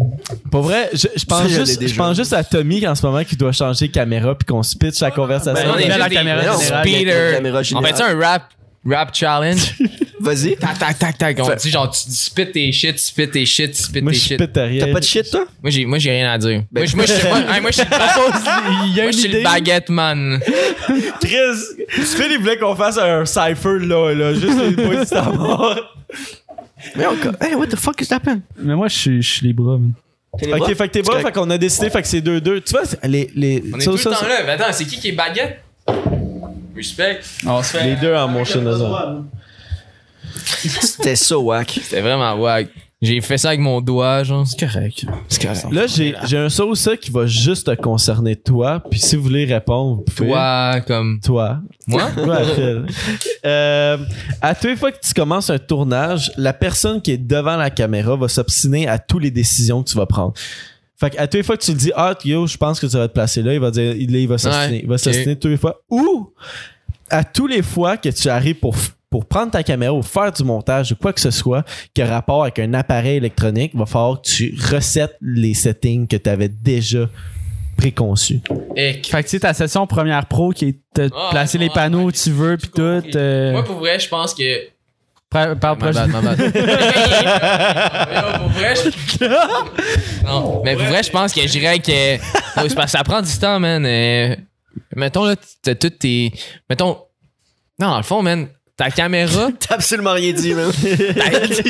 Pour vrai, je, je pense Ça, je l'ai juste, je déjà. pense juste à Tommy en ce moment qui doit changer caméra puis qu'on se pitch la conversation. Ben, on est Là, juste la des- caméra non, générale, la Speeder. caméra On générale. fait ça un rap, rap challenge. Vas-y. tac, tac, tac, tac. On dit genre, tu tu spit tes shit, tu spit tes shit, tu spit Moi, tes je shit. pète à rien. T'as pas de shit, toi? Moi, j'ai, moi, j'ai rien à dire. Moi, je- moi, je suis, moi, hey, moi, je suis le ba- Il y a moi, une je suis le idée. baguette man. Chris, Phil, il voulait qu'on fasse un cipher là, là, juste les boys de Star Wars. Mais encore. Hey, what the fuck is happening? Mais moi, je suis- je suis les bras. man. T'es les bras? Ok, fait que t'es bon, correct. fait qu'on a décidé, fait que c'est 2-2. Tu vois, c'est- les. les On est ça, tout ça, le temps ça- là. Mais attends, c'est qui qui est baguette? Respect. On se fait. Les deux en motion design. C'était ça, whack. C'était vraiment wack. J'ai fait ça avec mon doigt, genre. C'est correct. C'est correct. Là, j'ai j'ai un ça ou ça qui va juste te concerner toi. Puis si vous voulez répondre, vous pouvez. Toi, comme. Toi. Moi? Ouais, Phil. Euh, à toutes les fois que tu commences un tournage, la personne qui est devant la caméra va s'obstiner à toutes les décisions que tu vas prendre. Fait que à toutes les fois que tu le dis, ah, yo, je pense que tu vas te placer là, il va dire, il, il va s'obstiner. Ouais, il va s'obstiner toutes les fois. Ou, à toutes les fois que tu arrives pour, f- pour prendre ta caméra ou faire du montage ou quoi que ce soit qui a rapport avec un appareil électronique, il va falloir que tu recettes les settings que tu avais déjà préconçus. Et Fait que tu sais, ta session première pro qui est de Ah, placer les ah, panneaux où ouais. tu veux, puis tout. J'ai compris. euh, Moi, pour vrai, je pense que. par- par Ma bad, projet- ma bad. Mais pour vrai, je- Non, mais pour vrai, je pense que je dirais que. Non, c'est parce que ça prend du temps, man. Euh, Mettons, là, t'as toutes tes. Mettons. Non, dans le fond, man, ta caméra. T'as absolument rien dit, man.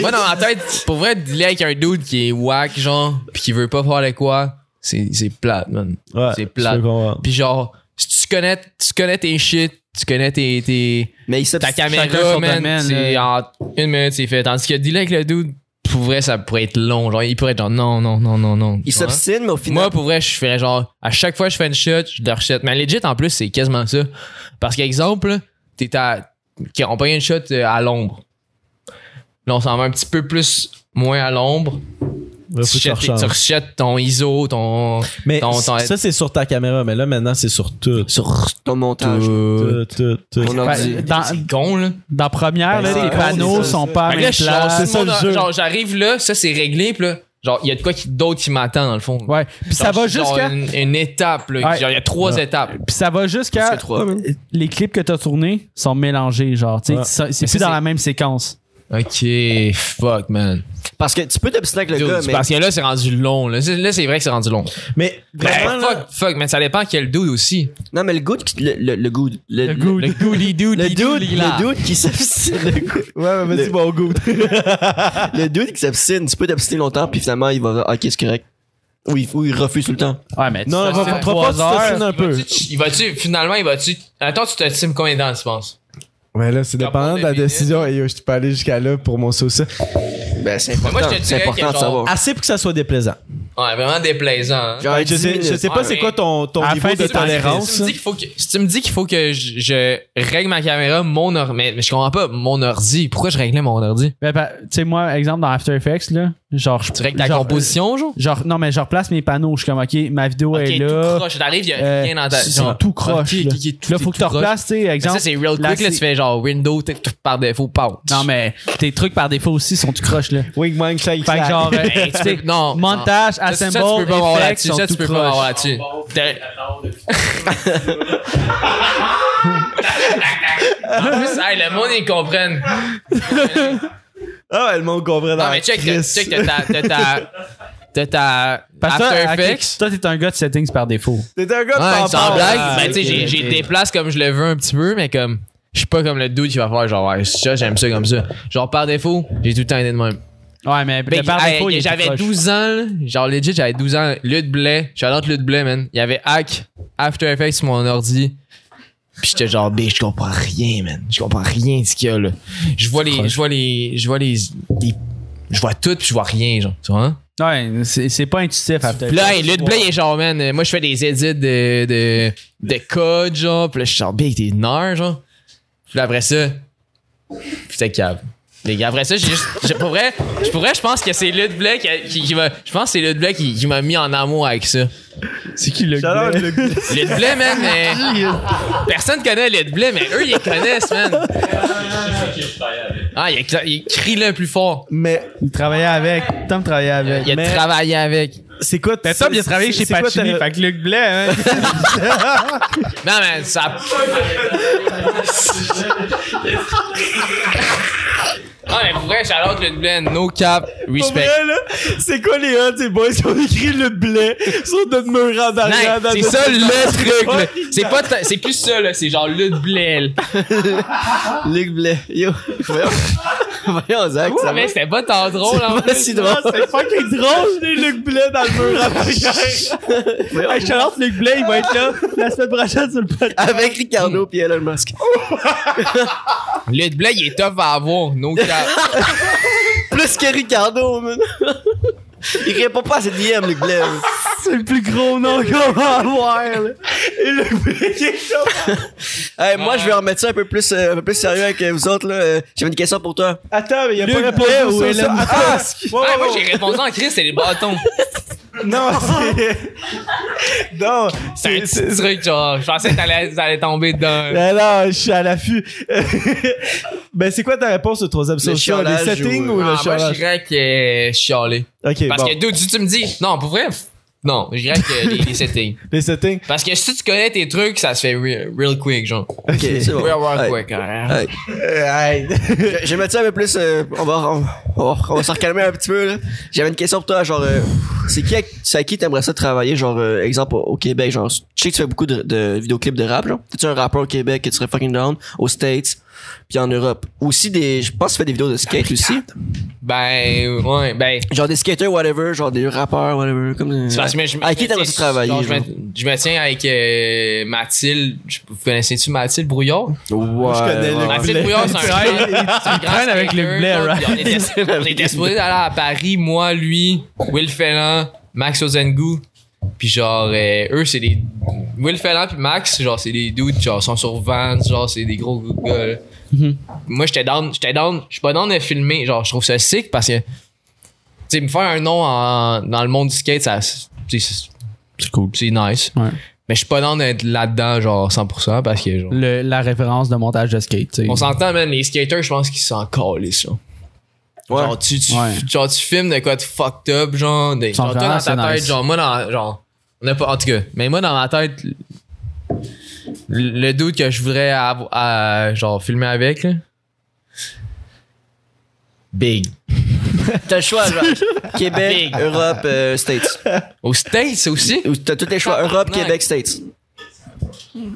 Moi, dans ma tête, pour vrai, dealer avec un dude qui est whack, genre, pis qui veut pas faire de quoi, c'est c'est plate, man. Ouais, C'est je plate. peux comprendre. Pis genre, si tu connais, tu connais tes shit, tu connais tes- tes Mais il s'est ta chacun caméra, son man, domaine, c'est en une minute, c'est fait. Tandis que dealer avec le dude, pour vrai, ça pourrait être long. Genre, il pourrait être genre, non, non, non, non, non. Il Tu vois? s'obstine, mais au final. Moi, pour vrai, je ferais genre, à chaque fois que je fais une shot, je le rechute. Mais legit, en plus, c'est quasiment ça. Parce qu'exemple, là, t'es à. ok, On paye une shot euh, à l'ombre. Là, on s'en va un petit peu plus, moins à l'ombre. Ouais, Tu faut que tu Ah, shottes- tu rechanges. rechettes ton ISO, ton. Mais Ton- ton- ça, c'est sur ta caméra, mais là, maintenant, c'est sur tout. Sur ton montage. Tout, tout, tout. Mon ordi. Ouais, dans, C'est con, là. dans première, Ben, là, c'est tes con, panneaux c'est ça, sont ça. pas à Fait que là, même je place. suis Ah, c'est ça, genre, le mon- jeu. genre, j'arrive là, ça c'est réglé, puis là, genre, il y a de quoi qui- d'autre qui m'attend dans le fond. Ouais. Puis ça Genre, va je suis genre jusqu'à. Une, une étape, là. Ouais. Genre, il y a trois Ouais. étapes. Puis ça va jusqu'à. C'est trois, man. Les clips que t'as tournés sont mélangés, genre. tu sais, Ouais. C'est c'est Mais plus ça, dans c'est- la même séquence. Ok, fuck, man. Parce que tu peux t'obstiner avec le Dude, gars, mais. Parce que là, c'est rendu long. Là, C'est- là, c'est vrai que c'est rendu long. Mais vraiment, Ben, là, fuck, fuck, mais ça dépend quel dude aussi. Non, mais le good. qui- Le, le, le good. Le, le, goût. Le goody dude, le dude, le dude qui s'obstine. Le, good- Ouais, mais vas-y, Le- bon goût. le dude qui s'obstine, tu peux t'obstiner longtemps, puis finalement, il va dire, ok, c'est correct. Ou il, ou il refuse tout le temps. Ouais, mais tu Non, fais on va ça pas- trois pas se heures. fasciner un peu. Il va-tu, finalement, il va-tu. Attends, tu t'estimes combien de temps, tu penses? Ouais, là, c'est dépendant de la minutes. décision. Et yo, je peux aller jusqu'à là pour mon sauce. Ben, c'est Mais moi, important. je te C'est dirais que important de genre- savoir. Assez pour que ça soit déplaisant. Ouais, vraiment déplaisant. hein. Genre, je, dix sais, je minutes. sais pas Ouais, c'est mais- quoi ton, ton À la niveau fin, de c'est- tolérance. Si tu me dis qu'il faut que, si tu me dis qu'il faut que je, je règle ma caméra, mon ordi. Mais, mais je comprends pas, mon ordi. Pourquoi je réglais mon ordi? Ben, ben, tu sais, moi, exemple, dans After Effects, là, genre, je. Tu règles ta genre, composition, genre? Genre, non, mais je replace mes panneaux. Je suis comme, OK, ma vidéo Ok, est tout ben là. croche. T'arrives, il y a Euh, rien dans ta. c'est genre- tout Ok, croche. là, ok, ok, tout est Là, faut que tout tu croche. replaces, tu sais, Mais ça, exemple. c'est real la- quick, là, tu fais genre window tic, tic, par défaut, pow. Non, mais tes trucs par défaut aussi sont tout croche, là. Wing, wing, clac, Fait que clac. genre, euh, Hey, tu tu sais, peux- non, montage, Ça, ça, assemble, tu peux pas m'avoir effects, là-dessus. sont Ça, tu tout peux pas m'avoir croche. là-dessus. T'as- En plus, hey, le monde, ils comprennent. Ah ouais, le monde comprend dans Non, la mais check, crise. check, t'as ta. T'as ta. T'as ta. Parce que After toi, ok, Effects. toi, t'es un gars de settings par défaut. T'es un gars de Ouais, t'en sans parles. blague. Ah, ben, tu sais, ok, j'ai- ok. j'ai des places comme je le veux un petit peu, mais comme. Je suis pas comme le dude qui va faire genre, ouais, ça, j'aime ça comme ça. Genre, par défaut, j'ai tout le temps été de même. Ouais, mais Ben, le par hey, défaut, il est tout j'avais croche. 12 ans, là. genre legit, j'avais 12 ans. Lutte Blais, j'adore Lutte Blais, man. Il y avait Hack, After Effects sur mon ordi. Puis j'étais genre, B, je comprends rien, man. Je comprends rien de ce qu'il y a, là. Je vois les. Je vois les. Je vois les. les- je vois tout, puis je vois rien, genre. Tu vois, hein? Ouais, c'est c'est pas intuitif. After Puis là, hey, Effects. Lutte Blais, il est genre, man, euh, moi, je fais des edits de, de, de code, genre. Puis là, je suis genre, B, t'es nerd, genre. Puis là, après ça. Putain, cave. Les gars, après ça, j'ai juste. j'ai- Pour vrai, je pourrais, je pense que c'est Lutte Blais qui, qui, qui m'a. Je pense que c'est Lutte Blais qui, qui m'a mis en amour avec ça. C'est qui le gars? Shout-out, le- Lutte Blais, man, mais. Personne connaît Lutte Blais, mais eux, ils les connaissent, man. Ah, il, a- il crie le plus fort. Mais Il travaillait avec. Tom travaillait avec. Il a Mais- travaillé avec. c'est quoi Mais Tom, il a travaillé c'est- chez c'est quoi Pacini. ta- Fait que Luc Blais, hein. Non, mais ça. Ah, mais pour vrai, j'adore le blend. No cap, Pour respect. vrai, là, c'est quoi les uns des boys qui ont écrit le blé sur notre mur en Non, arrière? dans c'est notre- ça le truc, là. C'est pas, ta- c'est plus ça, là. C'est genre le blé. là. Luc Blais, yo. Voyons. Voyons, Zach, ça va. mais c'était pas tant drôle, hein. en C'est pas plus. si drôle. C'est fucking drôle, j'ai Luc Blais dans le mur à l'arrière. hey, je te lance Luc Blais, il va être là la semaine prochaine sur le podcast. Avec Ricardo puis Elon Musk. Le blé, il est tough à avoir, no cap. Plus que Ricardo, man. Il répond pas à cette DM, Luc Blaise. C'est le plus gros nom qu'on va avoir. là. Et Luc Blais, il est là. Hey, moi, je vais remettre ça un peu plus, euh, un peu plus sérieux avec euh, vous autres, là. Euh, J'avais une question pour toi. Attends, mais il a Luc pas répondu Blais ou sur ça. Elon Attends. Ouais, Ah, ouais, moi, ouais. j'ai répondu en crise, c'est les bâtons. Non, c'est. Non, C'est un petit truc, genre. Je pensais que t'allais t'allais tomber dedans. Mais non, je suis à l'affût. ben, c'est quoi ta réponse au troisième Le social? Les chialage settings ou- ou, Ah, le moi, je chialage? dirais que je chialais. Ok, Parce bon. que, dude, si tu me dis, non, pour vrai, pff, non, je dirais que les, les settings. Les settings. Parce que si tu connais tes trucs, ça se fait real, real quick, genre. Ok, c'est bon. Real, real Hey, quick. hein. hey. Je- Je vais mettre ça un peu plus. euh, on va, on, on va- on va se recalmer un petit peu, là. J'avais une question pour toi, genre. euh, c'est qui, à- c'est à qui t'aimerais ça travailler, genre, euh, exemple, au, au Québec? Genre, je sais que tu fais beaucoup de, de vidéoclips de rap, là. T'es-tu un rappeur au Québec que tu serais fucking down, aux States, puis en Europe? Aussi des. Je pense que tu fais des vidéos de skate aussi. Ben, ouais, ben. Genre des skaters, whatever, genre des rappeurs, whatever. Comme, euh, C'est parce que je- je à qui me t'aimerais tiens- ça travailler? genre, je, me, genre? je me tiens avec euh, Mathilde. Je- Vous connaissez-tu Mathilde Brouillard? Ouais, Je connais ouais, le- ouais. Mathilde Brouillard, Ah, c'est un grand- c'est un grand traîne avec skater, le Blair, là, right? puis On était, on était supposés aller à Paris, moi, lui, Will Fellan, Max Ozengu. Puis genre, euh, eux, c'est des... Will Fellan puis Max, genre, c'est des dudes, genre, sont sur Vans, genre, c'est des gros gars, là. Moi, j'étais down, j'étais down, je suis pas down de filmer, genre, je trouve ça sick parce que, tu sais, me faire un nom en- dans le monde du skate, ça... tu sais, C'est c'est cool, c'est nice. Ouais. Mais je suis pas down d'être là-dedans, genre, 100% parce que, genre... Le- la référence de montage de skate. tu sais. On s'entend, man, les skaters, je pense qu'ils s'en calissent, genre. Ouais. Genre, tu, tu, Ouais. genre, tu filmes de quoi de fucked up, genre, des, Sans genre, toi, vraiment, dans ta c'est tête, nice. genre, moi, dans, genre, on a pas, en tout cas, mais moi, dans ma tête, le, le doute que je voudrais, avo- à- genre, filmer avec, là. Big. T'as le choix, genre. Québec, Europe, euh, States. Au States aussi? Ou T'as tous les choix. Europe, Tabarnak. Québec, States.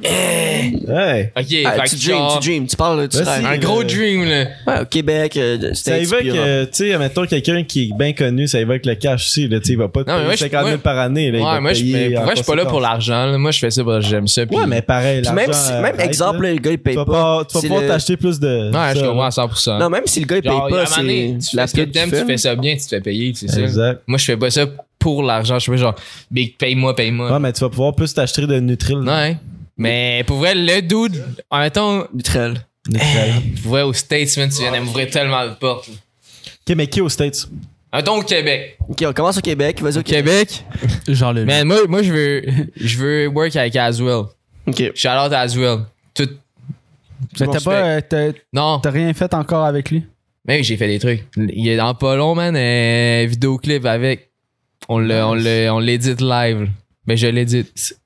Ouais. Ok, fait Ah, que tu dream, genre, tu dream, tu parles, tu Vas-y. rêves. un Euh, gros dream, là. Ouais, au Québec, euh, de- Ça States, évoque, puis Europe. euh, tu sais, mettons quelqu'un qui est bien connu, ça évoque le cash aussi, là, tu sais, il va pas te Non, mais payer moi, je- 50 000 moi- par année, là. il va Ouais, te moi, je, payer mais pour en euh, vrai, je suis pas là pour l'argent, là. Moi, je fais ça parce que j'aime ça. puis- Ouais, mais pareil, Puis l'argent. même, si- même euh, exemple, là, le gars, il tu paye vas, pas. pas, tu vas C'est pouvoir le- t'acheter plus de. Ouais, je ça, comprends là. à 100%. Non, même si le gars, il paye Genre, pas, à un moment donné, c'est tu la fais ce que pub t'aimes, qu'il tu fait. fais ça bien, tu te fais payer, c'est ça. Exact. Moi, je fais pas ça pour l'argent. Je fais genre, big, paye-moi, paye-moi. Ouais, mais tu vas pouvoir plus t'acheter de Nutril. non, hein? Mais pour vrai, le dude, en même temps, Neutral. Nutril. pour vrai, aux States, man, tu viens d'ouvrir tellement de portes. là. Ok, mais qui aux States? En même temps, au Québec. Ok, on commence au Québec. Vas-y, au Québec. Québec? Genre le. Man, moi, moi je veux, je veux work avec Aswell. Ok. Shout out Aswell. Tout. Mais tout mon t'as pas, respect. euh, t'as- Non, t'as rien fait encore avec lui. mais j'ai fait des trucs. Il est dans pas long, man, euh, vidéoclip avec. On le- on le- on l'édite live. Mais je l'édite.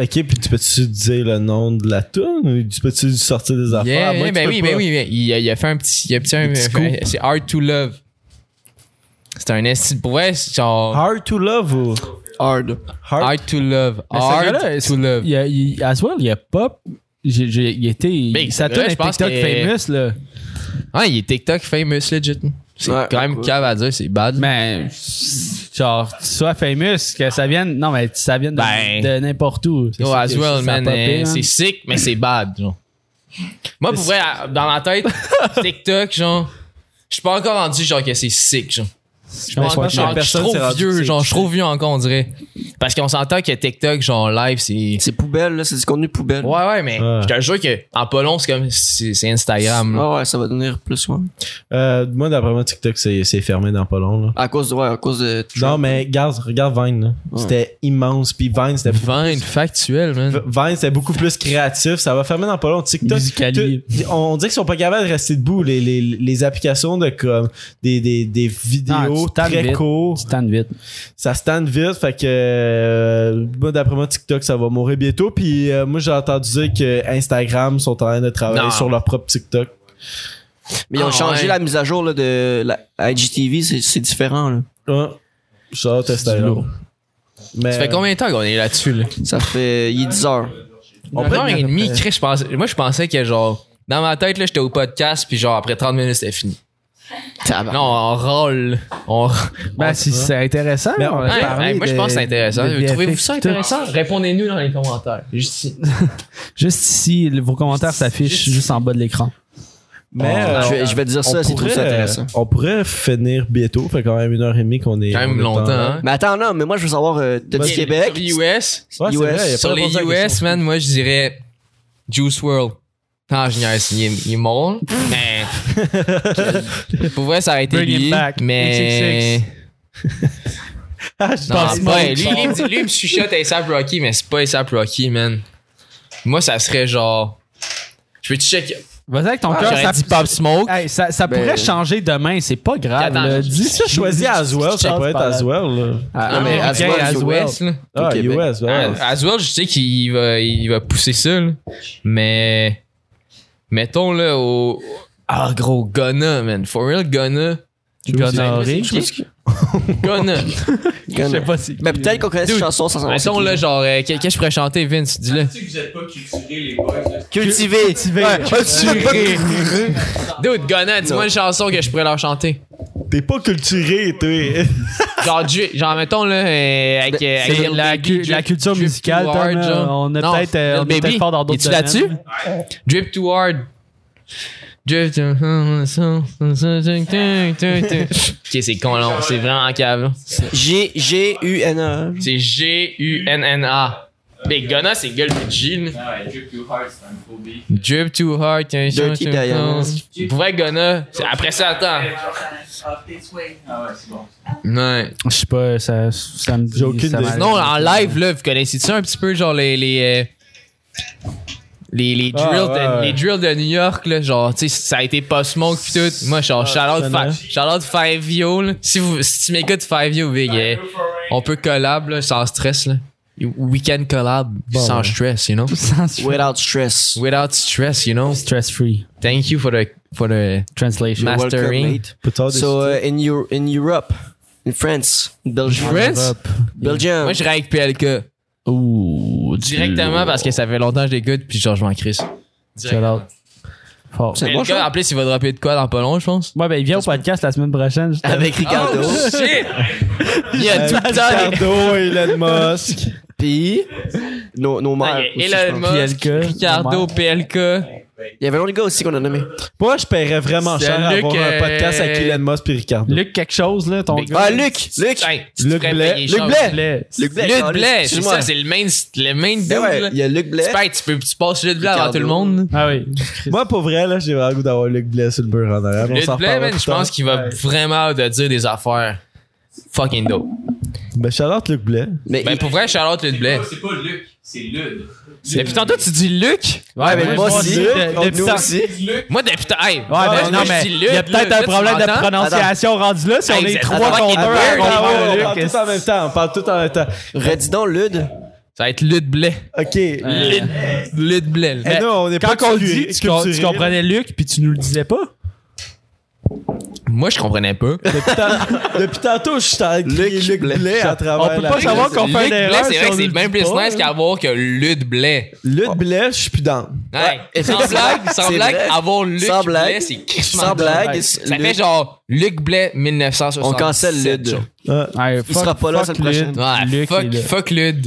Ok, puis tu peux-tu dire le nom de la tune ou tu peux-tu sortir des affaires? Yeah, Moi, yeah, tu ben peux oui, pas. ben oui, ben, il, a, il a fait un petit, il a petit, un- petit fait- c'est Hard to Love. C'est un esti pour vrai, c'est genre Hard to love ou Hard. hard? Hard to Love, Mais ce Hard gars-là, to Love. Il y a, il, as well, il y a pop. J'ai, j'ai, il était. Big, ça c'est vrai, tourne je un pense TikTok que- famous, là. Ah, il est TikTok famous legit. C'est Ouais, quand même ouais. cave à dire, c'est bad. Mais, genre, tu sois famous, que ça vienne. Non, mais ça vienne de, Ben. de n'importe où. C'est Yo, ça que- as well, ça a man, popé, euh, hein. c'est sick, mais c'est bad, genre. Moi, pour vrai, à- dans ma tête, TikTok, genre, je suis pas encore rendu, genre, que c'est sick, genre. Je Mais pense je pense que que genre, je suis personne trop s'est rendu vieux, sick. genre, je suis trop vieux encore, on dirait. Parce qu'on s'entend que TikTok, genre, live, c'est. C'est poubelle, là. C'est du contenu poubelle. Ouais, ouais, mais Ouais. je te jure que en pas long, c'est comme c'est c'est Instagram. là. Ah ouais, ça va devenir plus, ouais. Euh, moi, d'après moi, TikTok, c'est c'est fermé dans pas long. Là. À cause de, ouais, à cause de. Non, mais regarde, regarde Vine. là. Ouais. C'était immense. Puis Vine, c'était Vine, factuel, man. Vine, c'était beaucoup plus créatif. Ça va fermer dans pas long. TikTok. Musicali. tout- on dit qu'ils sont pas capables de rester debout. Les, les, les applications de comme des, des, des vidéos Non, tu tannes très vite. courtes. Tu tannes vite. ça stand vite fait que euh, moi d'après moi TikTok ça va mourir bientôt puis euh, moi j'ai entendu dire que Instagram sont en train de travailler Non. sur leur propre TikTok Mais ils ont Ah, changé ouais. la mise à jour, là, de la IGTV. C'est c'est différent, là. hein? ça tester du lourd. mais Ça fait combien de temps qu'on est là-dessus, là? Ça fait. Il est 10 heures. On Une peut- euh, heure et demie, Chris, je pensais- moi, je pensais que genre, dans ma tête, là, j'étais au podcast, puis genre, après 30 minutes, c'était fini. Tabarnak. Non, on râle. On... Ben, si c'est intéressant. Mais on on a Hey, parlé hey, moi, je de- pense que c'est intéressant. de Trouvez-vous VFX, ça tout. intéressant? Répondez-nous dans les commentaires. Juste ici. Juste ici, le- vos commentaires s'affichent juste en bas de l'écran. Mais euh, je, vais, je vais dire on Ah, ça si tu trouves ça pourrait, euh, intéressant. On pourrait finir bientôt. Fait quand même une heure et demie qu'on est. Quand on même est en- longtemps. hein. Mais attends, non, mais moi, je veux savoir, euh, t'as dit Sur- Québec? Sur les US, Ouais, c'est US. vrai, il a pas sur les répondu à la US, question. man, moi, je dirais Juice World. Ah, je niaise, il est, il est mort. mais. Pour vrai, ça aurait été Bring him lui. back. Mais. Ah, je Non, pense c'est pas. pas. Lui, lui, il me dit- lui, il me chuchote ASAP Rocky, mais c'est pas ASAP Rocky, man. Moi, ça serait genre. Je peux te checker. Vas-y avec ton cœur, ça, Ah, J'aurais dit Pop Smoke. Ah, Hey, ça, ça Ben- pourrait changer demain, c'est pas grave. Attends, là. je- Dis Si tu choisis Aswell, ça Charles pourrait être Palade. Aswell. là. Ah, Non, mais ok, Aswell, Aswell. US, là. Ah, Québec. US, ouais. Ah, Aswell, je sais qu'il va, il va pousser ça, là. Mais. Mettons, là, au. Ah, gros, Ghana, man. For real, Ghana. Gonorrhée. Ghana. Je sais pas si. Mais peut-être qu'on connaît cette Dude. chanson sans savoir. Mettons, là, genre, euh, qu'est-ce que je pourrais chanter, Vince? Dis-le. Tu sais que vous êtes pas culturés, les boys. là. Cultivé. Culturé. Dude, Ghana, dis-moi une chanson que je pourrais leur chanter. T'es pas culturé, toi. Genre, Ju- genre mettons, là, euh, avec, euh, C'est avec la, Lil cu- Baby, la Drip- culture Drip musicale, Too Tom, Hard, euh, genre. on est Non, peut-être euh, Lil on est peut-être Baby. fort dans d'autres Es-tu là-dessus? domaines. Drip Too Hard. Drip Too Ok, c'est con, là. C'est vraiment en cave, là. G, G, U, N, E. A. C'est G-U-N-N-A. Mais Ghana, c'est gueule de G, là. Ah ouais, Drip Too Hard, c'est un faux beat. Drip Too Hard. Dirty Diana. Pour vrai, Ghana, c'est- après ça, attends. Ah ouais, c'est bon. Ouais. Je sais pas, ça, ça me dit. J'ai aucune ça idée. m'a- Non, en live, là, vous connaissez-tu un petit peu, genre, les. les euh, les, les, Ah, drills ouais, de, ouais. les drills de New York, là, genre, tu sais, ça a été pas smoke pis tout. Moi, Ah, genre, shout-out je Fi- connais. shout-out Five Yo, là. Si, vous, si tu m'écoutes Five Yo, big, euh, on peut collab, là, sans stress, là. We can collab sans ouais. stress, you know? Sans Without stress. Without stress, you know? stress free Thank you for the, for the translation. Ma- Welcome, Mastering. mate. Peut-être des- euh, So, uh, in, Eu- in Europe, in France, in Belgium. Prince. Belgium. Moi, je dirais avec PLK. Ouh, du Directement lourd. parce que ça fait longtemps que je l'écoute, puis genre, je m'en crisse. Shout out. Fort. C'est un bon PLK, en choix. plus, il va dropper de quoi dans pas long, je pense? Ouais, ben il vient au podcast la semaine prochaine. justement. Avec Ricardo. Oh shit! Il y a tout le temps des- Ricardo, Elon Musk. Puis, nos, nos mères. Ah, aussi, Il y je a pense. Elon Musk, PLK, Ricardo, PLK. Il y avait un autre gars aussi qu'on a nommé. Moi, je paierais vraiment C'est cher à Luc, avoir euh, un podcast avec Elon Musk puis Ricardo. Luc quelque chose là, ton Big- gars. Ah, Luc! Luc! Hey, tu Luc ferais Blais. payer Luc cher. Blais! Blais. Luc Blais. Luc Carlis, Blais, c'est excuse-moi. ça, c'est le main, le main dude. Ben ouais, là. Il y a Luc Blais. Tu payes, tu peux, tu passes Luc Blais avant tout le monde. Ah oui. Moi, pour vrai, là, j'ai vraiment le goût d'avoir Luc Blais sur le mur en arrière. Luc Blais, man, je pense qu'il va vraiment te dire des affaires fucking dope. Mais Ben, shout-out Luc Blais. Mais Ben, il- pour vrai, Charlotte Luc Blais. C'est pas- C'est pas Luc, c'est Lud. Mais putain, toi, tu dis Luc? Ouais, mais moi aussi, de- depuis nous ça- aussi. Moi, depuis tard. Hey, Ouais, moi, mais ben non, moi, je mais dis il Luc, y a peut-être Luc, un tu problème de m'entends? prononciation rendu là si Hey, on vous est êtes trois fucking contre Ah, ouais, un. weird. Ah, ouais, on Luc, parle tout en même temps, on parle tout en même temps. Redis donc, Lud. Ça va être Luc Blais. OK. Et Luc Luc Blais. là. Eh, nous, on est pas Quand on le culturés- dit, tu, com- tu culturés, là. comprenais Luc puis tu nous le disais pas. Moi, je comprenais pas. Depuis tant- Depuis tantôt, je suis en train de crier Luc Luc Blais. Blais à travers On peut la- pas savoir qu'on Luc fait une Blais, erreur. c'est si vrai on que c'est nous bien le plus dit pas, nice là. qu'avoir que Luc Blais. Luc Blais, je suis plus dans. Hey, sans effectivement. blague, sans C'est blague, vrai. avoir Luc Sans blague. Blais, c'est crissement Sans drôle. blague. Ça Lud. fait genre Luc Blais 1960. On cancelle Lud. Ah, Ouais, Il fuck- sera pas là fuck cette prochaine. Luc. Ouais, Luc fuck, est là. fuck Lud.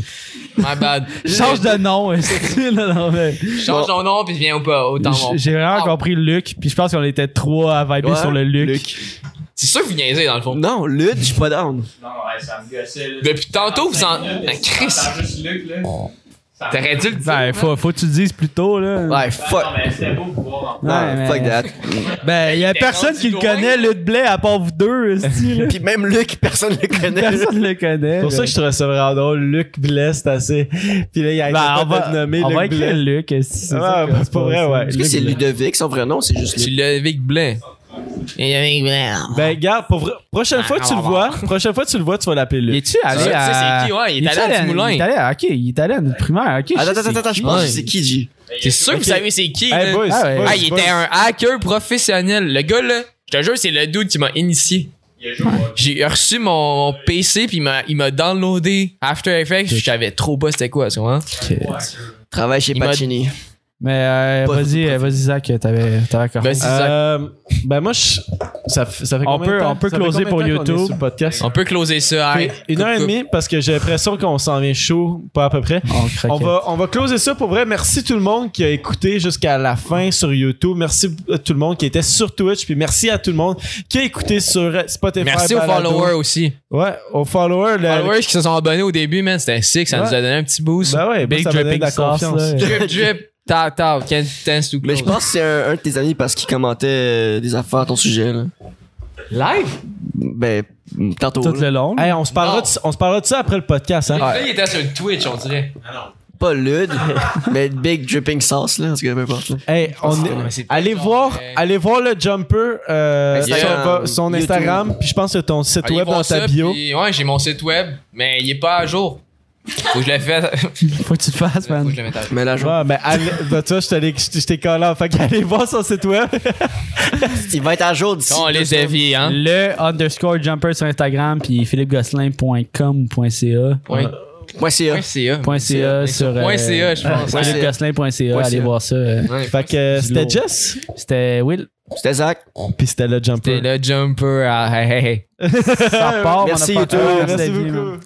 My bad. Change de nom. c'est- non, non, mais- Change ton nom puis viens au pas au temps mort. J- J'ai vraiment Ah. compris Luc, puis je pense qu'on était trois à vibrer Ouais, sur le Luc. C'est sûr que vous niaisez dans le fond. Non, Lud, je suis pas down. Non, ouais, ça me gossait. là. Depuis tantôt, vous en. Cinq minutes, Ah, Chris, t'entends juste Luc, là. Ça me- t'aurais dû le dire. Ben, faut, faut que tu le dises plus tôt, là. Ouais, Ben, fuck. Non, mais c'était beau de voir. en- Ouais, Ah, mais- Fuck that. Ben, y a T'es personne rendu qui le loin. connaît, Luc Blais, à part vous deux, esti, là. Puis même Luc, personne le connaît. Personne le connaît. C'est pour ça que je trouvais ça vraiment drôle. Luc Blais, c'est assez. Puis là, il y a Ben, on un va, de nommer on va Luc écrire Blais. Luc, esti, c'est Ouais, ça qu'on ben, c'est pas vrai, ouais. Est-ce que c'est Ludovic, son vrai nom, c'est juste C'est Luc? Ludovic Blais. Ludovic Blais. Ben, garde, pour vrai- Ben, prochaine fois que tu le vois, prochaine fois que tu le vois, tu vas l'appeler Il Luc. est-tu allé Tu sais à... c'est qui, ouais, il est allé à est-tu Dumoulin. Il est allé à... Ok, il est allé à notre primaire, ok. Attends, je sais attends, c'est attends, je qui. pense que Ouais. c'est qui, G? C'est sûr que vous savez c'est qui. Hey, là. boys, Ah ouais. boys, Ah, il boys. était un hacker professionnel. Le gars, là, je te jure, c'est le dude qui m'a initié. Il a joué au hockey. J'ai reçu mon, mon PC, puis il m'a- il m'a downloadé After Effects. Je savais trop pas c'était quoi, tu vois. Travaille chez Il m'a- Pacini. Mais euh, Pas vas-y, de- euh, vas-y, Zach, t'avais t'avais encore. Vas-y, Zach. Euh, ben moi, je- ça, f- ça fait On combien peut- de temps? on peut ça fait closer combien de pour temps qu'on est YouTube. sur le podcast? On peut closer ça. Fait hey. une heure et Coupe, demie parce que j'ai l'impression qu'on s'en vient chaud, pas à peu près. On craquait. On va, on va closer ça pour vrai. Merci tout le monde qui a écouté jusqu'à la fin sur YouTube. Merci à tout le monde qui était sur Twitch. Puis merci à tout le monde qui a écouté sur Spotify. coupe. Merci aux Balado. followers aussi. Ouais, aux followers. le- followers qui se sont abonnés au début, man. C'était sick. Ça Ouais. nous a donné un petit boost. Ben ouais, Big ça me donne de dripping la sauce, confiance. là. Drip, drip. Tap, tap. Can't dance to Mais je close. pense que c'est un, un de tes amis parce qu'il commentait euh, des affaires à ton sujet. Là. Live? Ben, tantôt. Tout là. le long. Hey, on se parlera, de, on se parlera de ça après le podcast. Hein? Là, il était sur Twitch, on dirait. Pas Lud, mais Big Dripping Sauce, là, en tout cas, peu importe. là. Hey, on est- mais c'est pas allez genre, voir, euh, allez voir le jumper, euh, Instagram, son, son YouTube. Instagram, puis je pense que ton site Allez web voir dans ta ça, bio. puis- ouais, j'ai mon site web, mais il est pas à jour. Faut que je le fasse. Faut que tu le fasses, Faut que Ben. man. je le mette à jour. Mais là, je Ouais, mais allez, ben, tu vois, je t'allais- je je t'ai collé, en fait qu'allez voir son site web. il va être à jour d'ici. On les avis, hein. Le underscore jumper sur Instagram, puis philippegosselin.com ou .ca. Point, Moi, c'est euh, point CA. Point .ca sur... euh, Point CA, je pense. Ouais. philippegosselin.ca, Ouais, allez c'est- voir ça. euh. Ouais. Fait que euh, Du c'était lourd. Jess, C'était Will. C'était Zach. puis c'était le jumper. C'était le jumper à hey, hey, hey. Ça part, Merci, mon YouTube. appartement. Merci Merci, beaucoup. man.